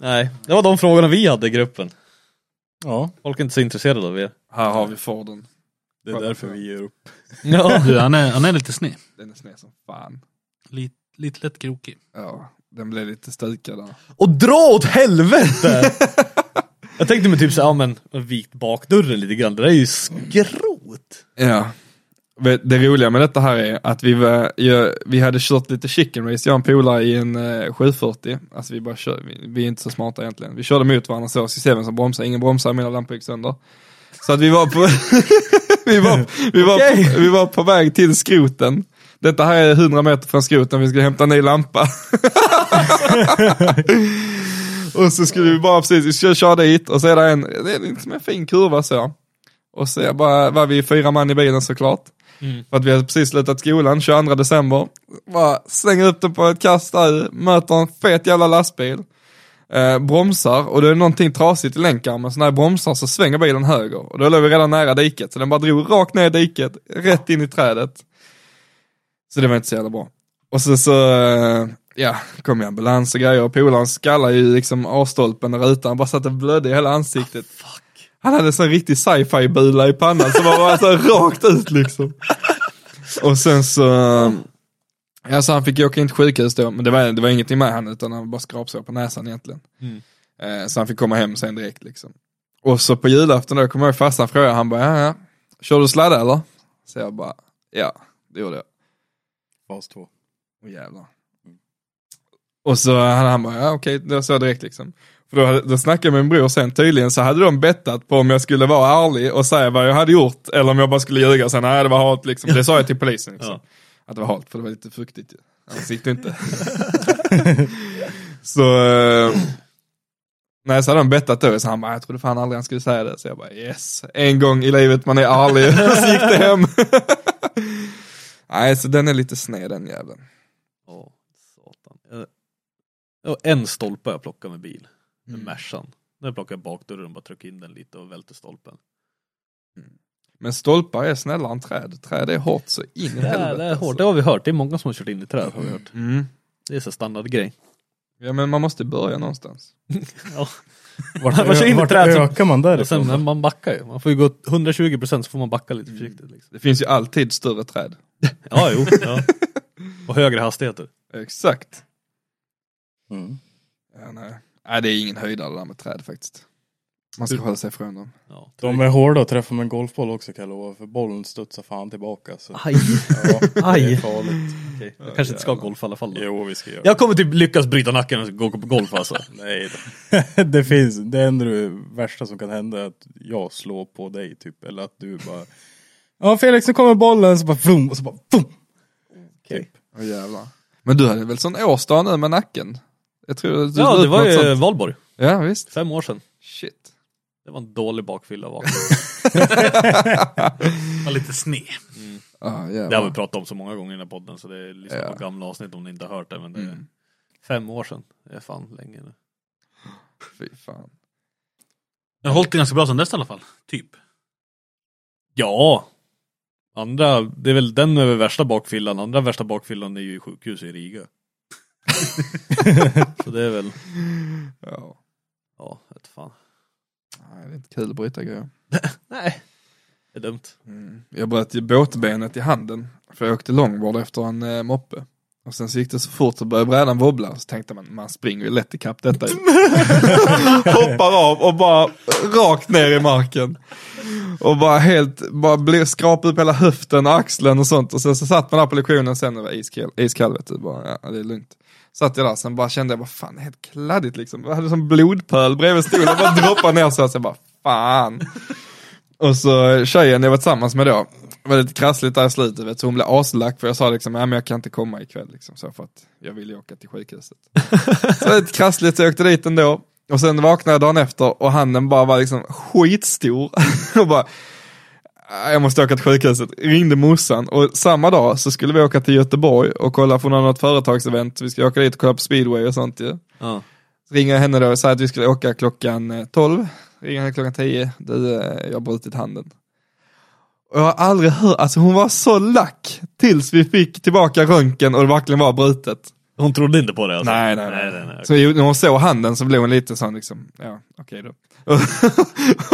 S2: Nej, det var de frågorna vi hade i gruppen.
S1: Ja,
S2: Folk är inte så intresserade av er.
S4: Här har vi Forden.
S1: det är därför vi ger upp.
S2: Ja.
S3: Du, han, är, han är lite sned.
S4: Den är sned som fan.
S3: Lite, lite lätt krokig.
S4: Ja, den blev lite stukad där.
S2: Och dra åt helvete! Jag tänkte mig typ såhär, ja men vikt bakdörren lite grann, det där är ju skrot.
S4: Ja. Vet- Det roliga med detta här är att vi, var, jag, vi hade kört lite chicken race, jag och en polare i en eh, 740. Alltså vi bara kör, vi, vi är inte så smarta egentligen. Vi körde mot varandra så, så vem som bromsade, ingen bromsade, mina lampor gick sönder. Så att vi var på, vi var, vi var, på, vi var på väg till skroten. Detta här är 100 meter från skroten, vi skulle hämta en ny lampa. och så skulle vi bara precis, vi skulle köra dit och så är det en, det är liksom en fin kurva så. Och så jag bara, var vi fyra man i bilen såklart. För att vi hade precis slutat skolan 22 december. Bara slänger upp den på ett kast där, möter en fet jävla lastbil. Eh, bromsar och då är det någonting trasigt i länkarmen så när jag bromsar så svänger bilen höger. Och då låg vi redan nära diket så den bara drog rakt ner i diket, rätt in i trädet. Så det var inte så jävla bra. Och så, så eh, ja, kom ju ambulans och grejer och polaren skallade ju liksom A-stolpen och rutan, bara satt och blödde i hela ansiktet. Han hade en sån riktig sci-fi bula i pannan som var bara så här rakt ut liksom. Och sen så, ja så han fick ju åka in till sjukhus då, men det var, det var ingenting med han utan han bara skrapsår på näsan egentligen. Eh, Så han fick komma hem sen direkt liksom. Och så på julafton då kommer jag ihåg farsan frågade, han bara, ja, ja, kör du sladda eller? Så jag bara, ja, det gjorde jag.
S1: Fas 2.
S4: Åh jävlar. Och så han, han bara, ja okej, då sa jag direkt liksom. För då, hade- då snackade jag med min bror sen, tydligen så hade de bettat på om jag skulle vara ärlig och säga vad jag hade gjort, eller om jag bara skulle ljuga och säga nej det var halt liksom. Det sa jag till polisen liksom. Att det var halt, för det var lite fuktigt ju. Annars gick det inte. så, eh, nej så hade de bettat då, så han bara, jag trodde fan aldrig han skulle säga det. Så jag bara, yes, en gång i livet man är ärlig. och så gick det hem. nej, så den är lite sned den jäveln.
S2: Ja,
S1: Mm.
S2: satan. Eh, och en stolpe jag plockade med bil, med Mercan. När jag plockade bakdörren bara tryckte in den lite och välte stolpen.
S4: Men stolpar är snällare än träd. Träd är hårt så in i
S2: Det är,
S4: helvete.
S2: det är hårt, det
S4: alltså.
S2: har vi hört. Det är många som har kört in i träd har vi hört.
S4: Mm.
S2: Det är så standardgrej.
S4: Ja men man måste börja någonstans.
S2: Ja. Vart man kör in i
S1: Vart
S2: träd så
S1: ökar man
S2: och sen,
S1: därifrån?
S2: men man backar ju. Man får ju gå 120% så får man backa lite försiktigt. Liksom.
S4: Det finns ju alltid större träd.
S2: Ja, jo. Ja. Och högre hastigheter.
S4: Exakt.
S1: Mm.
S4: Ja, nej. nej det är ingen höjdare det där med träd faktiskt. Man ska hålla sig ifrån dem.
S2: Ja.
S1: De är hårda att träffa med en golfboll också kan jag lova, för bollen studsar fan tillbaka. Så.
S2: Aj.
S1: Ja, det
S2: Aj.
S1: är farligt.
S2: Okej. Jag kanske inte ska golfa i alla fall då.
S1: Jo, vi ska göra det.
S2: Jag kommer typ lyckas bryta nacken och gå på golf alltså.
S1: Nej då. det finns, det enda det värsta som kan hända är att jag slår på dig typ, eller att du bara Ja Felix nu kommer bollen, så bara vum, och så bara vum. Typ.
S4: Åh jävlar. Men du hade väl sån årsdag nu med nacken? Jag tror att du
S2: Ja,
S4: la
S2: det
S4: ut
S2: var
S4: något
S2: ju
S4: sånt.
S2: valborg.
S4: Ja visst.
S2: Fem år sedan.
S4: Shit.
S2: Det var en dålig bakfylla att vakna.
S3: Var lite sned.
S4: Ah,
S2: Det har vi
S4: jävlar.
S2: pratat om så många gånger i den här podden så det är liksom
S4: Ja.
S2: på gamla avsnitt om ni inte har hört det. Men det är
S4: Mm.
S2: fem år sedan. Det är fan länge nu.
S4: Fy fan.
S3: Jag har hållit det ganska bra sedan dess i alla fall. Typ.
S2: Ja! Andra, det är väl den över värsta bakfyllan. Andra värsta bakfyllan är ju i sjukhus i Riga. så det är väl,
S4: Ja.
S2: ja, vet fan.
S4: Nej, det är inte kul att bryta grejer.
S2: Nej, det är dumt.
S4: Mm. Jag bröt ju båtbenet i handen. För jag åkte långboard efter en eh, moppe. Och sen så gick det så fort så började brädan wobbla. Så tänkte man, man springer ju lätt ikapp detta ju. Hoppar av och bara rakt ner i marken. Och bara helt, bara blir skrapad upp hela höften och axeln och sånt. Och sen så satt man där på lektionen sen och var iskall, iskall vet du. Bara, ja, det är lugnt. Satt jag där, sen bara kände jag, vad fan, det är helt kladdigt liksom. Jag hade som blodpöl bredvid stolen, och bara droppade ner så här, så jag bara, fan. Och så tjejen jag var tillsammans med då, var lite krassligt där i slutet, vet, du, så hon blev aslack för jag sa liksom, nej men jag kan inte komma ikväll liksom, så för att jag ville ju åka till sjukhuset. så lite krassligt så jag åkte dit ändå, och sen vaknade jag dagen efter och handen bara var liksom skitstor. och bara, "Ah, jag måste åka till sjukhuset, ringde morsan och samma dag så skulle vi åka till Göteborg och kolla på något företagsevent, vi skulle åka dit och kolla på speedway och sånt ju.
S2: Ja.
S4: Så ringer jag henne då och säger att vi skulle åka klockan eh, 12. Ringer henne klockan 10. Du, eh, jag har brutit handen. Och jag har aldrig hört, alltså hon var så lack tills vi fick tillbaka röntgen och det verkligen var brutet.
S2: Hon trodde inte på det alltså?
S4: Nej, nej, nej.
S2: nej, nej.
S4: Så ju- när hon såg handen så blev hon lite sån liksom, ja okej då.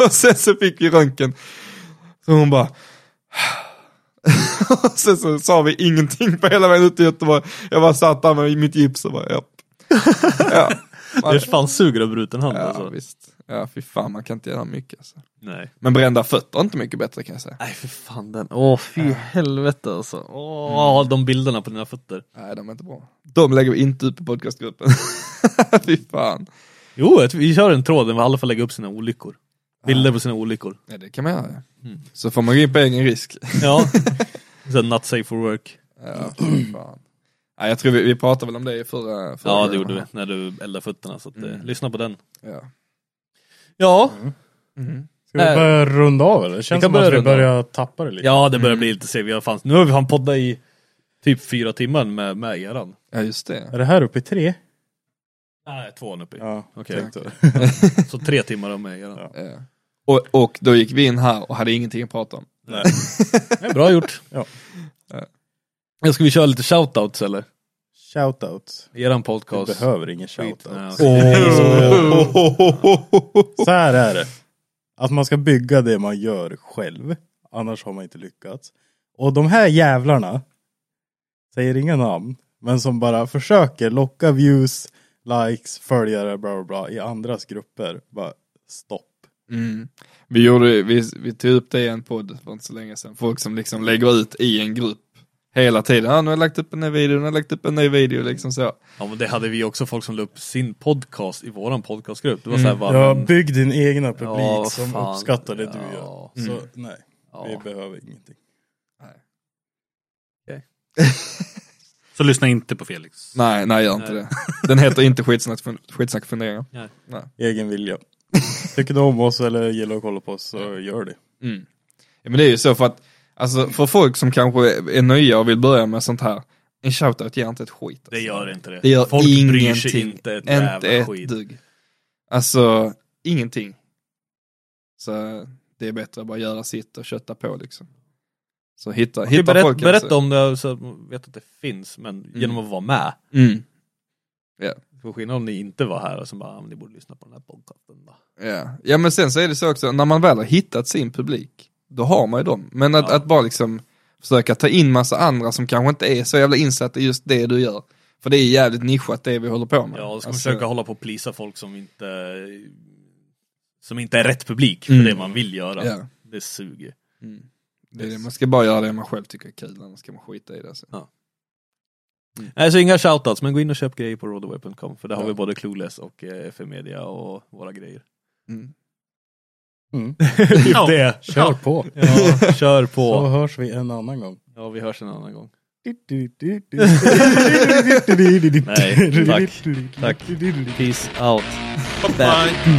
S4: och sen så fick vi röntgen. Så hon bara, och sen så sa vi ingenting på hela vägen ut till Göteborg. Jag bara satt där med mitt gips och bara, japp. ja. Man-
S2: Det fan suger av bruten hand
S4: Ja
S2: alltså.
S4: visst. Ja fy fan man kan inte göra mycket alltså.
S2: Nej.
S4: Men brända fötter är inte mycket bättre kan jag säga.
S2: Nej för fan den, åh fy helvete alltså. Åh, de bilderna på dina fötter.
S4: Nej de är inte bra. De lägger vi inte ut på podcastgruppen. fy fan.
S2: Jo, jag tror- vi kör en tråd där man i alla fall lägger upp sina olyckor. Bilder på sina olyckor.
S4: Ja det kan man göra. ja. Så får man gå in på egen risk.
S2: Ja. Sen not safe for work.
S4: Ja, fy fan. Nej, jag tror vi, vi pratade väl om det i förra, förra
S2: Ja det gjorde vi, när du eldade fötterna. Så att, eh,
S4: Mm.
S2: lyssna på den.
S4: Ja.
S2: Ja,
S1: Ska vi
S2: Nej.
S1: börja runda av eller? Det känns
S2: Äh.
S1: som
S2: kan
S1: att
S2: börja
S1: vi
S2: runda av.
S1: börjar tappa det lite.
S2: ja det börjar bli lite sent. Vi har fan, nu har vi fan poddat i typ fyra timmar med, med eran.
S4: ja just det.
S1: Är det här uppe i tre?
S2: Nej, tvåan uppe i.
S1: Ja,
S2: Okej.
S1: tänkte jag.
S2: Så tre timmar av med eran.
S1: Ja.
S4: Ja. Och, och då gick vi in här och hade ingenting att prata om.
S1: Nej.
S2: Det är bra gjort.
S1: Ja.
S2: Ja, Ska vi köra lite shoutouts eller?
S1: Shoutouts.
S2: Eran
S1: Du
S2: podcast.
S1: behöver ingen
S2: Skit. Nej, alltså.
S1: shoutout.
S2: okej.
S1: Så här är det. Att man ska bygga det man gör själv. Annars har man inte lyckats. Och de här jävlarna. Säger inga namn. Men som bara försöker locka views, likes, följare, bla bla bla. I andras grupper. Bara stopp.
S4: Mm. Vi, gjorde, vi, vi tog upp det i en podd för inte så länge sedan. Folk som liksom lägger ut i en grupp hela tiden. Ja, nu har jag lagt upp en ny video, nu har jag lagt upp en ny video liksom så.
S2: Ja men det hade vi också folk som la upp sin podcast i våran podcastgrupp. Det var såhär
S4: Mm.
S2: bara,
S1: Ja,
S2: men-
S1: bygg din egna publik
S2: Ja, vad
S1: som
S2: fan.
S1: uppskattar det du
S2: Ja.
S1: gör. Så
S4: Mm.
S1: nej, vi
S2: ja.
S1: behöver ingenting.
S3: Så lyssna inte på Felix.
S4: Nej, nej gör inte
S3: Nej.
S4: det. Den heter inte skitsnack, skitsnack funderingar.
S1: Egen vilja. Tycker du om oss eller gillar att kolla på oss så gör det.
S4: Mm. Ja, men det är ju så för att, alltså för folk som kanske är nya och vill börja med sånt här, en shoutout ger inte ett skit. Alltså.
S2: Det gör inte det.
S4: Det gör
S2: Folk
S4: ingenting.
S2: bryr sig inte ett
S4: inte
S2: jävla
S4: ett
S2: skit.
S4: dugg. Alltså, ingenting. Så det är bättre att bara göra sitt och kötta på liksom. Så hitta,
S2: Okej,
S4: hitta
S2: berätt,
S4: folk.
S2: berätta
S4: alltså.
S2: om det så jag vet att det finns, men genom att vara med.
S4: Mm.
S2: Det får skillnad om ni inte var här och så bara, "Ah, men ni borde lyssna på den här podcasten då.
S4: Ja. ja men sen så är det så också, när man väl har hittat sin publik, då har man ju dem. Men att, att bara liksom försöka ta in massa andra som kanske inte är så jävla insatta i just det du gör. För det är jävligt nischat det vi håller på med.
S2: Ja, och ska
S4: Alltså,
S2: försöka hålla på och plisa folk som inte som inte är rätt publik för
S4: Mm.
S2: det man vill göra.
S4: Ja. Mm.
S2: Det suger.
S4: det är det. Man ska bara göra det man själv tycker är kul, annars ska man skita i det. Alltså.
S2: Nej, så inga shoutouts, men gå in och köp grejer på rodaway.com för där har
S4: Ja.
S2: vi både Clueless och eh, FM Media och våra grejer.
S4: Mm.
S1: Mm.
S2: typ det.
S1: Kör på.
S2: Ja, kör
S1: Så
S2: på.
S1: hörs vi en annan gång.
S2: Ja, vi hörs en annan gång.
S1: Nej,
S2: Nej, tack. Tack. Peace out.
S3: Bye.